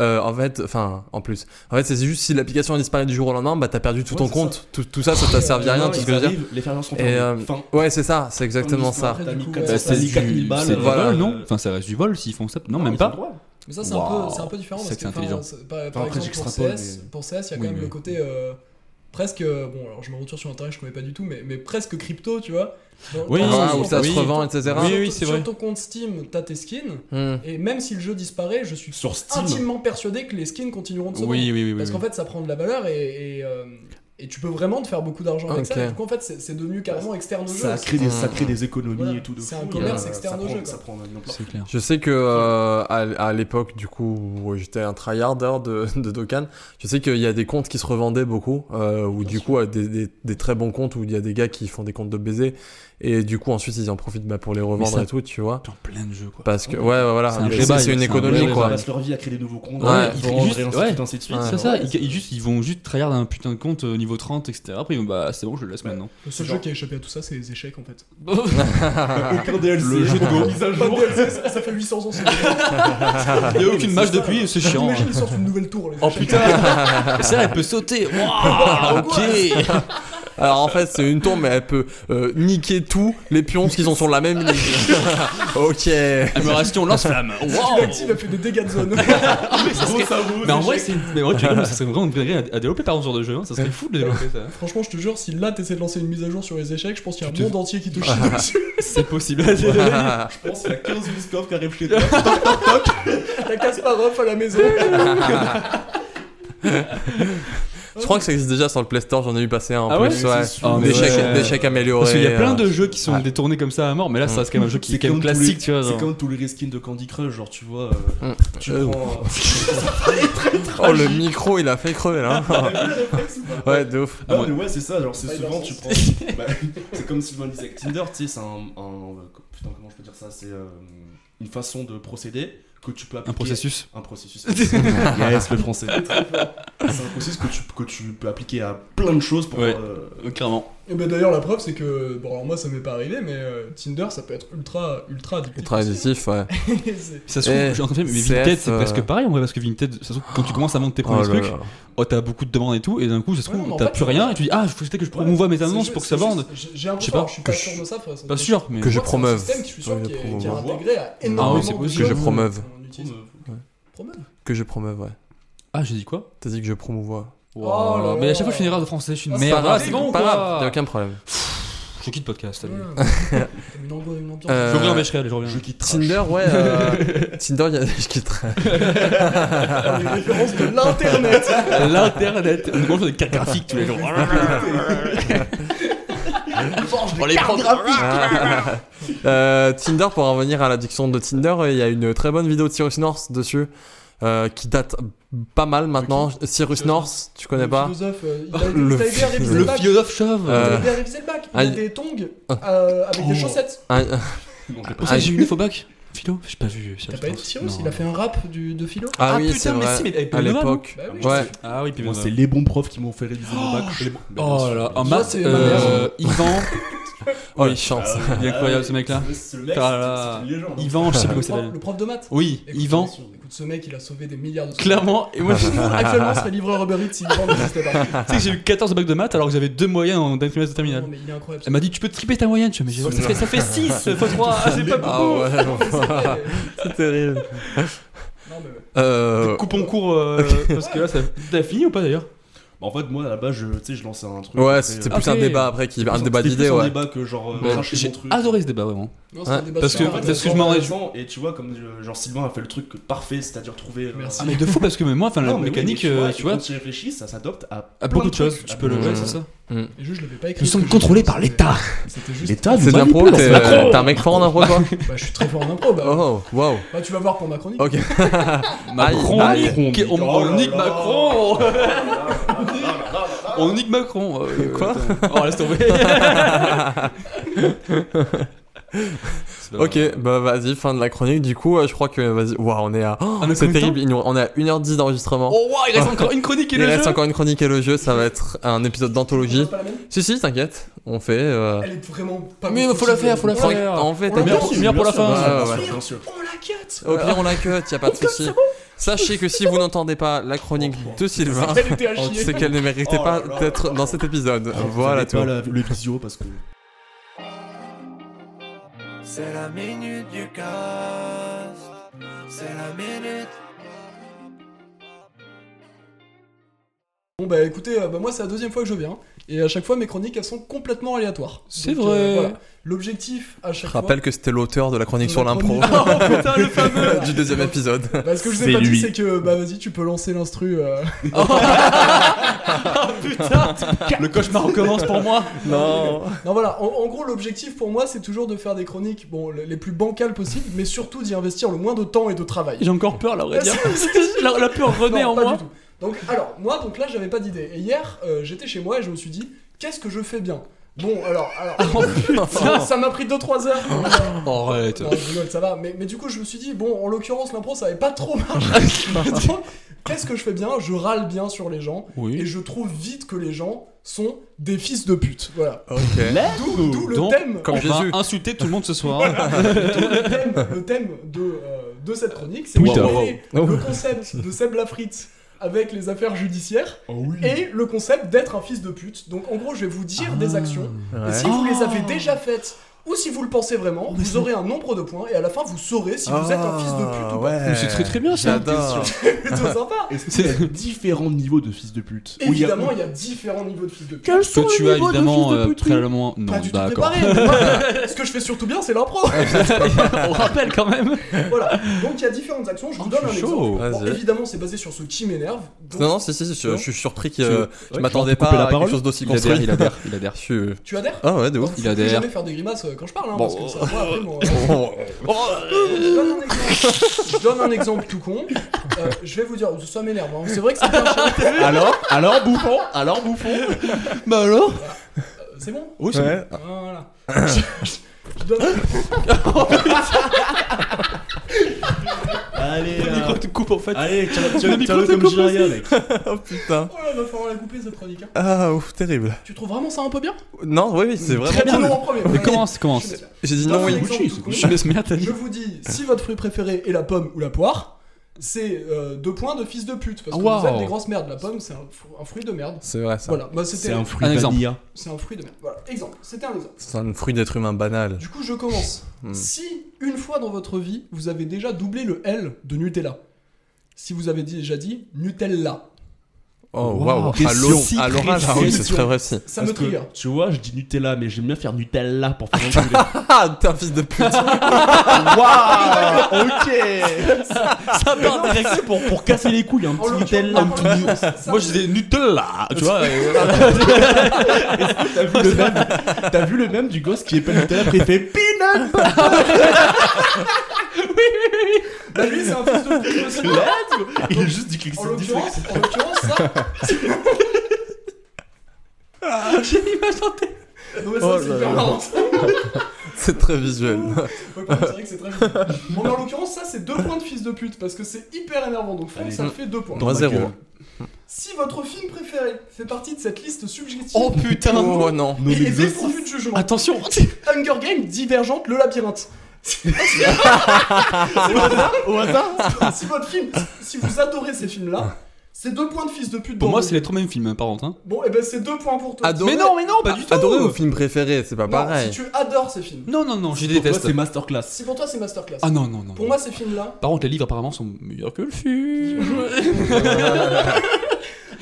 F: Euh, en fait, enfin, en plus. En fait, c'est juste si l'application a disparu du jour au lendemain, bah t'as perdu tout
G: Ouais,
F: ton
G: c'est
F: compte. Tout, tout ça, ça t'a servi à rien,
G: Non,
F: tout ce
G: ils
F: que je veux dire.
G: arrivent, Les fermiers sont
F: Et,
G: fermés.
F: euh,
G: Fin.
F: Ouais, c'est ça, c'est exactement
G: Fin
F: ça.
G: de l'histoire. T'as
H: Après,
G: mis
H: du coup,
G: quatre-
H: ouais,
G: t'as
I: Bah, c'est
G: mis
I: du,
G: 4000 balles. euh, Ah,
I: c'est du
F: voilà.
I: vol, non Enfin, ça reste du vol s'ils font ça. Non, même
G: ils ont le
I: pas.
G: droit.
H: Mais ça, c'est un,
I: Waouh.
H: peu- c'est un peu différent.
I: C'est
H: Parce
I: que
H: que, enfin,
I: c'est intelligent.
H: c'est- par,
G: Enfin,
H: par
G: après,
H: exemple, pour
G: j'extrapole,
H: CS,
G: mais-
H: pour CS, il y a quand
I: Oui,
H: même
I: mais-
H: le côté euh, presque. euh, Bon, alors je me retourne sur internet, je connais pas du tout, mais, mais presque crypto, tu vois. Dans-
I: Oui,
H: dans-
I: ah,
H: sur-
I: où ça se
H: sur-
F: revend,
H: sur-
F: etc.
H: sur-
I: Oui, oui, c'est vrai.
H: Sur ton compte Steam, t'as tes skins.
F: Hmm.
H: Et même si le jeu disparaît, je suis
G: Sur Steam.
H: intimement persuadé que les skins continueront de se vendre.
I: Oui, oui, oui. oui.
H: Parce qu'en fait, ça prend de la valeur et, et, euh, et tu peux vraiment te faire beaucoup d'argent avec
F: Ok.
H: ça. Et du coup, en fait, c'est c'est devenu carrément externe au jeu.
G: Ça
H: aussi.
G: crée des,
F: Mmh.
G: ça crée des économies
H: Voilà.
G: et tout de
H: C'est
G: fou,
H: un
G: et,
H: commerce
G: euh,
H: externe
G: ça
H: au
G: prend-
H: jeu, quoi.
G: Ça prend un ampleur.
I: c'est clair.
F: Je sais que euh, à, à l'époque, du coup, où j'étais un tryharder de, de Dokkan, je sais qu'il y a des comptes qui se revendaient beaucoup, euh, ou du coup, euh, des, des- des très bons comptes où il y a des gars qui font des comptes de baiser, et du coup, ensuite, ils en profitent bah, pour les revendre
I: ça-
F: et tout, tu vois.
I: Dans plein de jeux, quoi.
F: Parce que, ouais, ouais, voilà,
I: C'est un vrai
F: c'est
I: bail,
F: c'est une
I: c'est un vrai
F: économie,
I: bail.
G: Ils
F: quoi.
G: passent leur vie à créer des nouveaux comptes,
F: Ouais,
G: ils
I: ils-
G: vendent
I: juste-
G: et ainsi de
I: ouais.
G: suite, ainsi de suite.
F: Ouais.
I: C'est ça, ils, ils juste, ils vont juste tryhard un putain de compte euh, niveau 30, etc. Après, ils vont, bah c'est bon, je le laisse maintenant.
H: Le seul
G: Genre-
H: jeu qui a échappé à tout ça, c'est les échecs en fait.
G: Aucun DLC.
I: Le jeu de Go.
G: Mise à
H: Pas de
G: jour.
H: DLC, ça, ça fait 800 ans. c'est-
I: Il n'y a aucune match depuis, c'est chiant. hein.
H: Imagine, ils sortent une nouvelle tour. Les
I: Oh
H: échecs.
I: putain Ça, elle peut sauter Waouh Ok
F: Ah, Alors, en fait, c'est une tour, mais elle peut euh, niquer tous les pions qu'ils ont sur la même ligne. ok.
I: Ah, Amélioration lance-flamme
H: Tu
I: Waouh
H: l'actives, elle fait des dégâts de zone.
I: Ah, Mais en vrai, c'est. Mais en vrai, tu rigoles, mais ça serait vraiment une dinguerie à à développer par exemple ce genre de jeu, hein. ça serait fou de développer ça.
H: Franchement, je te jure, si là t'essaies de lancer une mise à jour sur les échecs, je pense qu'il y a un
I: Tu te-
H: monde entier qui te chie dessus.
I: C'est possible.
G: Je pense qu'il y a 15 Mouskov qui arrivent chez toi.
H: T'as Kasparov à la maison.
F: Je crois que ça existe déjà sur le Play Store, j'en ai eu passé un en
I: Ah ouais
F: plus,
G: Mais
F: ouais.
G: c'est sûr.
I: Ah, mais
F: Des chèques-
I: ouais.
F: des chèques améliorés.
I: Parce qu'il y a plein de
F: euh,
I: jeux qui sont
F: ouais.
I: détournés comme ça à mort, mais là, ça reste quand même un jeu qui est quand même
G: tous les-
I: classique, tu vois.
G: C'est
I: genre. Mmh.
G: comme tous les reskins de Candy Crush, genre tu vois. euh,
F: Mm.
G: Tu
F: Euh,
G: prends.
F: Oh, le micro, il a fait crever là. ouais, de ouf.
G: Ah
I: moi-
G: mais ouais c'est ça, genre c'est
H: Spider
G: souvent tu prends.
H: Sense.
G: Bah, c'est comme Sylvain disait avec Tinder, tu sais, c'est un, un- euh, Putain, comment je peux dire ça C'est euh, une façon de procéder que tu peux appliquer.
I: Un processus.
G: Un processus. yes, le français. c'est un processus que tu, que tu peux appliquer à plein de choses pour.
I: Ouais.
G: euh,
I: Euh, Clairement.
H: Et ben d'ailleurs, la preuve, c'est que. Bon, alors moi, ça m'est pas arrivé, mais euh, Tinder, ça peut être ultra, ultra addictif.
F: Ultra addictif, ouais.
I: Ah,
H: C'est-
I: Ça se trouve,
F: Eh,
I: j'ai entendu, mais
F: CF,
I: Vinted, c'est
F: euh,
I: presque pareil en vrai, parce que Vinted, ça se trouve, quand tu commences à vendre tes
F: Oh
I: premiers
F: là
I: trucs,
F: là.
I: oh, t'as beaucoup de demandes et tout, et d'un coup, ça se
H: Ouais,
I: trouve,
H: mais en
I: t'as
H: fait,
I: plus rien, et tu dis, ah, je faut que je promouvoie mes
H: C'est
I: annonces
H: ju-
I: pour que ça
H: c'est
I: vende.
H: juste- J'ai j'ai
I: Je sais
H: l'impression,
I: pas,
H: alors, je suis pas
F: que
H: sûr de ça. frère, ça-
I: Pas sûr, mais.
F: Que je
H: Moi, c'est un
F: promeuve.
H: système qui, je suis sûr,
F: Ouais,
H: qui est- qui est
F: promouvoir.
H: intégré à
I: Ah oui, c'est
H: énormément de
I: possible.
H: jeux
F: Que je promeuve.
H: qu'on utilise. Promeuve.
F: Que je promeuve, ouais.
I: Ah, j'ai dit quoi
F: T'as dit que je promouvois.
H: Oh là
I: Mais à
H: là.
I: chaque fois, je fais une erreur de français, je suis une
H: Ah, c'est
I: merde.
H: pas grave,
I: Ah,
H: c'est
I: bon,
F: Pas
I: quoi.
F: grave, t'as Euh, aucun problème.
I: Je quitte le podcast, salut.
H: Voilà. Une ambiance- une ambiance.
I: Je
F: Euh,
I: reviens, mais je reviens, je reviens.
G: jeu qui trash.
F: Tinder, ouais. euh, Tinder, il y a des qui tra-
H: Les références de l'internet.
I: L'internet, on mange des cartes graphiques tous les jours. on les prend
F: Ah. Euh, Tinder, pour en revenir à l'addiction de Tinder, euh, il y a une très bonne vidéo de Cyrus North dessus. euh, qui date pas mal maintenant. Cyrus North, tu connais pas
H: Le philosophe, euh, il a il
F: Le
H: a aidé à réviser le
I: Le
H: bac.
I: philosophe Ah. chauve.
H: Il a
F: Euh,
H: aidé à réviser le bac. Il
F: un-
H: a des tongs euh, avec des
G: Oh.
H: chaussettes.
F: Un- ah
I: Pour ça, j'ai eu une faux bac. Philo, j'ai pas vu.
H: T'as pas été Cyrus Il a fait un rap du- de philo.
F: Ah, oui,
I: putain,
F: c'est
I: mais
F: vrai.
I: si, mais avec
F: à
I: Pelonova,
F: l'époque.
H: Bah oui, je
F: Ouais.
I: Ah oui, puis
G: Moi,
I: moi
G: c'est les bons profs qui m'ont fait réviser mon bac.
I: Oh là là, en maths,
H: c'est ma
I: euh, Yvan.
F: Oh, il chante.
I: Il est incroyable ce mec-là.
G: C'est- C'est le mec,
I: Ah
G: c'est- c'est une légende. hein.
I: Yvan, je sais plus
H: Le
I: comment
H: prof-
I: il s'appelle.
H: le prof de maths.
I: Oui,
H: Écoute,
I: Yvan.
H: ce mec- Écoute, ce mec, il a sauvé des milliards de secondes.
I: Clairement, et moi, je-
H: Nous, actuellement, on serait livreur Uber Eats si Yvan n'existait pas.
I: tu sais que j'ai eu 14 bacs de maths alors que j'avais deux moyens en dernier trimestre de
H: Non,
I: terminale.
H: mais il est incroyable.
I: Elle m'a dit, tu peux tripler ta moyenne. Je fais, mais j'ai- ça fait, ça fait 6 x 3, ah, c'est pas
F: Ah
I: beaucoup.
F: ouais, c'est terrible.
H: Non, mais...
F: Euh,
I: Coupons court, euh, parce que là, ça- t'as fini ou pas d'ailleurs
G: Bah, en fait, moi, là-bas, je, tu sais, je lançais un truc.
F: ouais,
G: tu sais,
F: c'était
G: euh,
F: plus un
I: Ok.
F: débat après, qui, un
G: c'était
F: débat
G: plus
F: d'idées,
G: un
F: ouais.
G: débat que genre, euh,
F: Mais
G: chercher
I: J'ai
G: mon truc.
I: adoré ce débat vraiment.
H: Non, c'est un
F: Ouais,
H: débat
I: parce
H: super
I: que-
G: En fait,
H: intéressant.
I: parce que je m'en réjouis.
G: intéressant, Et tu vois, comme euh, genre Sylvain a fait le truc parfait, c'est-à-dire trouver. euh,
H: Merci.
I: Ah mais de fou parce que mais moi, enfin la
G: Non, mais oui,
I: mécanique,
G: mais
I: euh, tu vois,
G: Quand tu réfléchis, ça s'adopte à.
I: à
G: plein
I: beaucoup de choses,
G: trucs.
I: tu peux le
F: Ouais,
I: jouer,
F: c'est
I: c'est ça.
H: Les jeux, je l'avais pas écrit.
I: Nous sommes
H: parce que je-
I: contrôlés par l'État.
H: C'était juste.
G: L'État
F: C'est de l'impro, t'es euh, t'es un mec fort en impro, toi
H: Bah, je suis très fort en impro. Bah,
F: Oh, wow.
H: bah, tu vas voir pour ma chronique.
F: Ok.
I: Macron,
F: Aïe,
I: on nique- on,
G: Oh là
I: on nique
G: là.
I: Macron. on nique Macron. euh,
F: Quoi
I: attends. Oh laisse tomber. C'est pas
F: Ok,
I: grave.
F: bah vas-y, fin de la chronique. Du coup, euh, je crois que, vas-y, waouh, on est à. Oh,
I: on a combien
F: c'est
I: de
F: terrible, il nous- on est à 1h10 d'enregistrement.
I: Ah, Oh waouh, il reste encore une chronique et
F: il
I: le
F: reste
I: jeu.
F: encore une chronique et le jeu, ça va être un épisode
H: On passe
F: d'anthologie.
H: pas la même
F: Si, si, t'inquiette, on fait. euh,
H: Elle est vraiment pas
I: Mais
H: possible. Ah,
I: faut la faire, faut la
H: Ouais.
I: faire. Oh,
F: tranquille- En fait,
H: On l'a
I: Merde,
F: t'inquiète.
I: Ah. pour- merde pour la fin.
F: Ouais, ouais,
G: Bien sûr, bien sûr.
H: On la cut
F: Au pire, on la cut, y a pas de soucis. Sachez que si vous n'entendez pas la chronique
I: Oh,
F: de Sylvain,
H: Elle était à chier.
F: c'est qu'elle ne méritait pas d'être dans cet épisode.
I: Ah,
F: Ah, voilà
G: tout.
F: tout.
G: Le visio parce que.
D: C'est la minute du cast. C'est la minute.
H: Bon bah écoutez, euh, bah, moi c'est la deuxième fois que je viens et à chaque fois mes chroniques elles sont complètement aléatoires.
I: C'est
H: Donc, euh,
I: vrai.
H: voilà. L'objectif à chaque
F: Je rappelle que c'était l'auteur de la chronique sur l'impro
H: Oh putain le fameux.
F: du deuxième épisode.
H: Bah, ce que je vous ai
B: C'est
H: pas dit
B: lui.
H: c'est que bah vas-y tu peux lancer l'instru. euh.
I: Le cauchemar recommence pour moi.
F: Non.
H: Non voilà, en, en gros l'objectif pour moi c'est toujours de faire des chroniques bon les les plus bancales possibles mais surtout d'y investir le moins de temps et de travail.
I: J'ai encore peur là, on va dire. La, la peur
H: Non,
I: renaît en
H: pas
I: moi.
H: du tout. Donc alors moi donc là j'avais pas d'idée et hier euh, j'étais chez moi et je me suis dit qu'est-ce que je fais bien. Bon alors alors ça- ça m'a pris 2-3 heures.
I: Arrête.
H: Non, je rigole, ça va. Mais, mais du coup, je me suis dit, bon, en l'occurrence, l'impro, ça avait pas trop marché. Donc, Qu'est-ce que je fais bien Je râle bien sur les gens. Et
I: Oui.
H: je trouve vite que les gens sont des fils de pute. Voilà.
F: Ok.
H: D'où d'où le
I: Ah, Donc,
H: thème,
F: Comme
I: on
F: Jésus.
I: va insulter tout le monde ce soir.
H: le thème, le thème de, euh, de cette chronique, c'est
I: Twitter. Oh.
H: mêler
F: Wow, wow.
H: le concept de Seb Lafrite avec les affaires judiciaires
G: Ah oui.
H: et le concept d'être un fils de pute. Donc en gros, je vais vous dire
I: Ah.
H: des actions. Et si vous les avez déjà faites ou si vous le pensez vraiment, vous aurez un nombre de points et à la fin, vous saurez si vous êtes un fils de
I: Ah,
H: pute ou pas.
I: Mais c'est très très bien ça.
F: J'adore.
H: plutôt sympa.
G: Est-ce que c'est différents niveaux de fils de pute Ou il y a-
H: Évidemment, il y a différents niveaux de fils de pute.
I: Que tu as évidemment euh, préalablement.
H: pas
I: Non,
H: du tout
I: d'accord.
H: préparé. Moi, ce que je fais surtout bien, c'est l'impro.
I: On rappelle quand même.
H: voilà. Donc il y a différentes actions. Je vous
I: Oh,
H: donne
I: je
H: un
I: suis
H: exemple.
I: chaud.
H: Bon,
F: Vas-y.
H: évidemment, c'est basé sur ce qui m'énerve. Donc,
F: Non, non, si, si, si, je,
H: Non.
F: je suis surpris que euh, je
G: ouais,
F: m'attendais
G: tu vas te couper
F: pas
G: la
F: à quelque
G: parole
F: chose d'aussi
I: Il adhère,
F: construit.
I: il adhère, il adhère.
F: Je suis-
H: Tu adhères
F: Ah ouais, de ouf.
H: Faut
I: Il
H: plus
I: adhère.
H: jamais faire des grimaces euh, quand je parle, hein, parce que ça voit après mon-
F: Oh,
H: Je donne un exemple. Je donne un exemple tout con. Euh, je vais vous dire, ça m'énerve. hein. C'est vrai que c'est bien chiant.
G: Alors, alors bouffon, alors bouffon.
I: Bah alors
H: Euh, C'est bon
I: Oui,
F: Ouais.
H: Voilà. Je- je- je donne-
G: Allez,
I: micro te coupe en fait.
G: allez,
I: Le micro tiens-le te comme coupe Jiraya,
G: mec.
F: Oh putain.
H: Oh là, va falloir la couper cette chronique. hein.
F: Ah ouf, terrible.
H: Tu trouves vraiment ça un peu bien
F: Non, oui, oui, c'est vraiment
H: Très bien.
F: cool.
H: Non, en premier.
I: Mais
H: Voilà.
I: commence,
H: Je
I: commence.
H: vais-
F: J'ai dit
H: Dans
F: non,
H: un
F: oui.
H: exemple
G: Gucci,
H: tout
G: c'est
H: con.
I: Je laisse merde, t'as dit.
H: Je vous dis, si votre fruit préféré est la pomme ou la poire, c'est euh, deux points de fils de pute. Parce que
I: Wow.
H: vous êtes des grosses merdes. La pomme, c'est un, fr- un fruit de merde.
F: C'est vrai ça.
H: Voilà, bah, c'était-
G: C'est un fruit
I: Un exemple.
G: vanilla.
H: c'est un fruit de merde. Voilà, exemple, c'était un exemple.
F: C'est un fruit d'être humain banal.
H: Du coup, je commence.
F: Hmm.
H: Si une fois dans votre vie, vous avez déjà doublé le L de Nutella, si vous avez déjà dit Nutella,
F: Oh
G: Wow,
F: waouh, à
G: précision.
F: l'eau- à l'orage.
G: Précision.
F: Ah oui, c'est très précis.
H: ça
G: Parce
H: me
G: que,
H: trigger.
G: Tu vois, je dis Nutella, mais j'aime bien faire Nutella pour faire enculer.
F: Ah, t'es un fils de pute.
G: Waouh, ok.
I: Ça part direct.
G: Pour, pour casser les couilles, un
H: En
G: petit
H: l'occurrence-
G: Nutella.
H: en l'occurrence, ça
I: Moi
H: me-
I: je disais Nutella, tu vois. euh,
G: T'as vu le même T'as vu le même du gosse qui est pas Nutella après il fait peanut
H: Bah, lui, c'est un fils de pute aussi.
G: butter Il a juste dit clic
H: En
G: c'est dit, c'est-
H: l'occurrence, en l'occurrence, ça.
I: J'ai l'image en tête.
H: Non, mais ça, c'est hyper marrant.
F: C'est très visuel.
H: Ouais, par contre, c'est vrai que c'est très vite. Bon, mais en l'occurrence, ça, c'est deux points de fils de pute parce que c'est hyper énervant. Donc, Franck, ça le fait deux points.
F: Droit zéro.
G: gueule.
H: Si votre film préféré fait partie de cette liste suggestive
I: Oh putain
F: Oh non.
G: Non, mais
H: et est
G: exauce-
H: dépourvu de jugement,
I: Attention
H: Hunger Games, Divergente, Le Labyrinthe. Si votre-
G: Au hasard
H: si votre film, si vous adorez ces films-là, c'est deux points de fils de pute.
I: Pour
H: dans
I: moi
H: le-
I: c'est les trois mêmes films hein, par contre. hein.
H: bon, et ben c'est deux points pour toi.
F: Adoré.
I: Mais non, mais non, pas du tout
F: Ah, Adoré au film préféré, c'est
I: Ah,
F: pas
H: Non,
F: pareil.
H: Si tu adores ces films,
I: Non, non, non, je
G: Pour toi,
I: déteste.
G: c'est masterclass.
H: si pour toi c'est masterclass.
I: Hmm. Ah non, non, non.
H: Pour moi, ces films-là,
I: Par contre, les livres apparemment sont meilleurs que le film.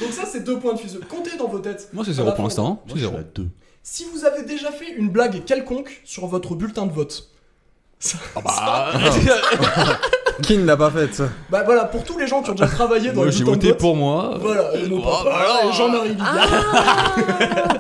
H: donc ça, c'est deux points de fils de pute. Comptez dans vos têtes.
I: Moi c'est zéro pour l'instant. hein.
G: Moi,
I: C'est
G: je
I: zéro.
G: suis à deux.
H: Si vous avez déjà fait une blague quelconque sur votre bulletin de vote. Ça-
F: Qui ne l'a pas fait ça
H: bah voilà, pour tous les gens qui ont déjà travaillé dans
I: Moi
H: le
I: j'ai
H: bulletin de
I: voté
H: vote.
I: pour moi.
H: Voilà, et nos
I: Oh,
H: papas,
I: voilà.
H: et Jean-Marie Bigard. Voilà.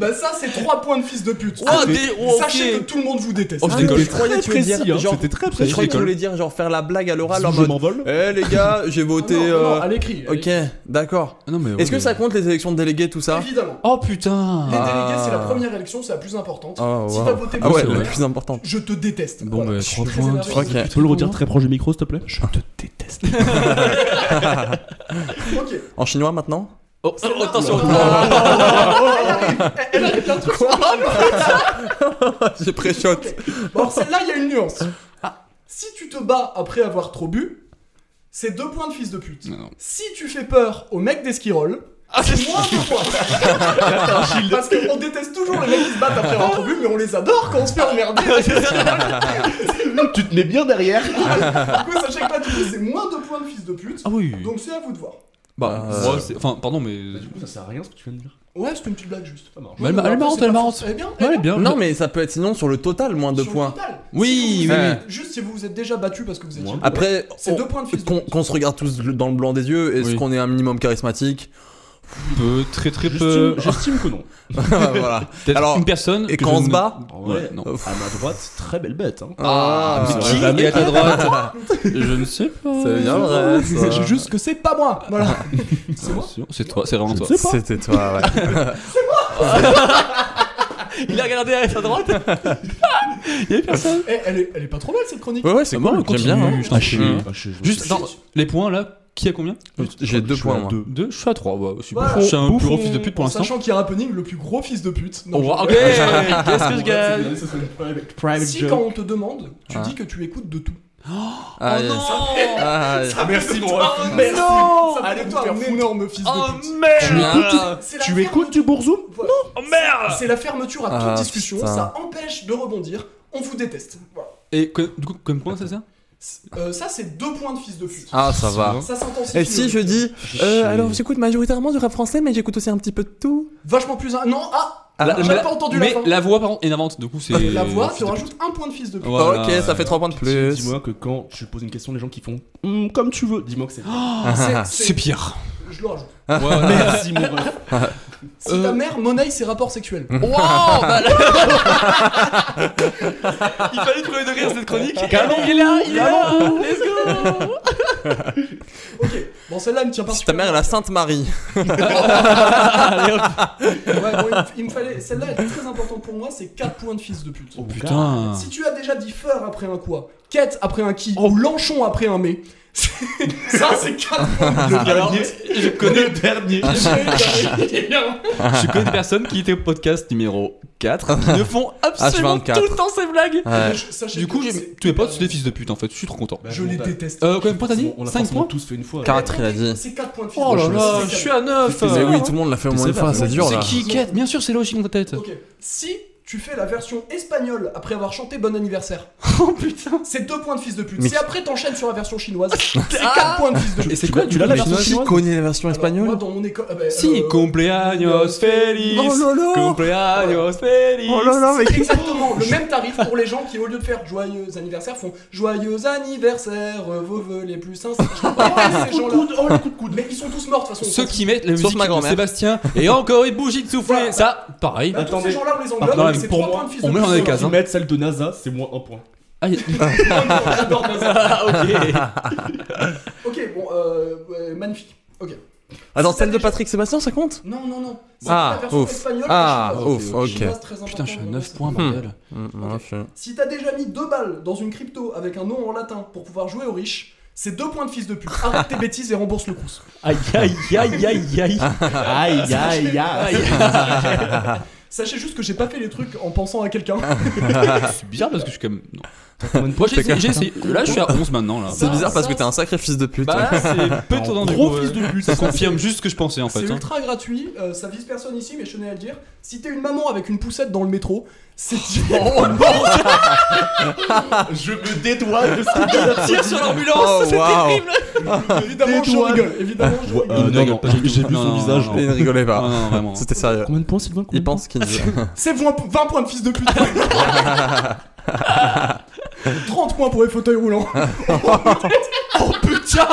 H: Bah ça, c'est trois points de fils de pute.
F: Ah,
I: Oh, des- oh,
H: Sachez
I: ok.
H: que tout le monde vous déteste. Ah
I: Oh, je décolle.
F: Je croyais que tu voulais
G: précis,
F: dire,
G: hein,
F: genre-
G: c'était très
F: Je
G: précis.
F: croyais que tu
I: École.
F: voulais dire, genre faire la blague à l'oral en
G: Je
F: mode.
G: m'envole.
F: Eh les gars, j'ai voté.
H: Ah non, non,
F: euh,
H: à l'écrit. à
F: Ok,
H: l'écrit.
F: d'accord.
I: Ah, non, mais,
F: Est-ce
I: ouais,
F: que ça
I: mais-
F: compte les élections de délégués, tout ça
H: Évidemment.
I: Oh putain
H: Les délégués,
F: Ah.
H: c'est la première élection, c'est la plus importante.
F: Oh,
H: Si
F: wow.
H: t'as voté
F: Ah
H: pour Ah,
F: ouais,
H: ça,
F: la plus importante.
H: je te déteste.
I: Bon,
H: Voilà.
I: bah,
H: Je suis
I: trois
H: très
I: points,
H: énervé.
F: Ok.
G: Tu peux le redire très proche du micro, s'il te plaît Je te déteste.
H: Ok.
F: En chinois maintenant
I: Oh,
H: C'est
I: oh,
H: là.
I: attention
H: Ah, Elle arrive. Elle- Elle arrive. d'un truc sur- Ah,
F: J'ai pré-shot.
H: Bon, alors, celle-là, il y a une nuance. Si tu te bats après avoir trop bu, c'est deux points de fils de pute.
I: Non, non.
H: Si tu fais peur au mec d'Esquirol, c'est moins deux points. Parce qu'on déteste toujours les mecs qui se battent après avoir trop bu, mais on les adore quand on se fait emmerder.
B: Tu te mets bien derrière.
H: du coup, sachez que là, tu dis, c'est moins deux points de fils de pute.
I: Ah oui.
H: Donc c'est à vous de voir.
I: bah,
F: Euh,
I: moi, c'est- enfin, pardon, mais.
G: Bah, du coup, ça sert à rien ce que tu viens de dire.
H: Ouais, c'était une petite blague juste.
I: Mais elle- elle est marrante, elle est marrante.
H: Elle est Eh bien,
I: Ouais, bien.
J: Non, mais ça peut être sinon sur le total, moins deux
H: Sur le
J: points.
H: total,
J: Oui,
H: si vous vous
J: oui,
H: êtes- Juste si vous vous êtes déjà battu parce que vous étiez.
G: Moi.
J: Après,
H: C'est
J: on-
H: deux points de fils de
J: qu'on
H: pute.
J: qu'on se regarde tous le- dans le blanc des yeux, est-ce
I: Oui.
J: qu'on est un minimum charismatique
I: peu, très très peu. Ah,
G: J'estime j'estime que non.
F: Ah,
J: Voilà.
I: Peut-être
J: Alors,
I: une personne.
J: Et
I: que
J: quand
I: je
J: on se
I: ne-
J: bat
G: En vrai,
I: Ouais, non.
J: Ouf.
G: à ma droite, très belle bête. Hein.
J: Ah,
I: Mais
G: mais
I: qui
G: jamais
I: est à ta droite Je ne sais pas.
J: C'est bien vrai, ça.
H: C'est juste que c'est pas moi. Voilà.
I: C'est moi C'est toi, c'est vraiment toi.
F: C'était toi, ouais.
I: Il a regardé à sa droite Il y avait personne.
H: Eh, elle, est, elle est pas trop mal cette chronique.
J: Ouais, ouais, c'est cool, j'aime bien. hein.
I: Ah, je-
J: Mmh.
G: Ah, je- je-
I: Juste, attends, les points là, qui a combien
F: hein.
J: J'ai deux
G: je suis
J: points,
G: à
J: moi.
G: deux.
I: Deux Je suis à trois. Bah, super.
H: Voilà.
I: je suis un plus gros
H: Bouffon,
I: fils de pute pour
H: en
I: l'instant.
H: Sachant qu'il y a Rappening, le plus gros fils de pute. Non,
I: Oh,
H: je-
I: wow, ok Qu'est-ce que je gagne
H: Si quand on te demande, tu dis que tu écoutes de tout.
J: Ah,
H: Oh,
J: yes. Ah, yes.
H: merci mon Mais non Ça fait Ah, de toi un énorme fils de pute.
I: merde
F: Ah.
H: C'est la
G: Tu
H: ferme-
G: écoutes du Bourzoum
I: Oh merde
H: C'est la fermeture à toute
J: Ah,
H: discussion,
J: putain.
H: ça empêche de rebondir. On vous déteste. Voilà.
I: Et que- du coup, comme point, c'est ça
H: C'est- euh, ça, c'est deux points de fils de pute.
J: Ah, ça va.
H: Ça s'intensifie.
J: Et Eh, si je dis, euh, alors j'écoute majoritairement du rap français, mais j'écoute aussi un petit peu de tout.
H: Vachement plus. un- Non, ah
J: Ah,
I: La-
H: J'avais
I: mais la-
H: pas entendu la
I: Mais
H: fin.
I: la voix, par contre, est inavante. Du coup, c'est.
H: La voix,
I: fils
H: tu
I: de pute.
H: rajoutes un point de fils de pute.
I: Voilà.
J: Ok, ça fait 3 points de plus.
G: Dis-moi que quand tu poses une question, les gens qui font Hmm, comme tu veux, dis-moi que c'est.
J: Ah,
H: C'est-
I: C'est pire.
H: Je le rajoute.
G: Merci mon ref.
H: Si
I: Euh.
H: ta mère monnaie ses rapports sexuels.
I: Wow bah là- Il fallait trouver de rire cette chronique. Canon, il est là, il est là. Let's go.
H: ok, bon celle-là elle me tient pas.
J: Si ta mère est la Sainte Marie.
H: Ouais, bon, il me- il me fallait. Celle-là elle est très importante pour moi, c'est 4 points de fils de pute.
G: Oh,
I: Oh. Putain.
H: Si tu as déjà dit feur après un quoi, quête après un qui,
I: Oh.
H: ou lanchon après un mais, ça c'est 4 points de fils de
I: Alors,
H: pute.
I: je connais le dernier.
H: Évidemment.
I: Je connais des personnes qui étaient au podcast numéro 4 qui ne font absolument
J: H24.
I: tout le temps ces blagues.
J: Ouais.
H: Je- sachez
I: Du coup,
H: que
I: j'ai
H: c'est-
I: tous mes potes, c'est des fils de pute en fait. Je suis trop content.
H: Je les déteste.
I: Euh, combien de points t'as dit
G: On l'a
I: 5
G: forcément
I: points
G: tous fait une fois.
J: Caratrice a dit.
H: C'est 4 points de fils
I: Oh là
H: de pute.
I: là,
H: C'est
I: je
H: quatre-
I: suis à 9.
J: Mais oui, tout le monde l'a fait au moins une fois, c'est dur
I: C'est
J: là.
I: qui quête Bien sûr, c'est logique dans ta tête.
H: Ok. Si tu fais la version espagnole après avoir chanté Bon anniversaire,
I: Oh putain.
H: c'est 2 points de fils de pute.
J: Mais
H: Si après t'enchaînes sur la version chinoise, c'est 4 points de fils de pute.
I: Ah. Et c'est quoi
G: tu l'as, la version
J: Qui
G: chinoise
J: connaît la version
H: Alors, Moi
J: espagnole
H: dans mon école. ah bah,
I: Si,
H: euh,
I: cumpleaños feliz.
J: Oh lolo
I: Cumpleaños feliz.
J: Oh là là, mais
H: C'est exactement le même tarif pour les gens qui, au lieu de faire joyeux anniversaire, font joyeux anniversaire, euh, vos vœux les plus sincères. Je comprends pas ces gens-là.
I: oh,
H: Mais ils sont tous morts de toute façon.
I: Ceux qui mettent la
J: Sauf
I: musique
J: ma
I: de
J: grand-mère.
I: Sébastien et encore une bougie de soufflé,
H: Voilà.
I: ça, pareil.
H: Bah, tous ces gens-là, on les
I: Ah, non,
H: englobe.
I: mais
H: C'est
I: pour
H: trois
I: moi,
H: points de fils
I: on
H: de
I: met dans
H: pute.
I: les cases,
G: Qui
I: hein.
G: mettent celle de NASA, c'est moins un point.
I: Ah, y-
H: J'adore Nazar.
I: ah, ok.
H: Ok, bon, euh, ouais, magnifique. Ok.
J: Attends, celle de Patrick Sébastien, ça compte
H: Non, non, non. C'est
J: Ah,
H: la version
J: ouf.
H: espagnole.
J: Ah,
H: que je
J: ouf,
H: vois.
J: ok.
H: Je vois, c'est très
I: Putain, je suis à
H: important.
I: 9 points, bordel.
J: Mm, ouais, je-
H: Si t'as déjà mis deux balles dans une crypto avec un nom en latin pour pouvoir jouer aux riches, c'est deux points de fils de pute. Arrête tes bêtises et rembourse le crous.
G: Aïe aïe aïe aïe aïe. Aïe aïe aïe.
H: Sachez juste que j'ai pas fait les trucs en pensant à quelqu'un.
I: C'est bizarre parce que je suis quand même. Non. Moi, j'ai essayé, j'ai essayé. Là, je suis à 11 maintenant. là.
J: C'est bizarre
H: ça,
J: parce que
H: ça,
J: t'es un sacré fils de pute.
I: Bah là, c'est peu
G: Alors,
I: étonnant du
G: gros
I: coup,
G: fils
I: ouais.
G: de pute.
I: Ça confirme juste ce que je pensais en
H: C'est
I: fait. hein.
H: ultra gratuit, euh, ça vise personne ici, mais je tenais à le dire. Si t'es une maman avec une poussette dans le métro, c'est.
I: Oh,
G: Je me dédouane de ce
I: Tire sur l'ambulance,
J: Oh,
I: c'est
J: waouh.
I: terrible.
H: évidemment, je
G: Tétouane.
H: rigole, évidemment, je rigole.
G: Euh, non, non, j'ai j'ai vu
I: Non,
G: son
I: non,
G: visage.
I: non,
J: Il ne rigolait pas.
I: Non, non, vraiment.
J: C'était sérieux.
G: Combien de points, Sylvain
J: Il pense qu'il.
H: C'est 20 po- 20 points de fils de pute. 30 points pour les fauteuils roulants.
I: Oh putain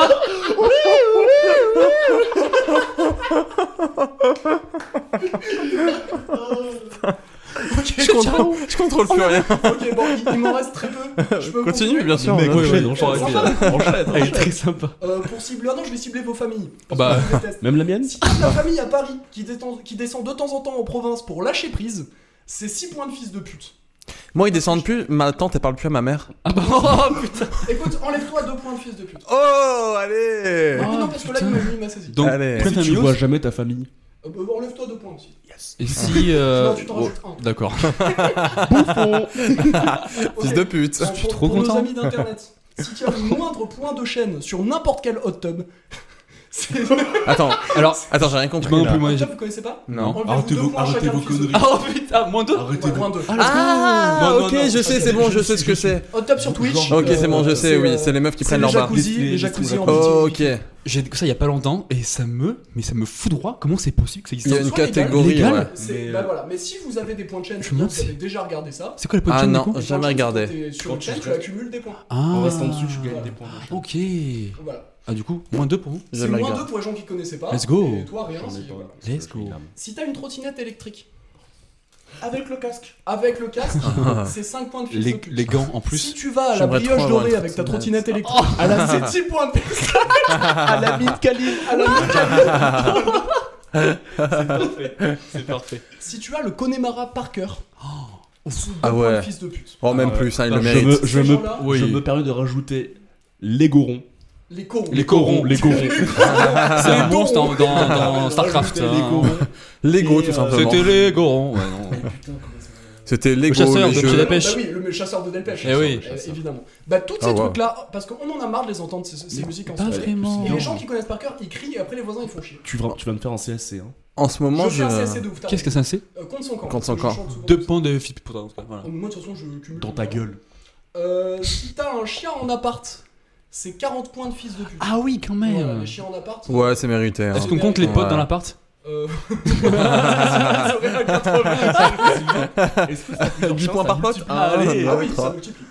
J: je, contrôle, je contrôle plus rien.
H: ok, bon, il, il m'en reste très peu. Je peux
J: Continue, bien sûr.
G: Mec,
J: Ouais,
G: enchaîne,
J: ouais.
G: enchaîne.
H: Sympa.
I: Elle est très sympa.
H: Euh, pour cibler, ah non, je vais cibler vos familles. parce
I: Bah.
H: que je les déteste.
G: Même la mienne
H: Si toute la famille à Paris qui, détend- qui descend de temps en temps en province pour lâcher prise, c'est 6 points de fils de pute.
J: Moi, ils descendent plus. Ma tante, elle parle plus à ma mère.
I: Ah bah, oh putain
H: Écoute, enlève-toi 2 points de fils de pute.
J: Oh, allez
H: Ah, non, parce que là, il m'a- il m'a saisi.
I: Donc,
J: Allez.
I: prends un
G: tu
I: mute.
G: vois jamais ta famille.
H: Euh, bah, enlève-toi 2 points aussi.
I: Et si. euh,
H: Non, tu t'en
I: bon,
H: rajoutes un.
I: D'accord.
H: Ok,
J: Fils de pute.
H: alors,
I: suis
H: pour-
F: Oh.
I: trop
H: pour nos
I: Oh, content.
H: amis d'internet. si tu as le moindre point de chaîne sur n'importe quel hot tub, c'est.
F: Attends,
I: Alors,
F: attends, j'ai rien
I: je
F: compris.
I: m'en
F: là.
I: plus, moi.
H: Hot
I: j'ai-
H: tub, vous connaissez pas
F: Non.
H: Enlevez-vous
G: Arrêtez
H: deux
G: vos,
H: points
G: arrêtez
H: chacun
G: vos
H: de fils.
G: conneries.
H: Ah,
I: Oh putain, moins deux
G: Arrêtez
H: ouais,
G: vos
H: moins deux.
F: Ah,
I: Non, non,
F: ok,
I: non,
F: je sais, c'est bon, je sais ce que c'est.
H: Hot tub sur Twitch.
F: Ok, c'est bon, je
H: euh,
F: sais, oui,
H: euh,
F: c'est les meufs qui
H: C'est
F: prennent
H: les
F: leur bain.
H: jacuzzi,
G: Les-
H: les
G: les
H: jacuzzi en
G: jacuzzi.
H: bikini.
F: Oh, Ok, il
I: J'ai découvert ça il y a pas longtemps et ça me, mais ça me fout droit. Comment c'est possible que ça
F: y a
I: existe
F: une
H: Soit légal,
F: catégorie,
I: légal.
F: ouais.
H: C'est-
G: Mais,
H: bah
G: euh,
H: voilà. Mais si vous avez des points de chaîne,
I: Je
H: c'est
I: me
H: bien
I: demande
H: que vous avez
I: si-
H: déjà regardé ça.
I: C'est quoi la
F: Ah
I: podcast
F: non,
I: du coup
H: Les
F: jamais
H: points de chaîne,
F: regardé.
H: c'est quand t'es Sur
G: Quand
H: une
G: tu
H: chaîne, tu
G: restes-
H: accumules des points.
I: Ah.
G: En restant dessus, tu gagnes des points. de chaîne.
I: Ok.
H: Voilà.
I: Ah du coup, moins deux pour vous
H: C'est
F: Jamais
H: moins
F: regardé.
H: deux pour les gens qui connaissaient pas.
I: Let's go.
H: Et toi, rien.
G: J'en
H: si-
G: ai pas.
H: voilà.
I: Let's go.
H: Si t'as une trottinette électrique
G: Avec le casque.
H: avec le casque, c'est 5 points de fils
I: Les,
H: au cul.
I: les gants en
H: Si
I: plus.
H: tu vas à la
F: J'aimerais trop
H: brioche
F: avoir
H: dorée
F: une
H: avec ta
F: trottinette.
H: trottinette électrique, à la c'est 10 points de plus. à la mine Kaline, à la mine
I: C'est parfait.
H: Si tu as le Connemara par cœur, sous deux
F: Ah
H: points de
F: ouais.
H: fils de pute.
F: Oh, même
G: Euh,
F: plus, hein, il
G: je
F: le
G: me,
F: mérite.
H: Ces
G: je, me,
H: gens-là-
I: Oui.
G: je me permets de rajouter les gorons.
H: Les corons.
I: Les corons, les corons. C'est un
H: Les
I: monstre dans, dans, dans
G: Rajouter
I: Starcraft.
G: les
I: hein.
G: gorons.
F: Lego,
G: Et,
F: tout
G: euh,
F: simplement.
I: C'était les gorons. Ouais, non.
F: C'était
I: Le
F: Lego,
I: chasseur
F: les
I: de
F: jeux.
I: Budapest.
H: Bah
I: pêche.
H: oui, le chasseur de Delpech.
I: Eh oui.
H: Euh, évidemment. Bah, tous ces
F: Ah ouais.
H: trucs-là, parce qu'on en a marre de les entendre, ces, ces musiques en
I: Pas
H: soirée.
I: vraiment.
H: Et les gens qui connaissent par cœur, ils crient et après les voisins ils font chier.
G: Tu vas, tu vas me faire un CSC. Hein.
F: En ce moment,
H: je fais
F: je.
H: un CSC de ouf. t'as
I: Qu'est-ce que
H: raison.
I: ça c'est
H: Euh, Compte son camp.
F: Compte son
H: Je
F: camp.
H: chante souvent
I: Deux
H: comme ça.
I: points de fit pour toi. en tout cas, Voilà.
H: Moi de toute façon je cumule.
G: Dans ta gueule.
H: Euh, si t'as un chien en appart, c'est 40 points de fils de pute.
I: Ah oui, quand
H: Voilà,
I: même.
H: les chiens en appart.
F: Ouais, c'est mérité. hein.
I: Est-ce qu'on compte les potes dans l'appart
H: Euh... ça aurait un 80.
G: Est-ce que ça fait plusieurs
F: 10
G: chiens,
F: points
G: ça
F: par pote
G: multiplie
F: Ah,
H: Allez,
F: non,
H: ah oui,
F: trois.
H: ça multiplie.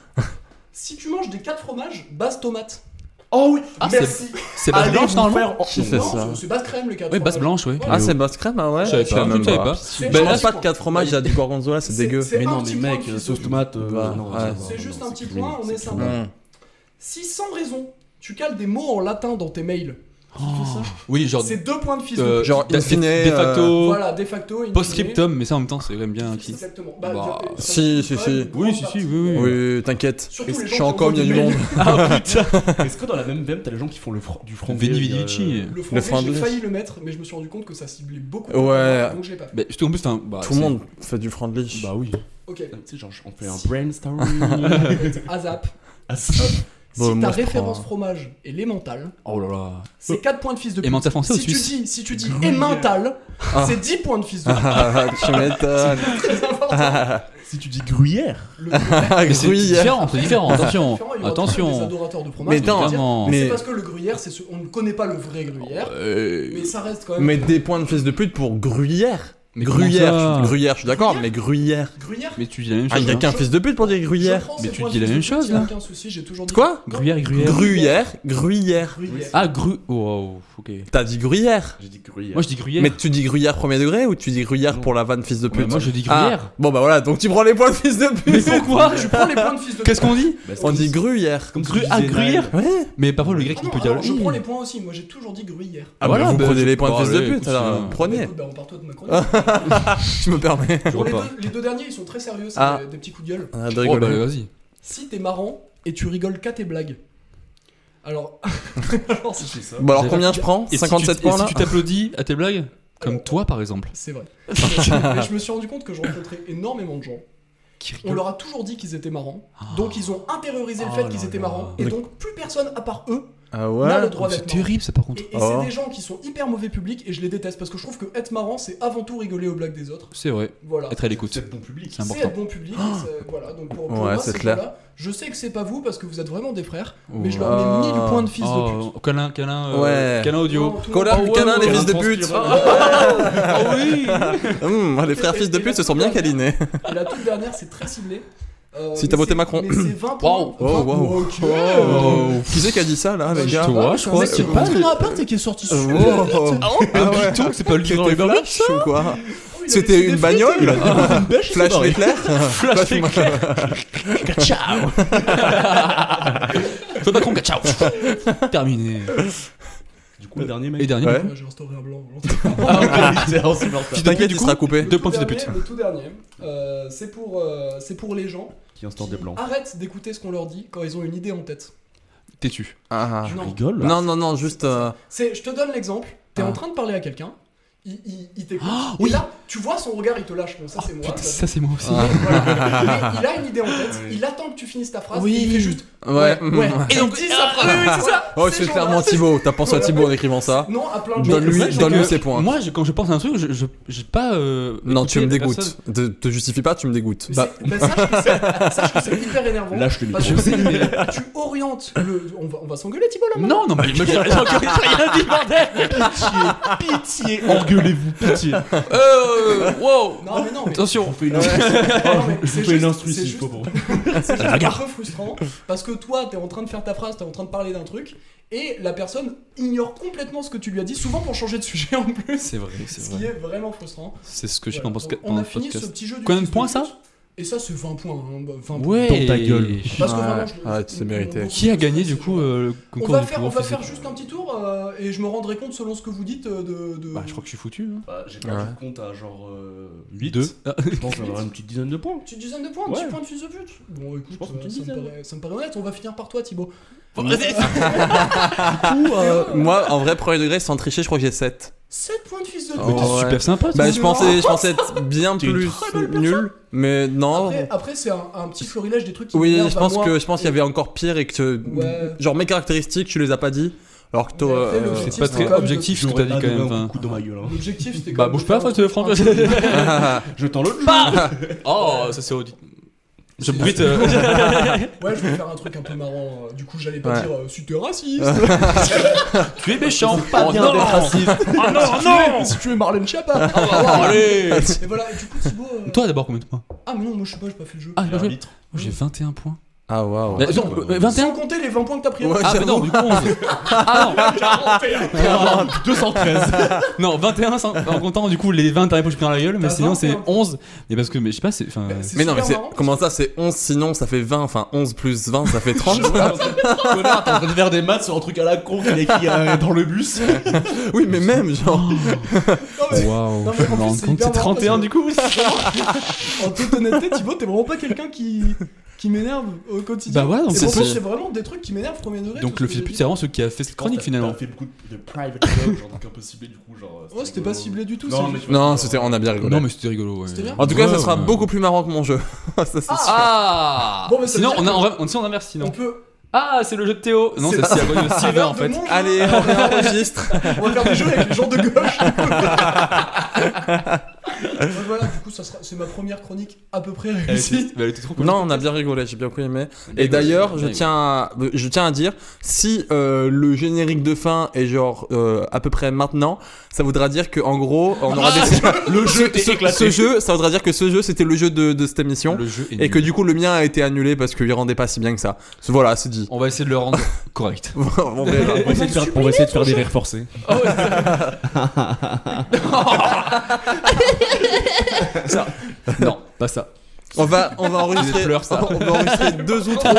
H: Si tu manges des 4 fromages, base tomate.
G: Oh oui
I: Ah,
H: Merci.
I: C'est base
G: Allez,
I: blanche
G: vous
I: normalement
G: faire en-
F: Qui fait
H: Non,
F: ça
H: C'est base crème les 4
I: Ouais, base blanche, ouais.
F: Ah, c'est boss crème, ah ouais
I: Je savais
F: Je savais
I: pas, je
F: même
I: savais pas.
H: C'est
F: Ben,
H: gentil,
F: mange pas de
H: quoi.
F: 4 fromages, il y a du gorgonzola, c'est
H: C'est-
F: dégueu.
H: c'est
G: Mais
H: un
G: non, mais
H: petit point
G: mec,
H: de fils
G: sauce
H: de
G: tomate. euh,
F: Bah,
G: non,
F: ouais.
G: ça va,
H: C'est
G: non,
H: juste
G: non,
H: un
G: c'est
H: petit
G: cuit,
H: point, on est
G: c'est
H: sympa.
G: cuit.
F: Mmh.
H: Si sans raison, tu cales des mots en latin dans tes mails,
I: Oui, genre.
H: c'est deux points de fils de
I: euh,
H: pute.
F: Genre,
I: de-
F: in fine,
I: de facto,
H: Voilà, de facto. in fine.
I: post-scriptum, mais ça en même temps, c'est quand même bien. qui-
H: Exactement. Bah,
I: Bah,
H: je- ça,
F: si,
H: c'est
F: si,
H: quand même
F: si.
H: une
I: Oui,
H: grande
I: si,
H: partie
I: si,
H: de-
I: oui, oui.
F: Oui, t'inquiète.
H: Surtout les
F: Je
H: gens
F: suis
H: qui ont
F: en com, il y a du monde.
H: voulu
I: Ah putain
G: Est-ce que dans la même veine, t'as les gens qui font le fr- du euh, franc
I: Veni Vidi
F: Euh,
I: Vici.
H: Le français, j'ai
F: franglais.
H: failli le mettre, mais je me suis rendu compte que ça ciblait beaucoup.
F: Ouais.
H: Donc je l'ai pas fait.
I: Mais surtout en plus, t'as un- bah,
F: Tout le
I: c'est-
F: monde fait du friendly.
G: Bah oui.
H: Ok.
G: Tu sais, genre, on fait un
H: Si.
G: brainstorming.
H: Azap.
G: Ah, ça.
F: Bon,
H: Si ta
F: moi, je
H: référence
F: prends-
H: fromage est l'emmental,
I: Oh là là.
H: c'est 4 points de fils de pute.
I: Et mental français ou
H: si tu
I: suisse
H: dis, si tu dis emmental,
F: Ah.
H: c'est 10 points de fils de pute.
F: Ah, tu m'étonnes.
H: Très important.
G: Si tu dis gruyère.
H: Le
F: Ah,
I: Mais c'est
F: gruyère.
I: différent, c'est différent, attention,
H: différent, il y aura toujours des
I: attention.
H: adorateurs de fromage.
F: Mais
H: qui vont
F: attends,
H: dire,
I: Évidemment.
H: mais
F: mais-
H: c'est parce que le gruyère, c'est ce- on ne connaît pas le vrai gruyère, mais
I: Euh,
H: ça reste quand même.
F: Mais des points de fils de pute pour gruyère.
I: Mais
F: gruyère,
I: comment ça
F: je, gruyère, je suis d'accord, mais gruyère.
H: gruyère.
I: Mais tu dis la même
F: Ah,
I: chose.
F: il y a
I: hein.
F: qu'un fils de pute pour dire
H: je
F: gruyère.
H: prends
I: mais
H: ces
I: tu
H: points
I: dis la
H: de
I: même
H: fils de
I: chose,
H: pute, il y a
I: là.
H: Aucun souci, j'ai toujours dit.
F: Quoi
I: Gruyère, gruyère.
F: Gruyère, gruyère.
H: Gruyère.
I: Ah, gru. Wow, ok.
F: T'as dit gruyère.
G: J'ai dit gruyère.
I: Moi je dis gruyère.
F: Mais tu dis gruyère premier degré ou tu dis gruyère pour la vanne fils de
I: Ouais,
F: pute
I: moi je dis
F: Ah,
I: gruyère.
F: Bon bah voilà, donc tu prends les points de fils de pute.
I: Mais pourquoi
H: Tu prends les points de fils de pute.
I: Qu'est-ce qu'on dit
G: Bah, c'est
F: On
G: comme
F: dit
G: si-
F: gruyère.
G: comme si
I: Gru-
G: tu
I: ah,
G: disais
I: gruyère.
G: Naël.
F: Ouais.
I: Mais parfois le grec
H: Ah
I: il
H: non,
I: peut dire.
H: alors, je prends les points aussi, moi j'ai toujours dit gruyère.
F: Ah
I: Voilà,
F: bah vous
I: bah,
F: prenez
I: je-
F: les points de
I: bah,
F: fils de
I: allez,
F: pute
I: écoute,
F: alors,
I: euh,
F: prenez,
H: Écoute, bah, on part toi de Macron.
I: Ah.
F: je me permets.
H: Bon, les,
I: vois
H: deux, les deux derniers ils sont très sérieux, c'est
F: Ah.
H: des, des petits coups de gueule.
F: On a de
I: Oh bah
F: rigoler.
I: vas-y.
H: Si t'es marrant et tu rigoles qu'à tes blagues. Alors. alors, c'est-
G: C'est ça.
F: Bon alors
I: J'ai-
F: combien je prends
I: Et si tu-
F: 57 points
I: Et
F: là
I: si tu t'applaudis à tes blagues Comme toi par exemple.
H: C'est vrai. Mais je me suis rendu compte que je rencontrais énormément de gens.
I: Qui
H: On
I: rigole.
H: leur a toujours dit qu'ils étaient marrants. Donc ils ont intériorisé le
I: Ah. Oh
H: fait qu'ils
I: là
H: étaient
I: là.
H: marrants. Et donc plus personne à part eux
F: Ah
H: n'a le
F: ouais
H: droit
I: C'est
H: d'être marrant.
I: terrible ça par contre.
H: Et, et
F: Oh.
H: c'est des gens qui sont hyper mauvais public et je les déteste parce que je trouve que être marrant c'est avant tout rigoler aux blagues des autres.
I: C'est vrai.
H: Voilà.
I: Être à l'écoute.
G: C'est bon public.
H: C'est
I: C'est important.
H: être bon public. et c'est- euh, voilà, donc pour, pour
F: Oh Ouais,
H: moi,
F: c'est
H: ces
F: clair.
H: gens-là, je sais que c'est pas vous parce que vous êtes vraiment des frères, mais je
I: Oh.
H: leur mets 1000
F: Ah.
H: points de fils de pute.
I: Oh, câlin, câlin, euh,
F: Ouais.
I: câlin audio.
H: Non, tout le
F: Colin,
I: Oh,
H: monde-
F: câlin, les fils de pute
I: Ah oui
F: Hum, Les frères fils de pute se sont bien câlinés
H: Et la toute dernière, c'est très ciblé. Euh,
F: Si
H: mais
F: t'as voté
H: c'est-
F: Macron.
H: Mais c'est 20 points.
I: Wow.
F: Wow, wow.
H: Ok. Ah,
I: Oh.
F: Qui c'est qui a dit ça là les gars
I: Toi, je crois.
H: Mec, qui est pas dans l'appart et qui est sorti
F: Oh,
H: super
F: oh,
H: vite.
F: oh. Ah ouais.
I: Dis-donc, c'est pas le livre dans les
F: Flash ou quoi
H: Oh, il avait laissé
F: C'était
H: des
F: une
H: frites.
F: bagnole Flash Ah. l'éclair
I: Flash l'éclair. Ciao Fais pas con, ciao Terminé.
G: Du coup, le dernier
I: Et
G: mec. Ah,
I: dernier,
F: Ouais.
I: du
H: Ouais, J'ai instauré un blanc.
G: C'est insupportable.
I: coup,
F: T'inquiète,
I: du
F: il
I: coup,
F: sera coupé.
I: Deux points de
H: Le tout
I: fils de pute.
H: dernier, Le tout dernier, euh, c'est pour, euh, c'est pour les gens
G: Qui
H: qui
G: instaure des blancs.
H: arrêtent d'écouter ce qu'on leur dit quand ils ont une idée en tête.
I: Têtu.
F: Ah.
H: Non.
G: Rigole.
F: Non, non, non, juste. euh,
H: C'est, je te donne l'exemple. T'es
F: Ah.
H: en train de parler à quelqu'un. Il, il, il t'écoute.
I: Ah,
H: et
I: oui.
H: là, Tu vois son regard, il te lâche. Bon, ça, c'est moi.
I: Putain,
H: ça,
I: ça c'est moi aussi.
F: ah.
H: Voilà. Il, il a une idée en tête, il attend que tu finisses ta phrase,
F: Oui.
H: et il fait juste.
F: Ouais. hum.
H: ouais. Et donc, il dit sa phrase. Oui, oui, c'est ça.
F: Oh,
H: Ces
F: c'est
H: gens-là,
F: clairement
H: c'est-
F: Thibaut. T'as pensé à
H: Voilà.
F: Thibaut en écrivant ça
H: Non, à plein de gens.
F: Donne-lui
I: Mais c'est
F: donne-lui
I: que
F: ses points.
I: Moi, je- quand je pense à un truc, je, je, j'ai pas. euh,
F: Non, tu me
I: écouté la
F: dégoûtes.
I: personne.
F: Te, te justifie pas, tu me dégoûtes.
H: Mais c'est- bah, sache que c'est- sache que c'est hyper énervant.
G: Lâche le
H: parce
G: micro.
H: que c'est- tu orientes le. On va, on va s'engueuler, Thibaut, là maintenant
I: Non, non, mais les mecs, j'ai j'ai encore j'ai rien dit, bordel
G: Pitié, pitié, engueulez-vous, pitié.
I: Euh, Wow
H: Non, mais non, mais-
I: Attention
G: On fait une instru- Ah,
H: non, Ah, mais
G: je
H: c'est
G: vous fais une
H: juste-
G: instru
H: c'est
G: s'il faut
H: juste-
G: pour.
H: C'est
I: Ah,
H: juste un peu frustrant parce que toi, t'es en train de faire ta phrase, t'es en train de parler d'un truc et la personne ignore complètement ce que tu lui as dit, souvent pour changer de sujet en plus.
I: C'est vrai,
H: Ce
I: c'est
H: qui
I: vrai.
H: est vraiment frustrant.
I: C'est ce que je fais
H: Voilà.
I: dans podcast.
H: on, on
I: dans
H: a fini
I: podcast.
H: ce petit jeu du
I: Combien de
H: fils
I: points,
H: pute,
I: ça
H: Et ça, c'est 20 points. hein, bah, 20 points.
I: Ouais
G: Dans ta gueule.
H: Parce que
F: Ouais.
H: vraiment, je-
F: Ouais, c'est
H: on-
F: mérité.
H: on-
I: Qui a gagné du coup euh, le
H: On
I: concours
H: va
I: du
H: faire, on
I: pouvoir
H: va
I: physique
H: faire juste un petit tour euh, et je me rendrai compte selon ce que vous dites euh, de. de-
I: Bah, je crois que je suis foutu. Hein.
G: Bah, J'ai
F: Ouais.
G: perdu le compte à genre 8.
I: Deux.
G: Je pense que je vais avoir une petite dizaine de points.
H: Tu dizaines de points, un
G: Ouais.
H: petit point de fils de pute. Bon, écoute,
G: pense
H: euh,
G: une petite
H: ça, me
G: dizaine.
H: paraît, ça me paraît honnête. On va finir par toi, Thibaut.
I: Ah, euh,
F: euh,
H: euh,
F: Moi, en vrai, premier degré, sans tricher, je crois que j'ai 7.
H: 7 points de fils de pute.
I: Mais t'es
F: Oh, ouais.
I: super sympa, toi.
F: Bah, je pensais, je pensais être bien
G: T'es une
F: plus nul, mais non.
H: Après, après, c'est un, un petit florilège des trucs qui
F: Oui,
H: m'énervent
F: je
H: à
F: pense
H: moi.
F: que je pense qu'il y
H: Et-
F: avait encore pire et que
H: Ouais.
F: genre mes caractéristiques, tu les as pas dit. Alors que toi,
H: Mais après,
F: euh,
H: le-
I: C'est pas
H: Ouais.
I: très objectif ce que t'as dit quand même.
G: Un
I: enfin.
G: coup dans ma gueule. hein.
H: L'objectif, c'était
I: Bah,
H: quand même
I: bouge
H: de
I: pas,
H: faire
I: toi,
H: un-
I: tu veux, Franck.
H: un petit-
F: Ah,
G: Je tends l'autre.
I: Oh, ça c'est audit. Je bruite. euh,
H: Ouais, je vais faire un truc un peu marrant. euh, Du coup, j'allais pas
F: Ouais.
H: dire euh, si t'es raciste.
I: tu es méchant.
G: Pas
I: Oh
G: bien
I: non
G: d'être raciste.
I: Oh non, non
H: si tu es Marlène Chapa.
F: Ah, bah,
I: Allez
H: Et voilà, et du coup, Thibaut. euh,
I: Toi d'abord, combien de points
H: Ah, mais non, moi je sais pas, j'ai pas fait le jeu.
I: Ah, bien joué.
G: L'arbitre.
I: Oh, J'ai 21 points.
F: ah waouh.
I: Mais attends,
G: ouais,
I: euh,
G: ouais.
I: 21
H: Sans compter les 20 points que t'as pris.
F: Ouais,
I: Ah, mais non,
F: j'avoue.
I: du coup, onze. Ah non 213 Non, 21 sans- en comptant du coup les 20 derniers points que je prends dans la gueule, mais
H: T'as
I: sinon
H: 21.
I: c'est 11. Mais parce que, mais je sais pas, c'est. Enfin.
H: Bah, c'est
F: Mais non, mais
H: super
F: c'est
H: marrant.
F: comment ça c'est 11 sinon ça fait 20, enfin 11 plus 20 ça fait 30.
G: Connard, t'es en train de faire des maths sur un truc à la con qu'il a écrit euh, dans le bus.
F: oui, mais même genre
H: Non, mais-
I: Waouh,
H: Non, mais en plus, c'est hyper
I: c'est
H: marrant
I: 31
H: parce
I: du coup
H: En toute honnêteté, Thibaut, t'es vraiment pas quelqu'un qui, qui m'énerve au quotidien.
I: Bah ouais, donc
H: Et
I: c'est
H: pourtant,
I: plus-
H: c'est vraiment des trucs qui m'énervent premier degré.
I: Donc
H: tout
I: le
H: ce que
I: fils de pute,
H: j'ai
I: c'est
H: dit.
I: vraiment celui qui a fait cette chronique
G: T'as-
I: finalement.
G: T'as fait beaucoup de private joke, genre donc un peu ciblé du coup. genre.
H: Ouais, Oh, c'était pas ciblé du tout.
G: Non,
H: c'est
G: mais
H: juste-
G: tu vois,
F: Non,
G: c'est-
F: c'était on a bien rigolé.
I: Non, mais c'était rigolo, ouais.
H: C'était bien.
F: En tout cas,
I: Ouais,
F: ça sera
I: ouais.
F: beaucoup plus marrant que mon jeu. ça c'est sûr.
I: Ah
H: Bon, mais ça veut dire
I: Sinon, on, a,
H: que-
I: on, re- on, si on inverse
H: On
I: sinon.
H: peut.
I: Ah, c'est le jeu de Théo Non,
F: C'est-
I: ça, c'est à cause de
H: C'est
I: Silver
H: l'heure
I: en
H: de
I: fait.
H: mon jeu.
F: Allez, on enregistre.
H: on va faire des jeux avec les gens de gauche. Ouais, voilà, du coup, ça sera... c'est ma première chronique à peu près
I: Elle était,
H: réussie.
I: bah, elle était trop cool.
F: Non, on a bien rigolé, j'ai bien beaucoup aimé. Et
I: Dingue,
F: d'ailleurs, je
I: dingue.
F: tiens, à, euh, je tiens à dire, si euh, le générique de fin est genre euh, à peu près maintenant, ça voudra dire que en gros, on aura des-
I: Ah, Le jeu
F: ce,
I: était éclaté.
F: ce jeu, ça voudra dire que ce jeu, c'était le jeu de, de cette émission.
I: Le jeu est
F: Et
I: nul.
F: que du coup le mien a été annulé parce qu'il rendait pas si bien que ça. Voilà, c'est dit.
I: On va essayer de le rendre correct.
F: On verra.
G: On va essayer de faire- on va essayer de faire des rires forcés.
I: Ça. Non, pas ça.
F: on va, on va enregistrer,
I: Des pleurs, ça.
F: on va enregistrer deux ou trois.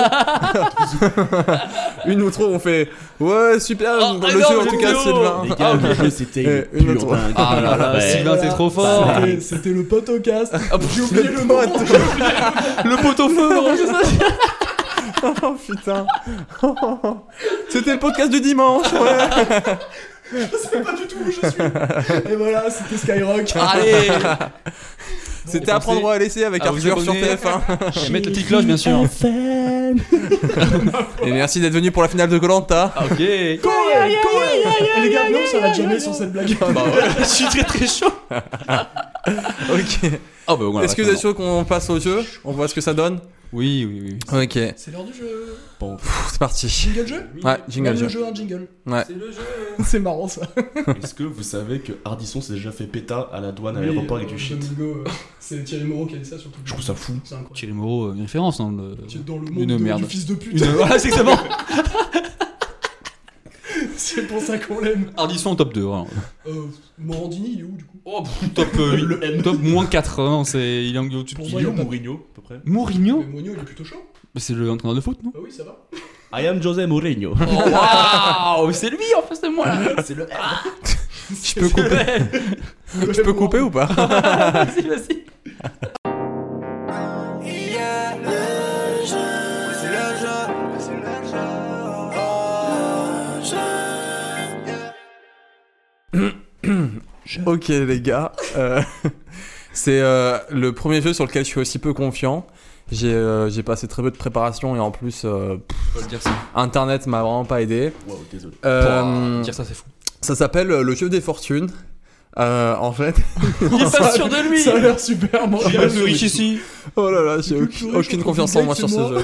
F: une ou trois, on fait ouais super
I: Oh,
F: dans
I: ah
F: le
I: non,
F: jeu en
I: le
F: tout cas
I: jeu.
F: Sylvain.
B: Les gars, le jeu, c'était
F: Eh, une
B: une
F: autre.
B: pure dingue.
I: Ah là là, Sylvain, t'es trop fort. Ah,
H: Voilà, c'était- C'était le podcast. J'ai oublié le nom.
F: pote.
I: Le poteau feu
F: Oh putain. C'était le podcast du dimanche. Ouais.
H: Je sais pas du tout où je suis. Et voilà, c'était Skyrock.
I: Allez
F: C'était apprendre à laisser avec
I: à vous
F: Arthur sur
I: abonner.
F: TF1.
I: Et mettre la petite cloche, bien sûr.
F: Et merci d'être venu pour la finale de Colanta.
I: Ok.
H: Coé,
I: Je
H: coé. Et Eh, Les gars, non, ça va jamais sur cette blague.
F: Ah, bah
I: suis très très chaud.
F: Ok.
I: Ah bah voilà.
F: Est-ce que vous êtes sûr qu'on passe au jeu On voit ce que ça donne
I: Oui, oui, oui.
F: Ok,
H: C'est l'heure du jeu.
F: Pff, c'est parti.
H: Jingle jeu
F: Ouais,
H: Même
F: jingle
H: le
F: jeu.
H: jeu, un jingle.
F: Ouais.
H: C'est le jeu. C'est marrant ça.
G: Est-ce que vous savez que Hardisson s'est déjà fait péta à la douane à l'aéroport avec du shit
H: Domingo, euh, C'est Thierry Moreau qui a dit ça sur tout le
G: Je trouve ça fou.
H: C'est incroyable.
I: Thierry Moreau, euh, une référence dans le.
H: Tu es dans le monde
I: Une
H: de-
I: merde.
H: du fils de pute.
I: Une- Voilà, c'est exactement.
H: C'est pour ça qu'on l'aime.
I: Hardisson en top 2. Voilà.
H: Euh, Morandini, il est où du coup
I: Oh, top, euh,
G: Le M.
I: top moins 4. hein, c'est... Il est en- au-dessus de
H: Pour
G: Il
H: moi,
G: est
H: il
G: où
H: y a pas-
G: Mourinho, à peu près
I: Mourinho
H: Mais Mourinho, il est plutôt chaud.
I: Euh, Bah, C'est le entraîneur de foot, non
H: Bah oui, ça va.
G: I am José Mourinho.
I: Oh, Waouh C'est lui en face de moi là.
G: C'est le
F: Je peux couper, je peux couper ou pas
I: Vas-y, vas-y.
D: C'est le jeu. C'est le jeu. Oh,
F: Ok les gars, euh, C'est euh, le premier jeu sur lequel je suis aussi peu confiant. J'ai euh, j'ai passé très peu de préparation et en plus, euh, pff,
I: Faut le dire ça.
F: Internet m'a vraiment pas aidé.
G: Waouh, désolé.
F: Euh,
I: Pouah, Dire ça, c'est fou.
F: ça s'appelle euh, le jeu des fortunes. Euh, en fait,
I: Il est pas sûr de lui
H: Ça a l'air super, moi.
I: Il est plus riche ici.
F: oh là là, j'ai
H: Écoute,
F: aucune-
H: je trouve
F: aucune
H: que
F: confiance
H: le
F: en
H: gars,
F: moi
H: c'est
F: sur ce
H: moi.
F: jeu.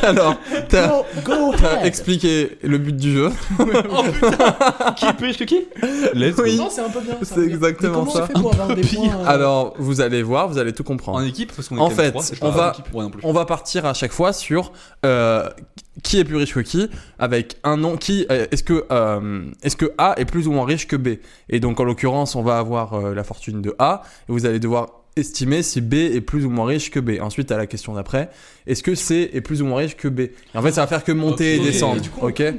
F: Alors, t'as
B: Go
F: t'as expliqué le but du jeu.
I: Qui est plus riche que qui Let's go.
H: Non, c'est un peu bien. ça.
F: C'est exactement
H: Mais comment
F: ça.
H: tu fais pour avoir des
I: pire.
H: points, euh,
F: Alors, vous allez voir, vous allez tout
I: En
F: comprendre.
I: équipe, parce qu'on est
F: En
I: quand même
F: fait,
I: trois, c'est
F: on
I: pas
F: va-
I: en équipe. Ouais, non plus.
F: On va partir à chaque fois sur euh, qui est plus riche que qui, avec un nom qui euh, est-ce que euh, est-ce que A est plus ou moins riche que B. Et donc en l'occurrence, on va avoir euh, la fortune de A et vous allez devoir estimer si B est plus ou moins riche que B. Ensuite, à la question d'après, est-ce que C est plus ou moins riche que B. Et en fait, ça va faire que monter
I: Ok.
F: et descendre.
I: Et
H: du coup, on
F: ok.
H: compte.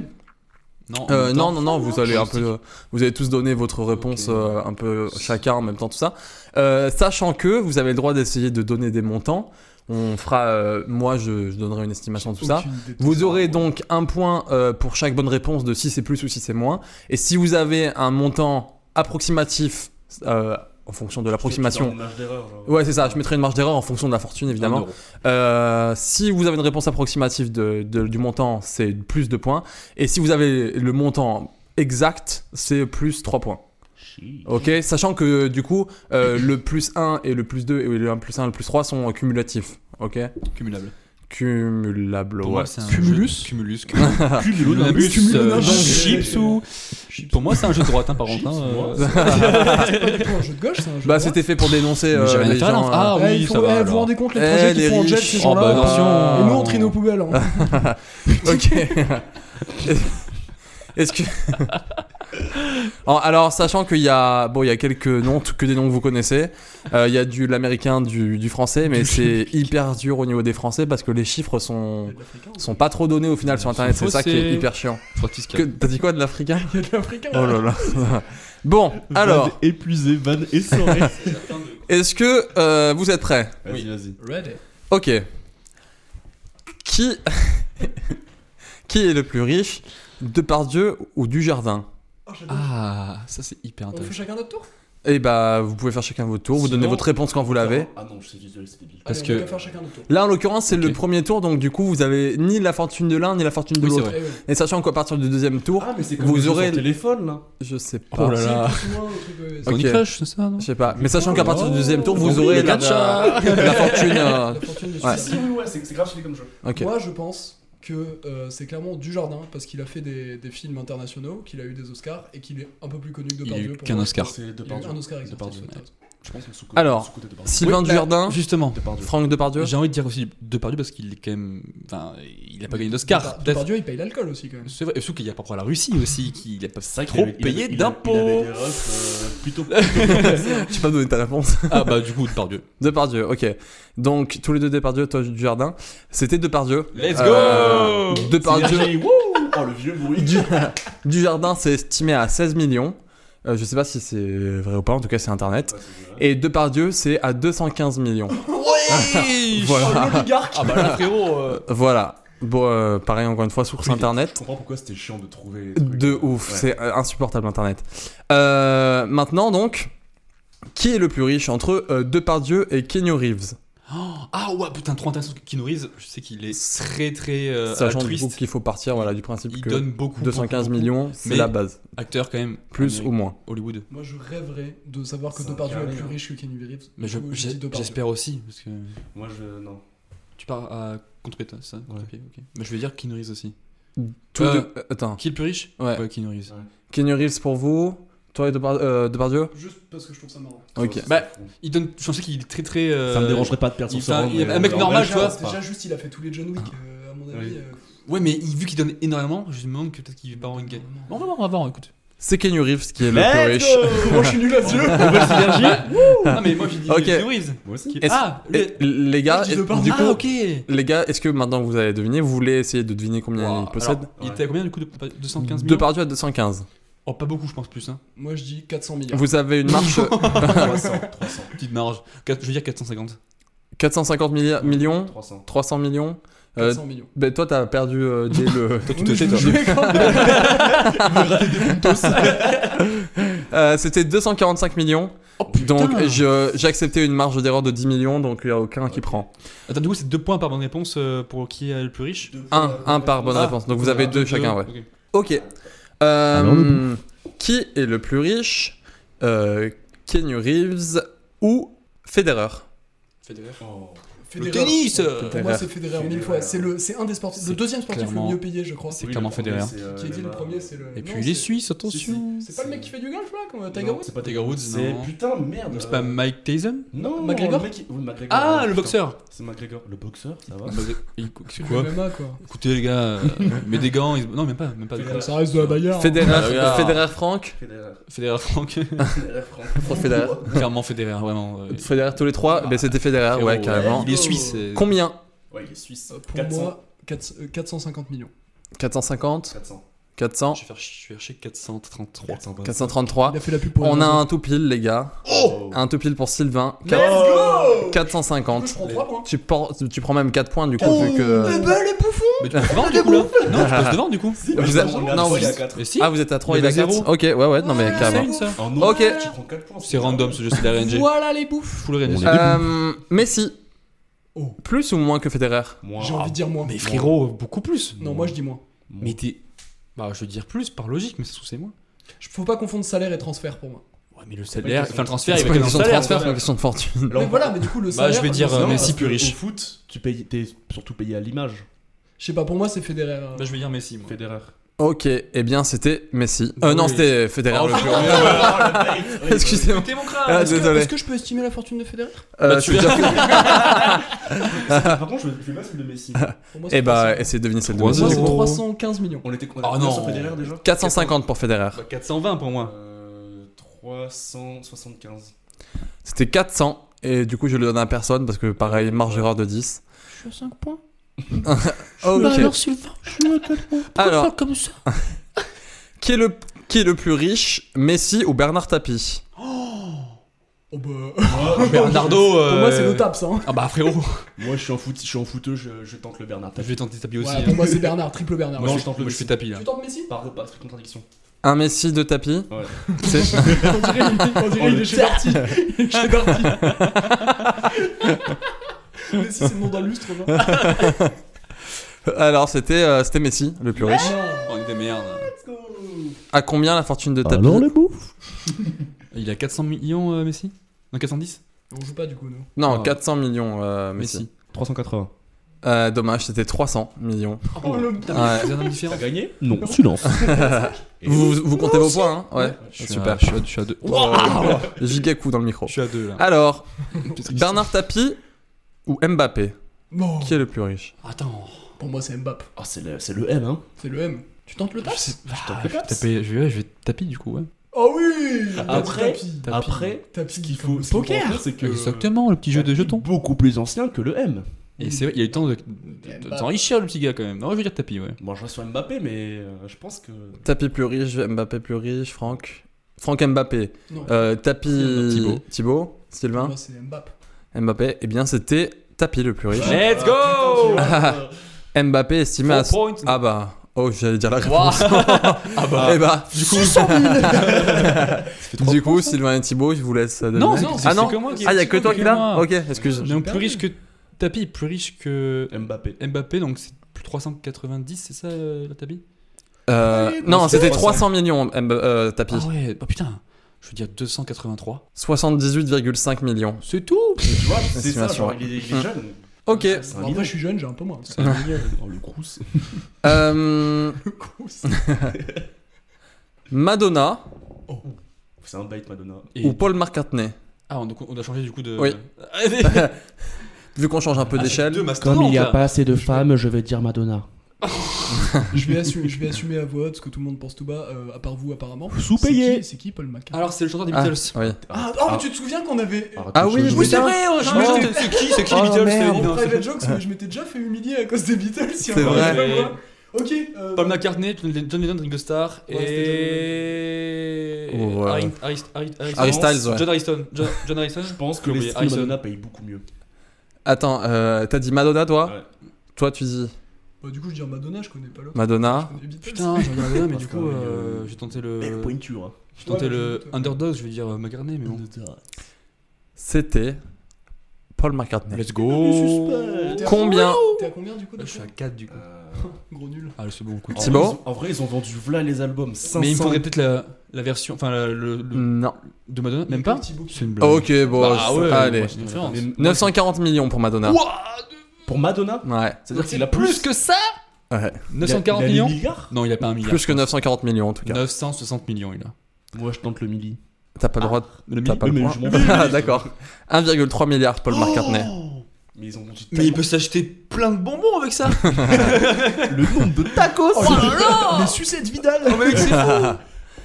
I: Non, en
F: Euh,
I: même
F: non,
I: temps.
F: non, non, vous allez un peu, vous allez tous donner votre réponse
I: Ok.
F: euh, un peu chacun en même temps, tout ça. Euh, sachant que vous avez le droit d'essayer de donner des montants. On fera, euh, moi, je, je donnerai une estimation de tout ça.
H: Aucune idée de
F: Vous
H: ça.
F: aurez donc un point euh, pour chaque bonne réponse de si c'est plus ou si c'est moins. Et si vous avez un montant approximatif euh, en fonction de l'approximation. Ouais, c'est ça, je mettrai une marge d'erreur en fonction de la fortune,
I: Un
F: évidemment.
I: euro.
F: Euh, si vous avez une réponse approximative de- de- du montant, c'est plus de points. Et si vous avez le montant exact, c'est plus 3 points. Ok, sachant que du coup, euh, le plus 1 et le plus 2 et le 1 plus 1 et le plus 3 sont cumulatifs. Ok
I: Cumulable.
F: Cumulable.
I: Pour
F: ouais.
I: moi, c'est un
G: Cumulus
I: jeu- Cumulus. cumulus, Cumulonimbus, euh,
G: Cumulonimbus.
I: Chips ou. Pour moi, c'est un jeu de droite, hein, par contre. hein,
G: moi.
I: euh,
H: C'est pas du tout un jeu de gauche, c'est un jeu
F: Bah,
H: de droite.
F: c'était fait pour dénoncer
I: Mais j'ai
F: euh,
I: rien à
F: les
I: faire,
F: gens.
I: hein.
F: euh,
I: Ah
H: Ouais,
I: oui,
H: il faut-
I: ça
H: eh,
I: va.
H: Vous vous
I: alors.
H: rendez compte les
F: Eh,
H: trajets qu'ils
F: les
H: font en jet,
F: riches.
H: ces
I: Oh,
H: gens-là
I: bah,
H: euh,
I: attention.
H: Et nous, on traîne aux poubelles. hein.
F: Ok. Est-ce que. Alors- Alors, sachant qu'il y a, bon, il y a quelques noms, tout- que des noms que vous connaissez. Euh, il y a du l'américain, du, du français, mais c'est hyper dur au niveau des français parce que les chiffres sont sont pas trop donnés au final sur internet.
I: Faut
F: C'est ça qui est
I: c'est-
F: hyper chiant.
I: Fraude fiscale.
F: Que- T'as dit quoi de l'africain
H: Il y a de l'Africain.
F: Oh là là. Bon, alors,
G: épuisé, van essoré.
F: est-ce que euh, vous êtes prêts
G: Vas-y, vas-y.
H: Red.
F: Ok. Qui qui est le plus riche, Depardieu ou Dujardin
H: Oh, j'adore.
I: Ah, ça c'est hyper
H: On fait
I: intéressant.
H: chacun notre tour
F: Eh bah, vous pouvez faire chacun votre tour, vous
G: Sinon-
F: donnez votre réponse quand vous l'avez.
G: Ah non, je sais visuel, c'est débile.
I: Parce
H: Allez,
I: que-
H: On va faire chacun notre tour.
F: Là, en l'occurrence, c'est le
I: Ok.
F: premier tour, donc du coup, vous avez ni la fortune de l'un ni la fortune de
I: Oui, c'est
F: l'autre.
I: vrai.
H: Eh ouais.
F: Et sachant qu'à partir du deuxième tour,
G: Ah, mais c'est
F: comme Vous le jeu sur aurez-
G: téléphone là.
F: je sais pas.
I: Oh là là.
H: C'est plus ou moins un truc, ouais, c'est-
I: Candy
F: Ok.
I: Crush, c'est ça, non
F: Je sais pas. Mais sachant qu'à partir du deuxième tour,
H: Oh.
F: vous
I: Oui,
F: aurez
I: le
F: la,
I: gacha.
F: la fortune.
I: Ah.
F: euh,
H: La fortune de
F: Ouais.
H: Suisse.
G: Si, oui, ouais, c'est c'est grave stylé comme jeu.
F: Ok.
H: Moi, je pense que euh, c'est clairement Dujardin parce qu'il a fait des, des films internationaux, qu'il a eu des Oscars et qu'il est un peu plus connu que
I: Il a
H: Depardieu.
I: eu
H: pour
I: qu'un
H: moi.
I: Oscar.
G: C'est de
H: Il a eu un Oscar exact,
G: Depardieu,
H: c'est vrai.
G: Je pense que sous
F: Alors,
G: sous-côté de Depardieu.
I: Oui,
F: Sylvain
I: bah,
H: Hein
F: Dujardin,
I: Justement.
G: Depardieu.
F: Franck Depardieu.
I: J'ai envie de dire aussi Depardieu parce qu'il est quand même. Enfin, il a pas gagné d'Oscar.
H: Depar-
I: peut-être.
H: Depardieu, il paye l'alcool aussi quand même.
I: C'est vrai. Et surtout qu'il y a pas pour la Russie aussi, qu'il a pas
G: C'est vrai qu'il
I: trop
G: avait- il avait-
I: payé
G: il avait- Il avait
I: d'impôts.
G: des refs, euh, plutôt.
F: Tu peux donner ta réponse.
I: Ah bah du coup, Depardieu.
F: Depardieu, ok. Donc, tous les deux Depardieu, toi Dujardin. C'était Depardieu.
I: Let's
F: Euh,
I: go
F: Depardieu.
G: Hey, wouh Oh le vieux bruit.
F: Du, Dujardin, c'est estimé à 16 millions. Euh, je sais pas si c'est vrai ou pas, en tout cas c'est internet. Et Depardieu, c'est à 215 millions.
I: Oui
F: Voilà.
I: Ah bah là, frérot euh,
F: Voilà. Bon, euh, pareil, encore une fois, source
G: Oui,
F: internet.
G: Je comprends pourquoi c'était chiant de trouver. les trucs.
F: De ouf,
G: Ouais.
F: c'est euh, insupportable internet. Euh, maintenant donc, qui est le plus riche entre euh, Depardieu et Kenyo Reeves
I: oh, Ah ouais, putain, trop intéressant. Keanu Reeves, je sais qu'il est très très euh,
F: Sachant du coup
I: altruiste.
F: qu'il faut partir voilà, du principe
I: Il
F: que
I: donne beaucoup.
F: 215
I: beaucoup,
F: millions, c'est
I: Mais-
F: la base.
I: beaucoup. Acteur quand même.
F: Plus ou
I: Amérique-
F: moins.
I: Hollywood.
H: Moi, je rêverais de savoir que
G: Ça
H: Depardieu est
G: carré,
H: plus
G: hein.
H: riche que Kenny Reeves.
I: Mais je-
H: Du coup, je dis
I: j'ai-
H: Depardieu.
I: j'espère aussi parce que
G: Moi je. Non.
I: tu pars à contre toi, ça. contre pied, ok. Mais je vais dire Keanu Reeves aussi.
F: Tous
I: Euh,
F: deux- euh, Attends,
I: Qui est le plus riche
F: Ouais.
I: Keanu Reeves.
F: Kenyo Reeves pour vous, toi et Depar- euh, Depardieu
H: Juste parce que je trouve ça marrant.
F: Ok.
I: Bah, il donne. Je sais qu'il est très très. euh,
B: Ça me dérangerait pas de perdre
I: il-
B: son
I: enfin,
B: cerveau.
I: il-
B: mais-
I: un mec
G: mais-
I: normal,
G: mais-
I: tu
H: déjà,
I: vois.
H: déjà, juste, il a fait tous les John Wick, euh, à mon avis.
G: Oui.
H: euh,
I: Ouais, mais il- vu qu'il donne énormément, je me demande que peut-être qu'il va avoir une gagne. Bon, on va voir, on va voir, écoute.
F: C'est Kenny Reeves qui est le plus riche.
H: Moi, je suis nul à ce jeu.
I: non, Ah, mais moi j'ai dit
F: Ok.
I: Keanu Reeves.
G: Moi aussi.
I: Qui est-
F: Est-ce-
I: Ah, le-
F: Et les gars,
H: Je dis
F: et-
H: Depardieu.
F: du coup,
I: ah, ok.
F: les gars, est-ce que maintenant que vous avez deviné, vous voulez essayer de deviner combien
I: Wow,
F: il possède
I: alors, Il était à combien du coup de 215 millions
F: Depardieu à 215.
I: Oh, pas beaucoup, je pense plus. Hein.
H: Moi, je dis 400 milliards.
F: Vous avez une marche
G: 300, 300,
I: Petite marge. Quatre- je veux dire 450.
F: 450 milli- millions,
G: 300.
F: 300 millions. Euh,
H: 400 millions.
F: ben toi, t'as perdu euh, dès le.
I: Toi,
H: Oui,
I: tu te
H: je
I: tais,
H: me
I: toi.
H: jouais quand même.
F: Euh, C'était 245 millions.
I: Oh,
F: donc je- j'ai accepté une marge d'erreur de 10 millions, donc il n'y a aucun qui prend.
I: Attends, du coup, c'est deux points par bonne réponse euh, pour qui est le plus riche
F: Un, un par bonne
I: Ah,
F: réponse. Donc vous avez deux chacun, ouais.
I: ok.
F: Ok. Euh, qui est le plus riche Euh, Kenny Reeves ou Federer
I: Le
H: Federer.
I: Euh, tennis
H: Pour moi, c'est Federer mille fois. C'est le, c'est un des sportifs, le
I: C'est
H: deuxième sportif le
I: clairement-
H: mieux payé, je crois.
I: C'est clairement Federer.
H: Qui a dit le premier, c'est le.
I: Et
H: non,
I: puis les
H: c'est-
I: Suisses, attention
H: C'est pas le mec qui fait du golf là, comme euh, Tiger Woods.
I: C'est pas Tiger Woods,
G: C'est
I: non.
G: putain, merde.
I: C'est pas
G: euh,
I: Mike Tyson
G: Non,
H: McGregor
G: le mec qui- oui, McGregor,
I: Ah,
G: ouais,
I: le
G: putain.
I: boxeur
G: C'est McGregor. Le boxeur, ça va
I: Bah, Il- C'est
H: C'est
I: quoi
H: le MMA, quoi.
I: Écoutez les gars, euh, mets des gants, ils- non même pas, même pas des gants.
H: Ça reste de la bagarre. hein.
F: Federer,
I: Ah, regarde.
F: Federer Franck
G: Federer.
I: Federer Franck,
G: Federer, Franck.
F: Pour Federer.
I: clairement Federer, vraiment. euh,
F: Federer tous les trois Ben, C'était Federer,
I: frérot,
F: ouais, carrément.
I: Il est suisse. euh,
F: Combien
G: Ouais, il est suisse.
H: Euh, Pour
G: 400.
H: moi, 400, euh, 450 millions.
F: 450
G: 400.
F: 400
I: Je vais faire, je vais chercher 433.
F: 433
I: Ah.
H: Il a fait la pub pour
F: On a
H: Amazon.
F: un tout pile, les gars.
G: Oh
F: Un tout pile pour Sylvain.
H: Let's go
F: 450.
H: Je prends 3 points. Oh,
F: Tu, por- tu prends même 4 points du coup, vu
I: Oh,
F: que.
I: Mais tu passes devant du coup là Non, tu passes devant du coup
F: Oh Vous êtes- non, vous-
G: il a 4.
I: Mais si
F: Ah, vous êtes à 3,
I: Il
F: il
I: y
F: a
I: avait
F: 4.
I: zéro.
F: Ok, ouais, ouais, non, mais
I: C'est
F: carrément.
I: une, ça
G: En
F: Ok.
G: autre, tu prends 4 points.
I: C'est random ce jeu, c'est de la RNG.
H: Voilà les bouffes.
I: Full RNG.
F: Euh, Messi.
H: Oh.
F: Plus ou moins que Federer
G: Moi,
H: J'ai envie de dire moins.
I: Mais frérot, beaucoup plus
H: Non, moi je dis moins.
I: Mais t'es. Bah, je veux dire plus par logique, mais ça se trouve, c'est moins.
H: Je- Faut pas confondre salaire et transfert pour moi.
I: Ouais, mais le salaire.
G: question-
I: Enfin, le transfert,
F: C'est
I: il
F: pas
I: va
F: une
I: dans le
F: question de
I: salaire.
F: transfert, c'est une question de fortune.
G: Là, on
H: Mais
G: va-
H: voilà, mais du coup le
I: Bah,
H: salaire.
I: je vais dire
H: non,
I: euh,
G: Non,
I: Messi
G: parce
I: plus
G: que
I: riche.
G: Au foot, tu payes, t'es surtout payé à l'image.
H: Je sais pas, pour moi c'est Federer. euh.
I: Bah, je vais dire Messi, moi.
G: Federer.
F: Ok, eh bien c'était Messi. Euh, non,
I: Oui.
F: c'était Federer
I: Oh,
F: le plus
I: putain.
F: grand. Excusez-moi.
I: T'es mon
F: Ah,
I: crâne
H: Est-ce que-
F: désolé.
H: Est-ce que je peux estimer la fortune de Federer
F: Euh,
I: Bah, tu
F: je veux dire que-
G: Par contre, je fais pas celle de Messi.
H: Pour
J: Oh,
H: moi, c'est
F: Eh bah,
H: 300.
F: essayez de deviner celle de
I: Trois
H: Pour moi,
F: Messi.
H: c'est
I: zéro.
H: 315 millions.
G: On était quoi
I: Oh, non.
G: Federer déjà
F: 450 pour Federer.
I: Bah, 420 pour moi.
G: Euh, 375.
F: C'était 400. Et du coup, je le donne à personne parce que pareil, marge erreur de 10.
J: Je suis à 5 points.
F: Ok.
J: Bah alors Sylvain, je suis à 4 points. Pourquoi
F: Alors.
J: alors... comme ça
F: Qui est le, qui est le plus riche, Messi ou Bernard Tapie
H: Oh bah.
I: Ah, Bernardo.
H: Pour
I: euh,
H: moi, c'est le TAPS. Hein.
I: Ah bah, frérot.
G: Moi, je suis en foot, je suis en footeux, je, je tente le Bernard.
I: Je vais tenter tapis aussi.
H: Voilà,
I: hein.
H: pour moi, c'est Bernard, triple Bernard.
I: bah, Moi,
G: Non,
I: je
G: je tente le
I: moi, je fais
G: Messi.
I: tapis hein. là.
H: Tu tentes Messi
G: Par, par cette contradiction.
F: Un Messi, deux Tapie
G: Ouais.
F: C'est-
H: On dirait, il, on dirait
G: Oh,
H: il
G: le
H: est chez Darty. Il est chez Darty. Messi, c'est le nom d'un lustre. genre.
G: Ah.
F: Alors, c'était euh, c'était Messi, le plus riche.
I: Oh, il était merde.
F: À combien la fortune
G: Ah,
F: de Tapie
B: Alors le bouffe
I: Il a 400 millions, euh, Messi Non, 410
H: On joue pas du coup, non
G: Oh.
F: Non,
I: Ah.
F: 400 millions, euh, Messi.
G: 380.
F: Euh, dommage, c'était 300 millions.
H: Oh, le
F: Ouais.
I: C'est un homme différent.
G: T'as gagné
B: Non, silence.
F: Vous, vous comptez vos points, hein Ouais.
I: Je suis
F: Super.
I: à- je suis à- je suis à deux. Ah,
F: Wow. Giga coup dans le micro.
I: Je suis à deux là.
F: Alors,
I: Petite tristesse.
F: Bernard Tapie ou Mbappé
H: Non.
F: Qui est le plus riche
I: Attends.
H: Pour moi, c'est Mbappé.
G: Ah, c'est le, c'est le M, hein.
H: C'est le M. Tu tentes le
I: Je
H: TAPS
I: sais pas. Je vais taper- je vais ouais, je vais taper du coup, ouais.
H: Oh oui
G: Ah, Après-
H: Tapi.
I: Tapis.
G: Après,
H: Tapi,
G: ce qu'il faut. ce qu'il faut
H: Poker
G: en faire, c'est que.
I: Exactement, le petit jeu de
G: Tapie,
I: jetons.
G: Beaucoup plus ancien que le M.
I: Et c'est vrai, il a eu le temps de, de- de- de s'enrichir le petit gars quand même. Non, je veux dire tapis, ouais.
G: Bon, je reste sur Mbappé, mais euh, je pense que.
F: Tapie plus riche, Mbappé plus riche, Franck. Franck Mbappé.
H: Non.
F: Euh, Tapie.
I: Thibaut.
F: Thibaut,
G: hein?
H: Pour
F: Sylvain,
H: moi, c'est Mbappé.
F: Mbappé. Eh bien, c'était Tapie le plus riche.
I: Let's go
F: Mbappé estimé à.
I: Four points.
F: Ah bah. Oh, j'allais dire la réponse.
I: Ah bah.
F: Eh bah.
I: Du coup,
F: Du coup, Sylvain et Thibaut, je vous laisse. euh,
I: non,
F: deviner.
I: c'est
H: non,
I: c'est
F: ah non.
I: que moi qui
F: Ah, y'a que
I: c'est
F: toi qui l'as
I: moi.
F: Ok, excuse.
I: Donc plus riche que tapis, plus riche que
G: Mbappé.
I: Mbappé, donc c'est plus 390, c'est ça euh, la tapis
F: Euh,
H: Oui,
F: non,
H: donc
F: c'était
H: c'est
F: 300 millions, Mb- euh, Tapie.
I: Ah ouais, bah putain, je veux dire 283.
F: 78,5 millions.
I: C'est tout
G: Tu vois, c'est ça,
F: Estimation,
G: genre, il est, il est jeune.
F: Ok.
G: C'est un
H: Bon, Après,
G: mineur.
H: je suis jeune, j'ai un peu moins.
G: C'est un mineur. Oh, le Crous.
F: Euh,
H: Le coup, c'est-
F: Madonna
G: C'est un bait, Madonna.
I: Et-
F: ou Paul McCartney
I: Ah, donc on a changé du coup de.
F: Oui. Vu qu'on change un
G: Ah,
F: peu d'échelle.
I: Comme il y a pas.
B: assez de femmes, je vais dire Madonna.
H: Je vais assumer, je vais assumer à voix haute ce que tout le monde pense tout bas, euh, à part vous apparemment. C'est
B: Sous-payé
H: qui- C'est qui, Paul McCartney
I: Alors c'est le chanteur des
F: Ah,
I: Beatles.
F: oui.
H: Ah, oh, mais tu te souviens qu'on avait.
G: Arrête
F: Ah
G: de
F: oui,
G: changer.
F: oui, c'est vrai.
I: Oh, je- moi, j'étais- C'est qui C'est qui les
B: Oh,
I: Beatles
B: merde.
I: C'est-
H: euh, En
I: non, c'est-
H: private jokes, mais je m'étais déjà fait humilier à cause des Beatles. si
F: C'est
H: on
F: vrai.
H: voit pas. Ok. euh,
I: Paul McCartney, John Lennon, Ringo Starr
H: Ouais,
I: et
F: John Lennon. Oh, ouais.
I: Harry- Harry- Harry- Harry-
F: Harry
I: Harry-
F: Styles, ouais.
I: John Harrison. John, John Harrison.
G: Je pense que
I: Oui,
G: les styles
I: Harrison.
G: Madonna payent beaucoup mieux.
F: Attends, euh, t'as dit Madonna, toi
G: Ouais.
F: Toi, tu dis
H: Bah, du coup, je dis Madonna, je connais pas l'autre.
F: Madonna.
H: Je connais les Beatles.
I: Putain, j'ai regardé là, mais
G: Parce
I: du
G: que,
I: coup, euh, j'ai tenté le.
G: Belle pointure. hein.
I: J'ai tenté
H: Ouais,
I: le
H: j'ai-
I: underdog, je vais dire euh, McCartney, mais bon.
F: C'était Paul McCartney.
I: Let's
H: T'es à
F: Combien
H: T'es à combien du coup
I: Je
H: de
I: suis à
H: points
I: 4 du coup.
G: Euh,
H: Gros nul.
I: Ah, c'est bon, écoute.
G: en
F: Thibaut
G: vrai, ils ont- En vrai, ils ont vendu v'là les albums. 500.
I: Mais il me faudrait peut-être la, la version, enfin la- le, le-
F: Non.
I: de Madonna, même pas C'est une blague.
F: Ok, bon,
I: Bah Ah, ouais,
F: allez.
I: moi, c'est une référence.
G: Mais ah moi,
F: 940 millions pour Madonna.
G: Pour Madonna
F: Ouais.
G: C'est-à-dire qu'il a
I: Plus que ça
F: Ouais.
I: 940
G: il a les
I: millions
G: milliards
I: Non, il a pas un milliard.
F: Plus que 940 millions en tout cas.
I: 960 millions, il a.
G: Moi, je tente le milli.
F: T'as pas le droit. de-
I: Le
F: T'as
I: milliard.
F: pas le
G: Ah, mais
F: droit.
G: je m'en fous.
F: Ah, D'accord. 1,3 milliard Paul McCartney.
G: Mais ils ont vendu
I: Mais il
G: tellement-
I: peut s'acheter plein de bonbons avec ça
G: le nombre de tacos
H: Oh là
G: Les sucettes Vidal
I: Oh,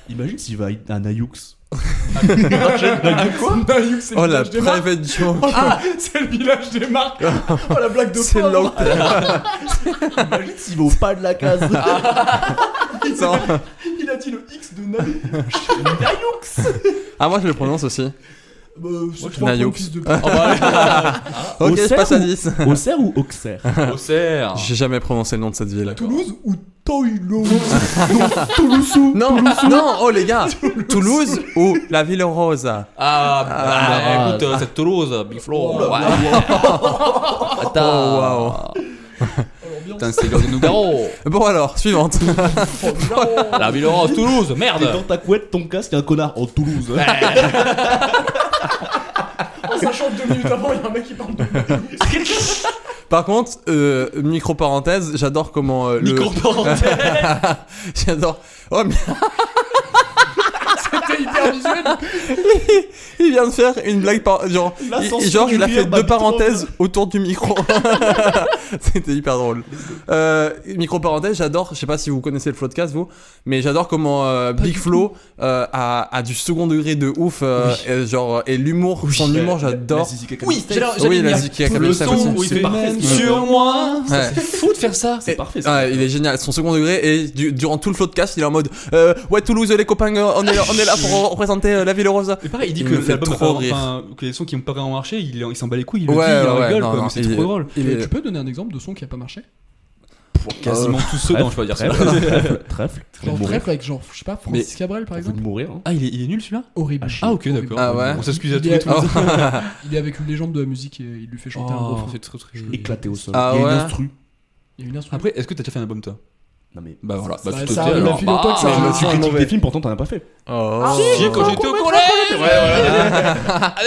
G: Imagine s'il va à Nayux.
H: À quoi Bah, c'est
F: Oh
H: le
F: la
H: village des marques.
F: private joke.
H: Ah, c'est le village des marques. Oh la blague de
F: C'est
H: pauvre.
F: l'enfer.
G: Imagine s'il va au pas de la case.
F: Attends.
H: Il a dit le X de Bah, Nayoux.
F: Ah, moi je le prononce aussi.
H: Bah, c'est trois
F: Nayoux.
H: points, fils de
I: Oh,
H: pute.
I: bah,
F: Ok, je
G: Auxerre
F: passe à
G: ou-
F: 10.
G: Auxerre ou Auxerre
I: Auxerre
F: J'ai jamais prononcé le nom de cette ville.
H: Toulouse ou Toilo
F: Non, non, oh les gars, Toulouse ou la ville rose
I: Ah, bah,
F: Ah.
I: écoute, euh, cette Toulouse, Biflo.
H: Oh là là.
F: Oh,
I: Attends.
F: waouh.
H: Alors bien,
I: Putain, c'est l'heure de Nougaro.
F: Bon alors, suivante.
I: La ville orange, Toulouse,
G: T'es dans
I: merde.
G: ta couette, ton casque, t'es un connard. En Toulouse. hein.
H: en sachant que deux minutes avant, il y a un mec qui parle de
F: Par contre, euh, micro parenthèse, j'adore comment euh, le. J'adore. Oh, mais
H: C'était hyper visuel.
F: il vient de faire une blague par. Genre,
G: La
F: il-
G: censure
F: genre,
G: du
F: il a fait
G: Julien
F: deux
G: Babitron.
F: parenthèses autour du micro. C'était hyper drôle. Euh, micro parenthèse, j'adore. Je sais pas si vous connaissez le Floodcast, vous, mais j'adore comment euh, Big Flo euh, a, a du second degré de ouf. euh, et genre, et l'humour, son
G: Mais-
F: humour,
G: mais- mais
F: j'adore.
G: Zizi Kaka
I: Oui,
G: Mistake,
I: j'allais- j'allais
F: Oui,
I: dire.
F: la Ziki
I: le
F: Akabusa
I: son
F: aussi.
I: où il
G: C'est
I: fait
G: parfait,
I: même
G: ce
I: sur moi.
F: Ouais.
I: Ça, C'est fou de faire ça.
G: C'est parfait. ça.
F: Ouais, Ah, il est génial, son second degré et du- durant tout le floodcast il est en mode euh, ouais Toulouse les copains euh, on est là, on est là pour représenter euh, la ville rose.
I: Mais pareil, il dit
F: Il
I: que
F: me fait
I: l'album a
F: trop
I: pas-
F: rire.
I: enfin, que les sons qui n'ont pas vraiment marché, il, il s'en bat les couilles, il
F: Ouais,
I: le dit, il
F: ouais,
I: rigole,
F: non,
I: quoi,
F: non,
I: mais c'est
F: il-
I: trop drôle.
F: il est-
H: Tu peux donner un exemple de son qui a pas marché
I: Quasiment tous ceux dont je peux dire ça.
G: Trèfle, trèfle, trèfle. Vous
H: Genre
G: mourrez.
H: Trèfle avec genre, je sais pas, Francis Cabrel par
G: Vous
H: exemple
G: de mourir. hein.
I: Ah, il est, il est nul celui-là
H: Horrible.
I: Ah, ok, d'accord.
F: Ah ouais.
I: On s'excuse à tous
H: Il
I: les
H: est-
I: tous les
H: Oh.
I: autres.
H: Il est avec une légende de la musique et il lui fait chanter un gros
I: Oh,
H: refrain.
I: c'est trop très joli.
G: Éclaté au sol.
F: Ah
G: il y a
F: ouais.
G: une instru.
H: Il y a une instru.
I: Après, est-ce que t'as déjà fait un album toi
G: Non mais.
I: Bah voilà, bah
H: Ça-
I: tu te
H: ça
I: dis
H: arrive à
I: alors.
H: Philo Tox, ça
I: bah,
H: arrive à
I: bah,
G: Tu critiques des films, pourtant t'en as pas fait.
F: Oh.
I: si, quand j'étais au collège Ouais,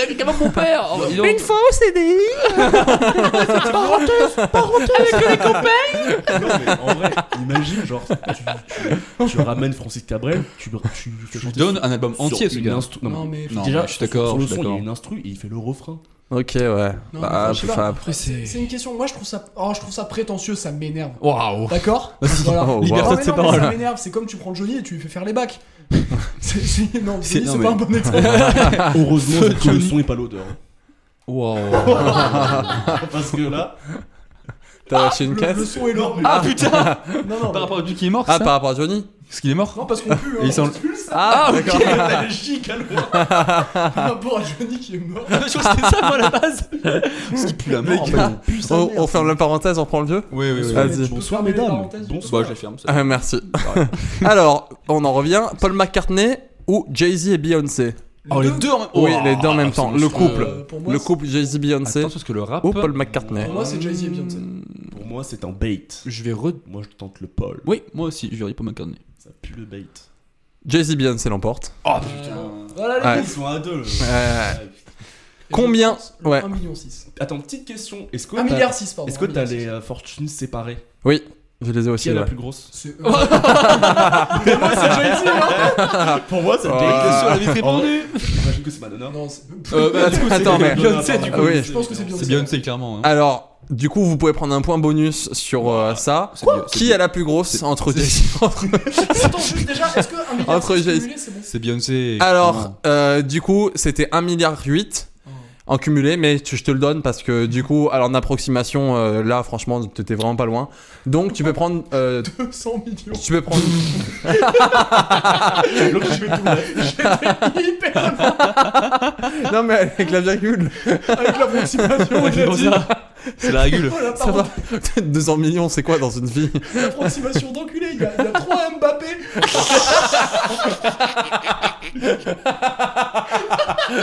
I: Avec avant mon père Une fois
G: Non, mais en vrai, imagine, genre, tu, tu- tu ramènes Francis Cabrel, tu tu, tu
I: Je
G: chantes
I: donne un album
G: sur
I: entier
G: une
I: ce gars.
G: instru-
H: Non
G: Non, mais
H: mais
I: Non,
G: déjà,
I: je suis d'accord,
G: Sur
I: je
G: le
I: suis
G: son, il y a
I: d'accord.
G: une instru et il fait le refrain.
F: Ok ouais.
H: Non, mais
F: bah,
H: je sais pas.
F: enfin,
H: Après, c'est c'est une question. Moi, je trouve ça. Oh, je trouve ça prétentieux. Ça m'énerve.
I: Waouh
H: D'accord. Voilà.
F: Oh, wow.
H: Non,
I: Liberté
H: mais
I: de ses
H: non, mais
I: paroles.
H: Ça m'énerve. C'est comme tu prends Johnny et tu lui fais faire les bacs. c'est c'est- non, Johnny,
I: C'est- non,
H: c'est
I: mais-
H: pas un bon exemple.
I: Ah.
G: Heureusement, j'ai que le son et pas l'odeur. hein.
I: Waouh
G: Parce que là,
F: T'as lâché une
H: Le, le
F: caisse
H: son est lourd.
I: Ah putain
H: non, non.
I: Par rapport à lui qui est mort,
F: Ah
I: ça
F: par rapport à Johnny
I: Parce qu'il est mort
H: Non, parce qu'on pue. Hein,
I: Et il s'en-
H: on pue, ça.
F: Ah, d'accord.
H: T'as le chic à l'oreille. Par rapport à Johnny qui est mort.
I: Ah, Je crois que c'était ça moi à la base Parce qu'il pue la
F: Les
I: mort en fait.
F: gars, on, on ferme la parenthèse, on reprend le vieux
I: Oui, oui, oui.
F: Vas-y.
H: Tu peux
G: Bonsoir,
H: fermer les
G: mesdames.
H: parenthèses,
I: Bah, je la ferme. ça.
F: Ah, Merci. Alors, on en revient. Paul McCartney ou Jay-Z et Beyoncé
I: Oh, les deux en même
F: Oui,
I: Waouh,
F: les deux en même
I: c'est
F: temps. Le
I: monstrueux.
F: couple.
H: Euh, pour moi,
F: Le
H: c'est-
F: couple Jay-Z Beyoncé
I: Attends, Oh, parce que le rap.
F: ou Paul McCartney
H: Pour moi, c'est Jay-Z et Beyoncé.
G: pour moi, c'est un bait.
I: Je vais re.
G: Moi, je tente le Paul.
I: Oui, moi aussi, je vais Paul McCartney.
G: Ça pue le bait.
F: Jay-Z Beyoncé l'emporte.
I: Oh
H: Ah, Voilà les
F: Ouais.
H: gars.
G: Ils sont à deux.
F: Ouais. Combien
H: Le
F: Ouais.
H: 1 million 6.
G: Attends, petite question. Est-ce que
H: 1
G: t'as-
H: milliard 6, pardon.
G: Est-ce que
H: un
G: t'as
H: milliard
G: les euh, fortunes séparées
F: Oui, je les ai
G: Qui
F: aussi.
G: est
F: là.
G: la plus grosse
H: six. C'est euh,
G: Pour moi,
I: Ah.
G: c'est
I: question à la vite
G: En
I: répondue
G: J'imagine que c'est Madonna.
H: non, c'est-
I: Euh, bah,
F: Attends, attends, mais-
I: Beyoncé,
G: Ah
I: du coup.
F: Oui.
H: Je pense que c'est Beyoncé.
I: C'est Beyoncé, clairement. hein.
F: Alors, du coup, vous pouvez prendre un point bonus sur euh, ça.
I: C'est Beyoncé.
F: Qui est la plus grosse
I: C'est-
F: entre
I: c'est-
F: Jay-Z entre-
H: Attends, juste déjà, est-ce que 1 milliard
F: Entre
H: six
F: Jay-Z.
H: cumulé, c'est bon
I: C'est Beyoncé.
F: Alors, euh, du coup, c'était 1,8 milliard Oh. en cumulé, mais tu- je te le donne parce que du coup, alors en approximation, euh, là, franchement, t'étais vraiment pas loin. Donc, tu peux prendre. euh,
H: 200 millions.
F: tu peux prendre.
H: Hyper
F: non, mais avec la virgule.
H: avec l'approximation, j'ai dit.
I: C'est la régule.
H: Oh la
F: Ça va. 200 millions, c'est quoi dans une vie
H: Approximation d'enculé, il y a il y a trois Mbappé.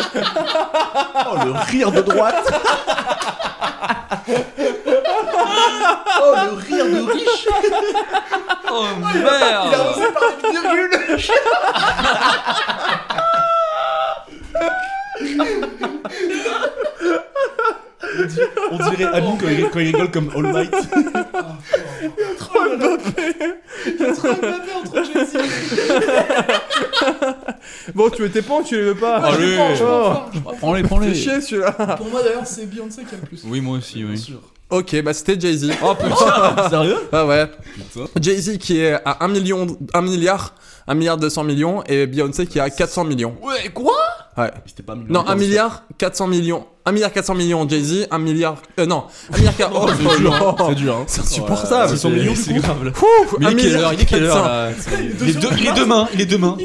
G: Oh, le rire de droite
H: Oh le rire de riche.
I: Oh
H: Il a
I: merde
H: osé parler de virgule.
G: On dirait Ami quand il, quand il rigole comme All Might.
H: Trop Mbappé. Il y a trois Mbappé entre Jay-Z.
F: Bon, tu veux tes pans, tu les veux pas Oh.
I: Allez.
H: Je prends, je prends, je
I: Prends-les, prends-les
F: Ah, chier celui-là
H: prends. Pour moi d'ailleurs, c'est Beyoncé qui a le plus.
I: Oui, moi aussi, oui.
F: Ok, bah c'était Jay-Z. Oh putain, sérieux Ah ouais. Jay-Z qui est à 1 million, 1 milliard, 1 milliard 200 millions et Beyoncé qui est à 400 millions.
I: Ouais, quoi
F: Ouais.
G: C'était pas
F: Non, 1 milliard 400 millions. 1 milliard 400 millions Jay-Z, 1 milliard. Euh, non, 1 milliard. quar- Oh, Ah,
G: C'est dur, hein.
F: non.
G: c'est dur. Hein.
F: C'est insupportable.
G: C'est son million du coup.
I: grave là.
F: Ouf,
I: Mais
F: 1
I: il est quelle
F: milliard
I: heure Il est quelle heure
F: 400.
I: là Il est deux- il est demain, il est demain.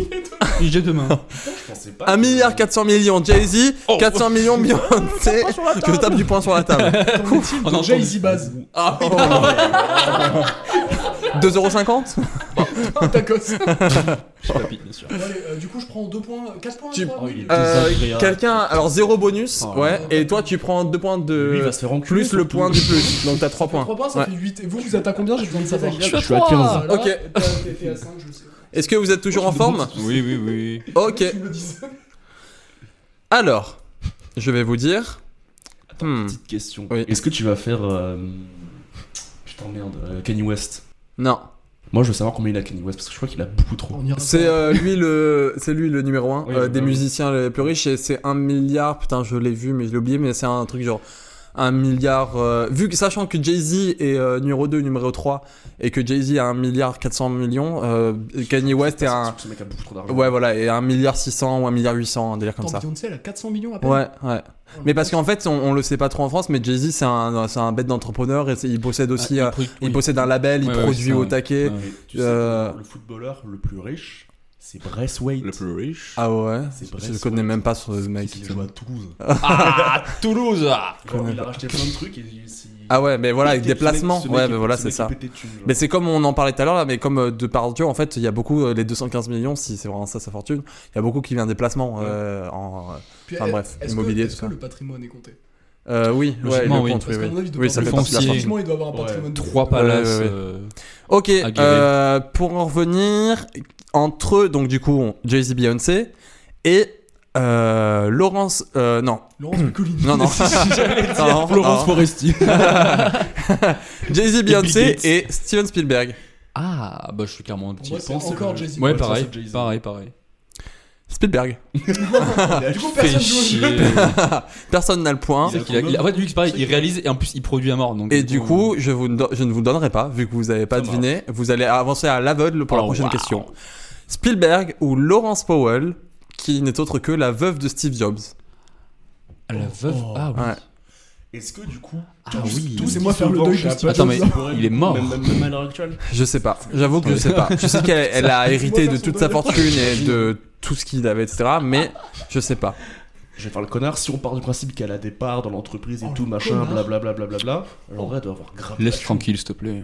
I: Il est déjà demain.
G: Je pensais pas.
F: 1 milliard 400 millions Jay-Z,
I: Oh.
F: 400 millions Beyoncé. Je tape du poing sur la table.
I: On entend-
H: Jay-Z Baz.
I: Ah
F: Oh. 2,50€
H: Tacos.
I: Je suis papy, bien sûr.
H: Bon, allez, Ah, euh, du coup, je prends 2 points. 4 points.
F: Tu-
H: je crois,
G: Oh,
H: oui.
G: il est-
F: Euh,
G: Désagréable.
F: Quelqu'un, alors zéro bonus,
I: hein. Oh là
F: ouais,
H: là.
F: et toi tu prends deux points
G: Lui, il
F: de
G: va se faire enculer.
F: euh, plus le point du plus, donc t'as trois points.
H: 3 points, ça
F: Ouais.
H: fait 8. Et vous, vous êtes à combien J'ai besoin de savoir.
G: Je suis à 15.
H: Voilà.
F: Ok.
H: T'as- T'étais à 5, je sais.
F: Est-ce que vous êtes toujours en forme
I: Oui, oui, oui.
F: Ok,
H: Tu me le disais.
F: alors, je vais vous dire. Hmm,
G: Petite question.
F: Oui.
G: Est-ce que tu vas faire. euh, Putain, merde. euh, Kanye West
F: Non,
G: Moi, je veux savoir combien il a Kanye West parce que je crois qu'il a beaucoup trop.
H: On ira
F: c'est
H: pas.
F: euh, lui le c'est lui le numéro 1
G: Oui, bah
F: des
G: oui.
F: musiciens les plus riches et c'est un milliard, putain je l'ai vu mais je l'ai oublié mais c'est un truc genre un milliard, euh, vu que sachant que Jay-Z est euh, numéro 2, numéro 3 et que Jay-Z a un milliard 400 millions, euh, Kanye West est un...
G: Ce mec a beaucoup trop d'argent.
F: Ouais voilà, et un milliard 600 ou un milliard 800, un délire comme
H: Attends,
F: ça.
H: Beyoncé, elle a 400 millions à peine.
F: Ouais, ouais. Mais parce qu'en fait, on, on le sait pas trop en France, mais Jay-Z, c'est un, c'est un bête d'entrepreneur et c'est- il possède
G: Ah,
F: aussi. euh, il possède un label, il
I: Ouais, ouais,
F: produit
I: c'est ça,
F: au
I: ouais.
F: taquet.
I: Ouais.
G: Et tu sais que
F: Euh,
G: le footballeur le plus riche, c'est Braithwaite.
I: Le plus riche.
F: Ah ouais
G: C'est
F: Je
G: Braithwaite.
F: connais même pas ce mec.
G: Il joue à Toulouse.
I: Ah, Toulouse
G: Genre, il a racheté plein de trucs et il s'est-
F: Ah ouais, mais voilà, avec
G: pété
F: des
G: de thunes.
F: placements.
G: Ce mec
F: Ouais,
G: est-
F: mais voilà,
G: ce
F: c'est
G: mec est
F: ça.
G: pété de thunes, genre.
F: Mais c'est comme on en parlait tout à l'heure, là, mais comme euh, Depardieu, en fait, il y a beaucoup, euh, les 215 millions, si c'est vraiment ça sa fortune, il y a beaucoup qui vient des placements. euh, en,
H: Puis,
F: enfin,
H: est-
F: bref,
H: est-ce
F: immobilier,
H: que,
F: tout
H: est-ce que
F: ça.
H: le patrimoine est compté
F: euh, oui, ouais,
I: Logiquement,
F: le
I: oui.
F: compte, oui,
H: Parce qu'à
F: oui.
H: mon avis, de
F: Oui, ça fait
H: parler-
F: partie de la
I: foncier.
F: fortune.
H: Logiquement, il doit avoir un
G: Ouais.
H: patrimoine de
I: Trois
H: fou.
I: palaces.
F: Ouais, ouais, ouais.
I: euh,
F: Ok,
I: Aguirre.
F: euh, pour en revenir, entre eux, donc du coup, on- Jay-Z, Beyoncé, et euh, Laurence... euh, non,
H: Laurence Piccolini.
F: non, non. Non, non.
I: Foresti.
F: Jay-Z,
I: Bill
F: Beyoncé
I: Gates.
F: et Steven Spielberg.
I: Ah, bah je suis clairement un
H: Pour
I: petit.
H: moi,
G: J'y
H: c'est
G: pense,
H: encore
F: euh,
G: le-
H: Jay-Z.
I: Ouais,
G: Ouais, ça,
I: pareil,
G: c'est Jay-Z.
I: pareil, pareil.
F: Spielberg.
H: Du coup,
I: Fait
H: personne joue au
I: chier.
H: jeu.
F: Personne n'a le point.
I: C'est qu'il a- il a- En fait, lui, c'est pareil, il réalise et en plus, il produit à mort. Donc,
F: Et du coup, je, vous, do- je ne vous donnerai pas, vu que vous n'avez pas
I: Ça
F: deviné. Vous allez avancer à l'aveugle pour la
I: Oh,
F: prochaine
I: waouh.
F: question. Spielberg ou Laurence Powell, qui n'est autre que la veuve de Steve Jobs.
I: Ah, La veuve.
G: Oh.
I: Ah, oui.
F: Ouais.
G: Est-ce que du coup.
I: Ah oui.
G: tout ce
H: Laissez-moi
G: qui
H: faire
G: se
H: le
G: vend
H: deuil
G: chez
H: de
G: Apple,
I: Attends, mais
G: c'est pour elle,
I: il est mort.
G: Même, même- même à l'heure actuelle.
F: Je sais pas. J'avoue que je sais pas. Je sais qu'elle elle a hérité de toute sa fortune et de tout ce qu'il avait, etc. Mais je sais pas.
G: Je vais faire le connard. Si on part du principe qu'elle a des parts dans l'entreprise et
H: Oh,
G: tout,
H: le
G: machin,
H: connard.
G: blablabla, blablabla. Alors en vrai, elle doit avoir grave.
I: Laisse tranquille, s'il te plaît.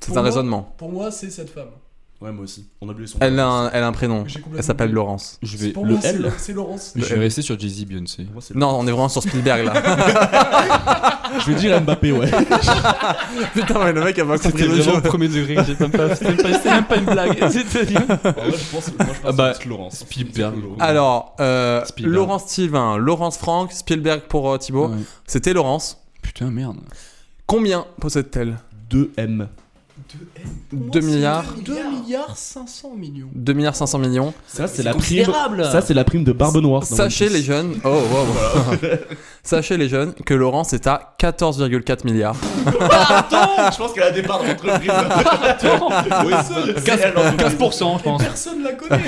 F: C'est un raisonnement.
H: Pour moi, c'est cette femme.
G: Ouais, moi aussi. On a oublié son.
F: Elle a un, elle a un prénom.
H: J'ai complètement
F: Elle s'appelle
H: oublié.
F: Laurence.
I: Je vais.
H: Pour
I: le
H: moi, c'est-
I: L.
H: c'est Laurence.
I: Je vais rester sur Jay-Z, Beyoncé.
G: Pour moi, c'est le-
F: Non, on est vraiment sur Spielberg là.
G: Je vais dire Mbappé, ouais.
F: Putain, mais le mec a pas compris le jeu.
I: premier degré. C'était même pas une blague.
G: En vrai, je pense. Moi, je pense
I: Ah bah,
G: que c'est Laurence.
I: Spielberg.
F: Alors, euh,
I: Spielberg.
F: Laurence Sylvain, Laurence Franck, Spielberg pour euh, Thibaut.
I: Ouais.
F: C'était Laurence.
I: Putain, merde.
F: Combien possède-t-elle
G: 2M.
F: 2 milliards,
H: 2 milliards 500 millions.
F: 2 milliards 500 millions.
G: Ça, c'est la prime. Ça, c'est la prime de Barbe Noire. dans
F: Sachez
G: One Piece.
F: les jeunes, oh wow. Sachez les jeunes que Laurence est à 14,4 milliards.
G: Je pense qu'elle a des parts d'entreprise. oui, seul.
I: 15%, je pense.
H: Personne la connaît.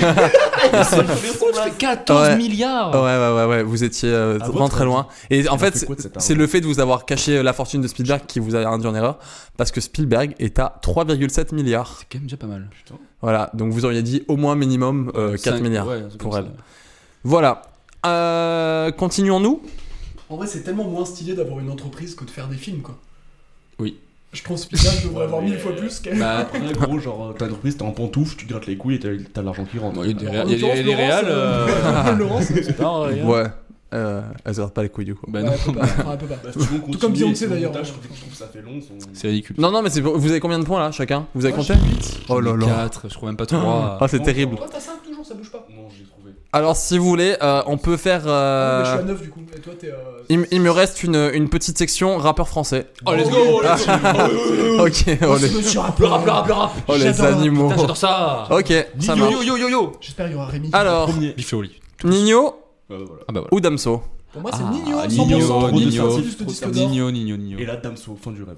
I: Ça fait 14
F: Ouais.
I: milliards.
F: Ouais, ouais, ouais, ouais, vous étiez euh,
G: Ah,
F: vraiment
G: votre
F: très loin. Et en
G: Elle a
F: fait,
G: fait quoi de
F: c'est-
G: cet
F: c'est
G: argent
F: le fait de vous avoir caché euh, la fortune de Spielberg qui vous a induit en erreur, parce que Spielberg est à 3,7 milliards.
I: C'est quand même déjà pas mal.
F: Voilà, donc vous auriez dit au moins minimum euh, 4
I: Cinq-
F: milliards.
I: ouais, un truc
F: pour
I: comme
F: elle. Voilà. Euh, Continuons-nous
H: En vrai, c'est tellement moins stylé d'avoir une entreprise que de faire des films, quoi.
I: Oui.
H: Je transpire, je
G: Ouais,
H: devrais avoir
G: mais-
H: mille fois plus qu'elle.
I: Bah,
G: Après, gros, genre, t'as l'entreprise, t'es en pantoufle, tu grattes les couilles et t'as- t'as l'argent qui rentre.
I: bon, il y a des
H: En
I: réals- il y a
H: l'occurrence,
I: des- il y a des
H: Laurence,
I: réals.
H: euh,
I: euh,
H: Laurence,
I: c'est pas un réal.
F: Ouais. Euh, elles regardent pas les couilles du coup.
I: Bah
H: Ouais,
I: non.
H: elle peut pas, enfin, elle peut pas.
G: Bah, si tu veux, on
H: Tout
G: continue
H: comme
G: et
H: Beyoncé,
G: sur le
H: d'ailleurs.
G: montage, Je trouve je trouve que ça fait long. son-
I: C'est ridicule.
F: Non, non, mais c'est- vous avez combien de points là chacun Vous avez
H: Moi,
F: compté
H: j'ai Ah, huit.
F: Oh là là.
I: 4, je crois même pas 3.
F: Ah, c'est terrible.
H: Toi, t'as 5 toujours, ça bouge pas.
G: Non, j'ai trouvé.
F: Alors, si vous voulez, euh, on peut faire. euh,
I: Ah,
H: Mais je suis à 9 du coup, et toi, t'es. euh,
F: il, m- il me reste une, une petite section rappeur français.
I: Oh, let's
H: Oh,
I: go!
H: let's go.
F: Ok, oh les,
H: Je suis rappeur, rappeur, rappeur.
F: oh, les
H: J'adore.
F: animaux.
I: Putain, Euh. j'adore ça!
F: Ok, ça
I: yo,
F: marche.
I: yo, yo, yo, yo!
H: J'espère qu'il y aura Rémi. qui-
F: Alors,
I: Biféoli.
F: Nino
G: Euh, voilà.
I: Ah bah voilà.
F: ou Damso
H: Pour moi, c'est
I: Ah,
H: Nino, 100%. Nino,
I: Nino, Nino,
H: juste le disque d'or.
I: Nino, Nino, Nino.
G: Et là, Damso, fin du rêve.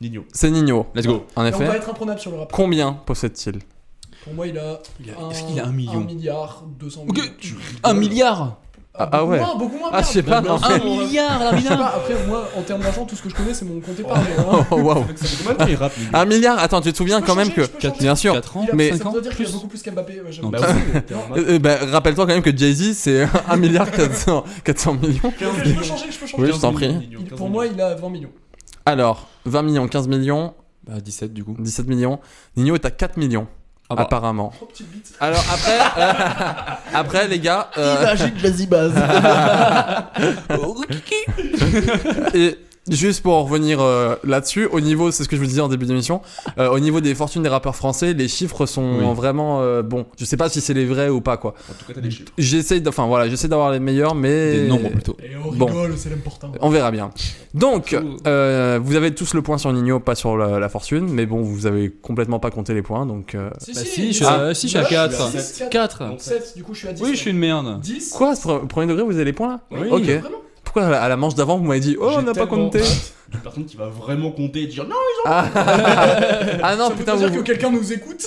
G: Nino.
F: C'est Nino.
I: Let's go!
F: En
H: Et on va
F: effet.
H: être imprenable sur le rap.
F: Combien possède-t-il
H: Pour moi, il a.
I: Il a-
H: un-
I: Est-ce qu'il a un million?
H: milliard, 200
I: Ok,
H: millions.
I: tu- Un milliard!
F: Ah, ah
H: beaucoup
F: ouais.
H: moins, beaucoup moins,
F: Ah, je sais
H: merde.
F: pas, non.
I: Un milliard, la
H: Je sais pas,
I: milliard!
H: après, moi, en termes d'argent, tout ce que je connais, c'est mon compte épargne.
F: Oh
H: hein.
F: waouh.
G: Ça fait combien de temps il rappe, Nino
F: Un milliard Attends, tu te souviens
H: peux
F: quand même que.
H: changer, je peux changer.
F: Bien sûr.
I: 4 ans?
H: Il a-
F: mais-
H: ça veut dire qu'il a beaucoup plus qu'Mbappé. ouais, j'avoue.
I: Non,
G: Bah oui, t'es en mode.
F: Euh, euh, bah, Rappelle-toi quand même que Jay-Z c'est 1 milliard 400, 400 millions.
H: je peux changer, je peux changer.
F: Oui, je t'en prie.
G: Nino,
H: Il-
G: 15
H: pour
G: millions.
H: moi, il a 20 millions.
F: Alors, 20 millions, 15 millions,
I: Bah 17 du coup.
F: 17 millions. Nino est à 4 millions,
I: Ah bah.
F: apparemment.
H: Oh, petite bite.
F: Alors après, euh, après les gars, euh, Oh,
H: de la zibase.
F: et juste pour en revenir euh, là-dessus, au niveau, c'est ce que je vous disais en début d'émission, euh, au niveau des fortunes des rappeurs français, les chiffres sont
I: Oui.
F: vraiment euh, bons. Je sais pas si c'est les vrais ou pas quoi.
G: En tout cas, t'as des chiffres.
F: J'essaie, d'- enfin voilà, j'essaie d'avoir les meilleurs, mais
I: Des nombres plutôt.
H: Et on
F: Bon.
H: rigole, c'est l'important.
F: On verra bien. Donc, euh, vous avez tous le point sur Nino, pas sur la, la fortune, mais bon, vous avez complètement pas compté les points, donc. euh,
H: Si, si,
I: Bah
H: Ah,
I: si, je suis
H: il a-
I: à- si, je suis à
H: neuf,
I: 4.
H: six, quatre,
I: 4!
H: 7, du coup, je suis à 10.
I: Oui, je suis une merde!
H: 10.
F: Quoi, ce premier degré, vous avez les points là
G: Oui.
F: Ok.
H: Vraiment
F: Pourquoi à la, à la manche d'avant, vous m'avez dit, oh, on
G: J'ai
F: n'a pas
G: tellement
F: compté
G: hâte D'une personne qui va vraiment compter et dire non,
F: Ah, Ah non,
H: ça
F: putain,
H: veut
F: vous,
H: dire que quelqu'un nous écoute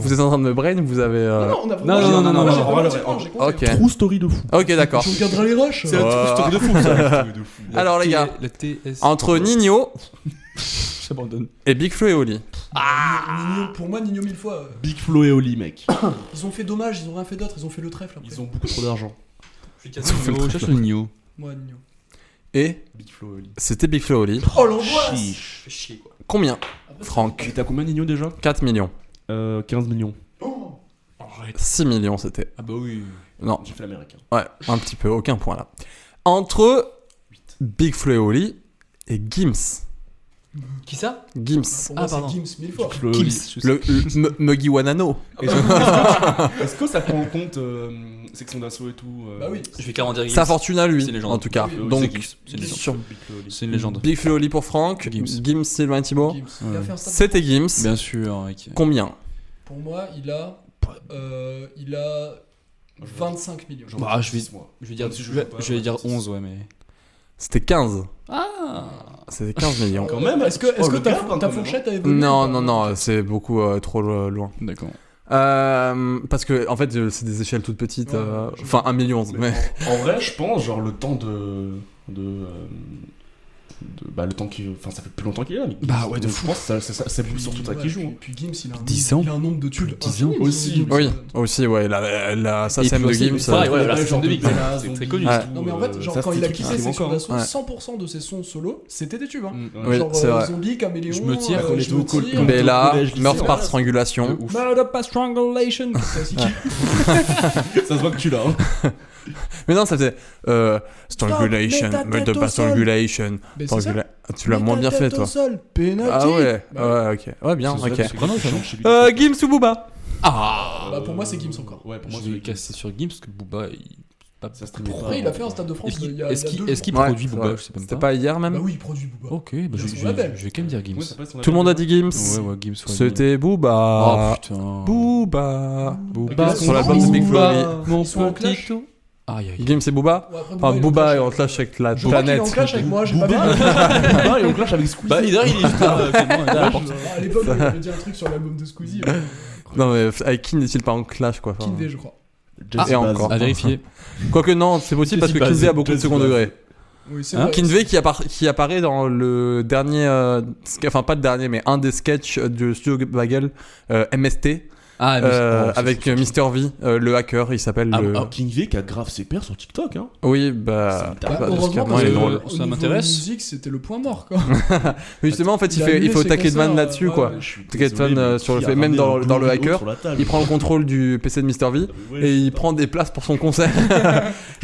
F: vous êtes en train de me brain, vous avez. euh,
H: Non, on a
I: Non, non, non, non,
H: moi,
I: non,
H: j'ai
G: non,
H: vraiment
G: non,
H: dit
G: non,
H: non,
G: non,
H: j'ai compté.
F: Ok.
G: true story de fou.
F: Ok, d'accord.
H: Tu regarderas les rushs
F: C'est un truc-
I: truc de fou ça! de fou.
F: Alors, les gars,
I: la TS.
F: Entre Nino
I: J'abandonne.
F: et Big Flo et Oli.
H: Nino- pour moi, Nino mille fois. euh,
G: Big Flo et Oli, mec.
H: Ils ont fait dommage, ils ont rien fait d'autre, ils ont fait le trèfle après.
G: Ils ont beaucoup trop d'argent.
I: Nino, cherche le Nino.
H: Moi, Nino.
F: Et
G: Big Flo et Oli.
F: c'était Big Flo et Oli.
H: Oh l'angoisse
G: Chiche.
I: Chier quoi.
F: Combien
H: Après,
F: Franck.
G: Et t'as combien, Nino, déjà
F: 4 millions.
G: Euh, 15 millions.
H: Oh.
F: 6 millions, c'était.
I: Ah bah oui.
F: Non,
G: J'ai fait l'américain.
F: ouais, un petit peu, aucun point là. Entre Big Flo et Oli et Gims.
I: Qui ça
F: Gims.
H: Pour
I: Ah,
H: moi, c'est
I: pardon.
H: Gims mille fois.
G: Flo et Oli.
I: Kims.
F: Le, le- M- Muggy Wanano.
G: Est-ce que- Est-ce que ça prend en compte euh, section d'assaut et tout euh,
H: Bah oui.
I: Je vais carrément dire
F: Sa
I: Gims.
F: fortune à
I: C'est
F: lui,
I: une légende.
F: en tout cas.
H: Oui,
G: oui,
F: Donc,
I: C'est Gims, c'est une légende.
F: sur
G: Big Flo et Oli.
I: C'est une légende.
F: Big Flo et Oli pour Franck,
I: Gims.
F: Gims, Sylvain et Thibault.
H: Gims. Il a fait un stade.
F: C'était Gims.
I: Bien sûr, mec.
F: Combien
H: Pour moi, il a. euh, il a. 25 millions.
G: Genre,
I: Bah, je vais-
G: 10 mois.
I: Je vais dire,
G: Si je
I: je
G: joue
I: vais,
G: pas,
I: je vais
G: ouais,
I: dire
G: c'est-
I: 11, ouais, mais.
F: C'était 15.
I: Ah
F: C'était 15 millions.
G: Quand même,
H: Est-ce que, est-ce
G: oh,
H: que
G: le
H: ta,
G: gars, quand
H: ta
G: même,
H: fourchette a évolué
F: Non,
H: ou pas
F: non, non, c'est beaucoup euh, trop lo- loin.
I: D'accord.
F: Euh, parce que, en fait, euh, c'est des échelles toutes petites.
H: Ouais,
F: euh,
H: je-
F: Enfin, 1 million.
G: Mais
F: Mais...
G: en, en vrai, je pense, genre, le temps de. de, euh, de- bah, le temps qui. Enfin, ça fait plus longtemps qu'il est là. mais-
I: Bah ouais, de
G: Donc,
I: fou.
G: Je pense que ça- ça- ça- c'est
H: Puis-
G: surtout ça
H: ouais,
G: qui joue. hein.
H: puis- Puis Gims, il a un,
I: 10 ans.
H: il a un nombre de tubes.
I: 10 ans.
H: infinies,
G: Aussi.
H: Gims.
F: Oui, aussi, ouais, la, la, ça,
I: Et
F: c'est
I: puis
F: de
I: aussi,
F: Gims.
I: c'est pareil, ouais,
F: euh,
I: voilà,
G: Ouais,
I: c'est
G: genre,
I: Ah, de Big,
G: Bella,
I: c'est
G: Zombie
I: très connu.
G: et
F: Ouais.
G: tout,
H: Non mais en fait, genre
G: ça,
H: quand il
G: c'est
H: a
G: des trucs
H: quitté
G: qui
H: Section
G: manquent, hein.
H: d'Assaut,
F: Ouais.
H: 100% de ses sons solo, c'était des tubes. Hein.
I: Mm.
G: Ouais.
H: Genre
F: Oui, c'est
H: euh,
F: vrai.
H: Zombie, Caméléon,
I: Je me tire,
H: euh,
G: quand les
H: je
G: deux
H: me
G: au col-
H: tire,
G: quand les
F: Bella,
G: collège, lycée,
F: meurtre par
G: ouais.
F: strangulation.
H: Murder by Strangulation. C'est aussi qui-
G: Ça se voit que tu l'as. hein.
F: Mais non, ça faisait euh, Strangulation,
H: Stop, mets ta
F: meurtre
H: tête
F: par
H: au sol.
F: strangulation.
H: Mais c'est ça.
F: strangula- Tu l'as
H: Mets
F: moins
H: ta
F: bien
H: tête
F: fait,
H: au
F: toi.
H: sol, penalty.
F: Ah ouais,
H: Bah,
F: ouais, ok. Ouais, bien,
G: Ça se voit
F: ok.
G: parce que
I: Vraiment,
G: c'est
I: vraiment.
G: chez lui.
F: Euh, Gims ou Booba
I: Ah
H: Bah, pour moi, c'est Gims encore.
G: Ouais, pour moi,
I: Je vais
G: c'est
I: casser sur Gims parce que Booba, il. pas-
G: Ça se
I: Pourquoi
G: trimait pas.
H: Après, il a fait un Stade de France
I: Est-ce
H: il
I: qu'il
H: y a
I: est-ce qu'il- est-ce qu'il
F: Ouais,
I: produit
F: c'est
I: Booba
F: vrai.
I: Je sais même
F: C'était
I: pas.
F: pas hier
H: Bah
F: même
H: oui, il produit Booba.
I: Ok, bah
H: Ils
I: je,
H: sont
I: je-
H: labels.
I: je vais quand même dire Gims.
G: Ouais, ça passe, on
F: Tout le monde a dit Gims.
I: Ouais, ouais, Gims. ouais,
F: C'était
I: Gims.
F: Booba.
I: Oh putain.
F: Booba.
I: Booba.
F: Sur l'album de Big Flo et Oli.
I: Mon
H: Ils sont en
I: petit
H: clash.
I: tout. Aïe aïe.
F: Gims et Booba
H: Ouais, après,
F: Enfin,
H: il est en
F: Booba
H: clash
F: est en
H: avec-
F: clash avec la
H: Je crois qu'il est
F: planète.
H: en clash avec moi, j'ai pas vu.
G: Booba, il est en clash avec Squeezie.
I: Bah, il est juste là, finalement, il est là.
H: Ah, À l'époque, il avait dit un truc sur l'album de Squeezie, euh,
F: Non, mais f- avec qui n'est-il pas en clash, quoi enfin,
H: Kinvé, je crois.
G: Jazzy
F: Ah, et
G: Bass.
F: encore.
I: À vérifier.
F: Quoique, non, c'est possible parce que
I: Jesse
F: Kinvey a
I: Bass,
F: beaucoup de
G: Jesse
F: second
G: Bass.
F: degré.
H: Oui, c'est
I: Hein,
H: vrai.
F: Kinvey qui, appara- qui apparaît dans le dernier. euh, ske- enfin, pas le dernier, mais un des sketchs du studio Bagel, euh, MST.
I: Ah, mais-
F: euh,
I: oh, c'est-
F: avec Mister V, euh, le hacker, il s'appelle.
G: Ah,
F: le-
G: ah, King V qui a grave ses pères sur TikTok. Hein.
F: Oui, bah.
G: C'est une
H: Bah,
G: tabasse.
F: bah, parce
H: heureusement,
F: qu'avant,
H: parce
F: il est
H: que
F: drôle.
H: au
I: Ça
H: niveau
I: m'intéresse.
H: musique, c'était le point mort, quoi.
F: Mais justement, en fait, il,
H: a
F: fait, il
H: annulé
F: faut
H: ses
F: taquer de
H: concerts,
F: Van là-dessus,
H: euh,
F: quoi.
H: ouais.
G: Je suis
F: Ticket
G: désolé,
F: Fan,
G: mais
F: euh, sur le
G: qui
F: fait-
G: a
F: même
G: ramené
F: dans-
G: le
F: dans le
G: Glory Hole
F: hacker,
G: sur la table
F: Il prend le contrôle du PC de Mister V.
G: Ah oui, ouais,
F: Et il
G: putain.
F: prend des places pour son concert.
G: Je
F: et il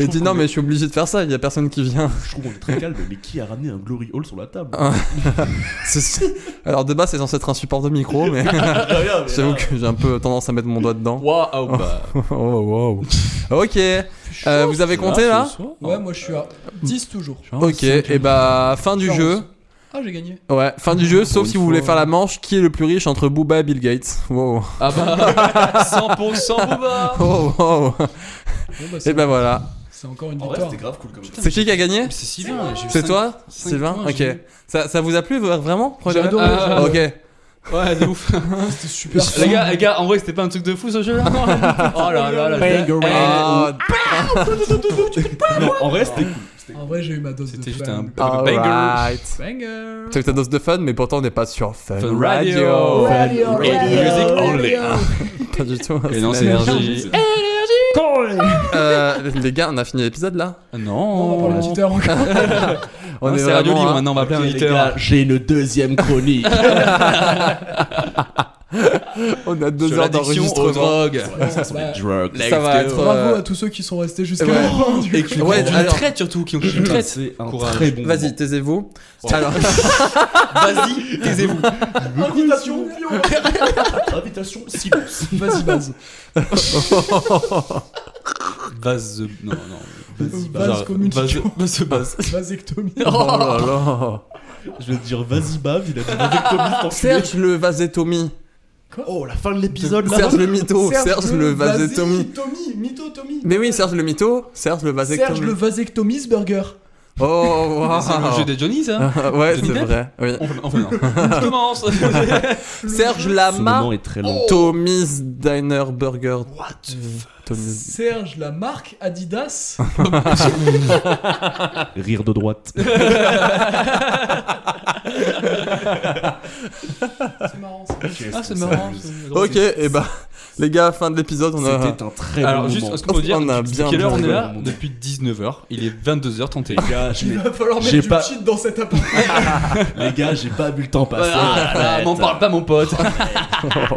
G: trouve
F: dit
G: qu'on
F: non,
G: est-
F: mais je suis obligé de faire ça, il y a personne qui vient.
G: Je trouve qu'on est très calme, mais qui a ramené un Glory Hall sur la table
F: Ah. C'est- Alors de base, c'est censé être un support de micro, mais
G: Ah, Regarde, mais
F: Ah, j'avoue
G: là,
F: que j'ai un
I: euh,
F: peu tendance à mettre mon doigt dedans.
I: Waouh, bah.
F: oh, wow.
I: oh.
F: Ok, euh, vous avez compté là
I: Ah.
H: Ouais, moi je suis à 10 toujours.
F: Ok, et bah fin du
H: Genre,
F: jeu.
H: Ah, j'ai gagné.
F: Ouais, fin du jeu, sauf
I: Mmh, une
F: si vous voulez
I: fois.
F: faire la manche, qui est le plus riche entre Booba et Bill Gates Wow.
I: Ah bah 100% Booba
F: Oh, wow.
H: Bon, bah,
F: Et
H: c'est
F: bah voilà.
H: c'est encore une
G: En vrai,
H: victoire.
G: c'était grave cool comme ça.
F: C'est qui qui a gagné
I: C'est Sylvain, j'ai eu
F: C'est
I: cinq-
F: toi
I: cinq
F: Sylvain
I: points,
F: Ok.
I: j'ai
F: Ça, ça vous a plu vraiment
H: J'ai adoré.
I: Ah,
H: j'ai
I: ah,
H: adoré.
F: Ok.
I: Ouais, de ouf
H: C'était super.
I: Les gars, les gars, en vrai, c'était pas un truc de fou ce jeu là Oh là là là
F: Bang
I: je-
F: around.
G: Non, en vrai, c'était cool. c'était cool.
H: En vrai, j'ai eu ma dose de
I: C'était juste
H: fun.
I: un
F: Ah, Alright.
H: banger.
F: C'est que ta dose de fun, mais pourtant on n'est pas sur Fun,
I: Fun
F: Radio.
H: Radio,
I: Radio. Radio. Music only.
F: Pas du tout.
I: Et non, c'est
F: la-
I: énergie.
F: Euh, les gars, on a fini l'épisode là
H: On va
I: Non,
H: parler d'auditeur encore.
F: On
I: Non,
F: est
I: c'est Radio
F: vraiment,
I: Libre
F: hein.
I: maintenant, on va appeler un
G: Ok, les
I: auditeur.
G: gars, J'ai une deuxième chronique.
F: On a deux
I: Sur l'addiction
F: heures
I: aux
F: d'enregistrement.
I: drogues.
H: Bah,
G: Drugs.
F: Ça va être.
H: Bravo
F: euh,
H: à tous ceux qui sont restés jusqu'à
F: ouais.
H: la fin du
I: Et qui
F: Ouais,
I: ouais,
F: alors-
I: traite surtout, qui ont une
G: Putain,
I: traite.
G: C'est un
I: Courage.
G: très bon.
F: Vas-y, taisez-vous. Alors,
I: Vas-y, taisez-vous.
G: moment. Invitation, pion. Invitation, silence.
H: Vas-y, Baz.
I: Vas non non.
G: Vas-y, Baz.
H: Baz communication.
I: Vas-y, vas
H: Vasectomie.
F: oh là là.
G: Je vais te dire, vas-y, bave. Il a dit, vas-y, Serge.
F: Serge le vasétomie.
G: Oh, la fin de l'épisode là.
F: Serge le mytho. Serge le vasétomie.
H: Tommy, mytho Tommy.
F: Mais oui, Serge le mytho. Serge le
H: Serge le
F: vasectomie.
H: vasectomise burger.
F: Oh,
I: C'est le jeu
F: wow.
I: des Johnny
F: Ah.
I: ça
F: Ouais,
I: Johnny
F: c'est
I: Depp
F: vrai. Oui.
I: On fait non. On commence
F: Serge
G: Ce
F: Lama.
G: moment est très long.
F: Tommy's Diner Burger. What Tommy's.
H: Serge la marque Adidas.
G: Rire de droite.
H: C'est marrant. ça.
I: Ah, c'est marrant.
F: Ok, et bah, les gars, fin de l'épisode, on a.
G: C'était un très bon
I: Alors juste,
G: moment.
I: est-ce qu'on peut dire
F: On a
I: depuis
F: bien
I: quelle heure on est
F: rigolé.
I: là Depuis 19h, il est 22h31.
G: Les gars, je
H: Il
G: l'ai-
H: va falloir mettre
G: J'ai
H: du
G: pas-
H: cheat dans cet appart.
G: les gars, j'ai pas vu le temps passer.
I: Ah,
G: Arrête.
I: m'en parle pas mon pote.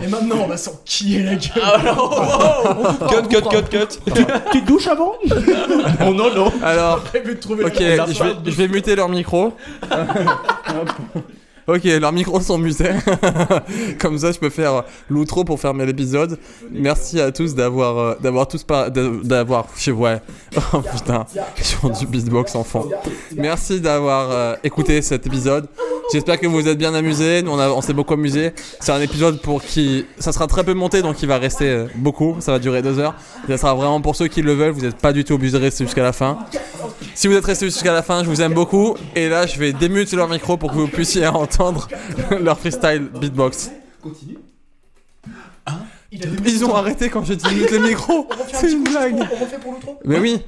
H: Et maintenant, on va s'en quiller la gueule.
I: Cut, cut, cut, cut.
G: Tu te douches avant Non, non, non.
F: Alors,
H: J'ai vu de trouver
F: ok,
H: la
F: je vais, je vais muter leur micro. ok, leurs micros sont mutés. Comme ça, je peux faire l'outro pour fermer l'épisode. Merci à tous d'avoir, euh, d'avoir tous par, d'a- d'avoir, je sais- ouais. Oh putain, ils font du beatbox enfant. Merci d'avoir euh, écouté cet épisode. J'espère que vous vous êtes bien amusés. Nous, on, a- on s'est beaucoup amusés. C'est un épisode pour qui. Ça sera très peu monté, donc il va rester euh, beaucoup. Ça va durer deux heures. Ça sera vraiment pour ceux qui le veulent. Vous n'êtes pas du tout obligé de rester jusqu'à la fin. Si vous êtes resté jusqu'à la fin, je vous aime beaucoup. Et là, je vais démute leur micro pour que vous puissiez entendre leur freestyle beatbox. Ils ont arrêté quand j'ai dit mute les micros. C'est une blague.
H: On refait pour l'outro
F: Mais oui.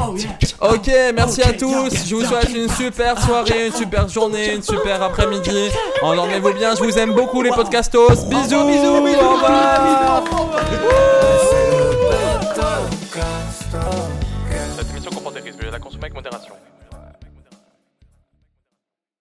H: Oh yeah
F: Ok, merci à tous. Je vous souhaite une super soirée, une super journée, une super après-midi. Endormez-vous bien. Je vous aime beaucoup, les podcastos. Bisous. Bisous. Au revoir.
D: C'est le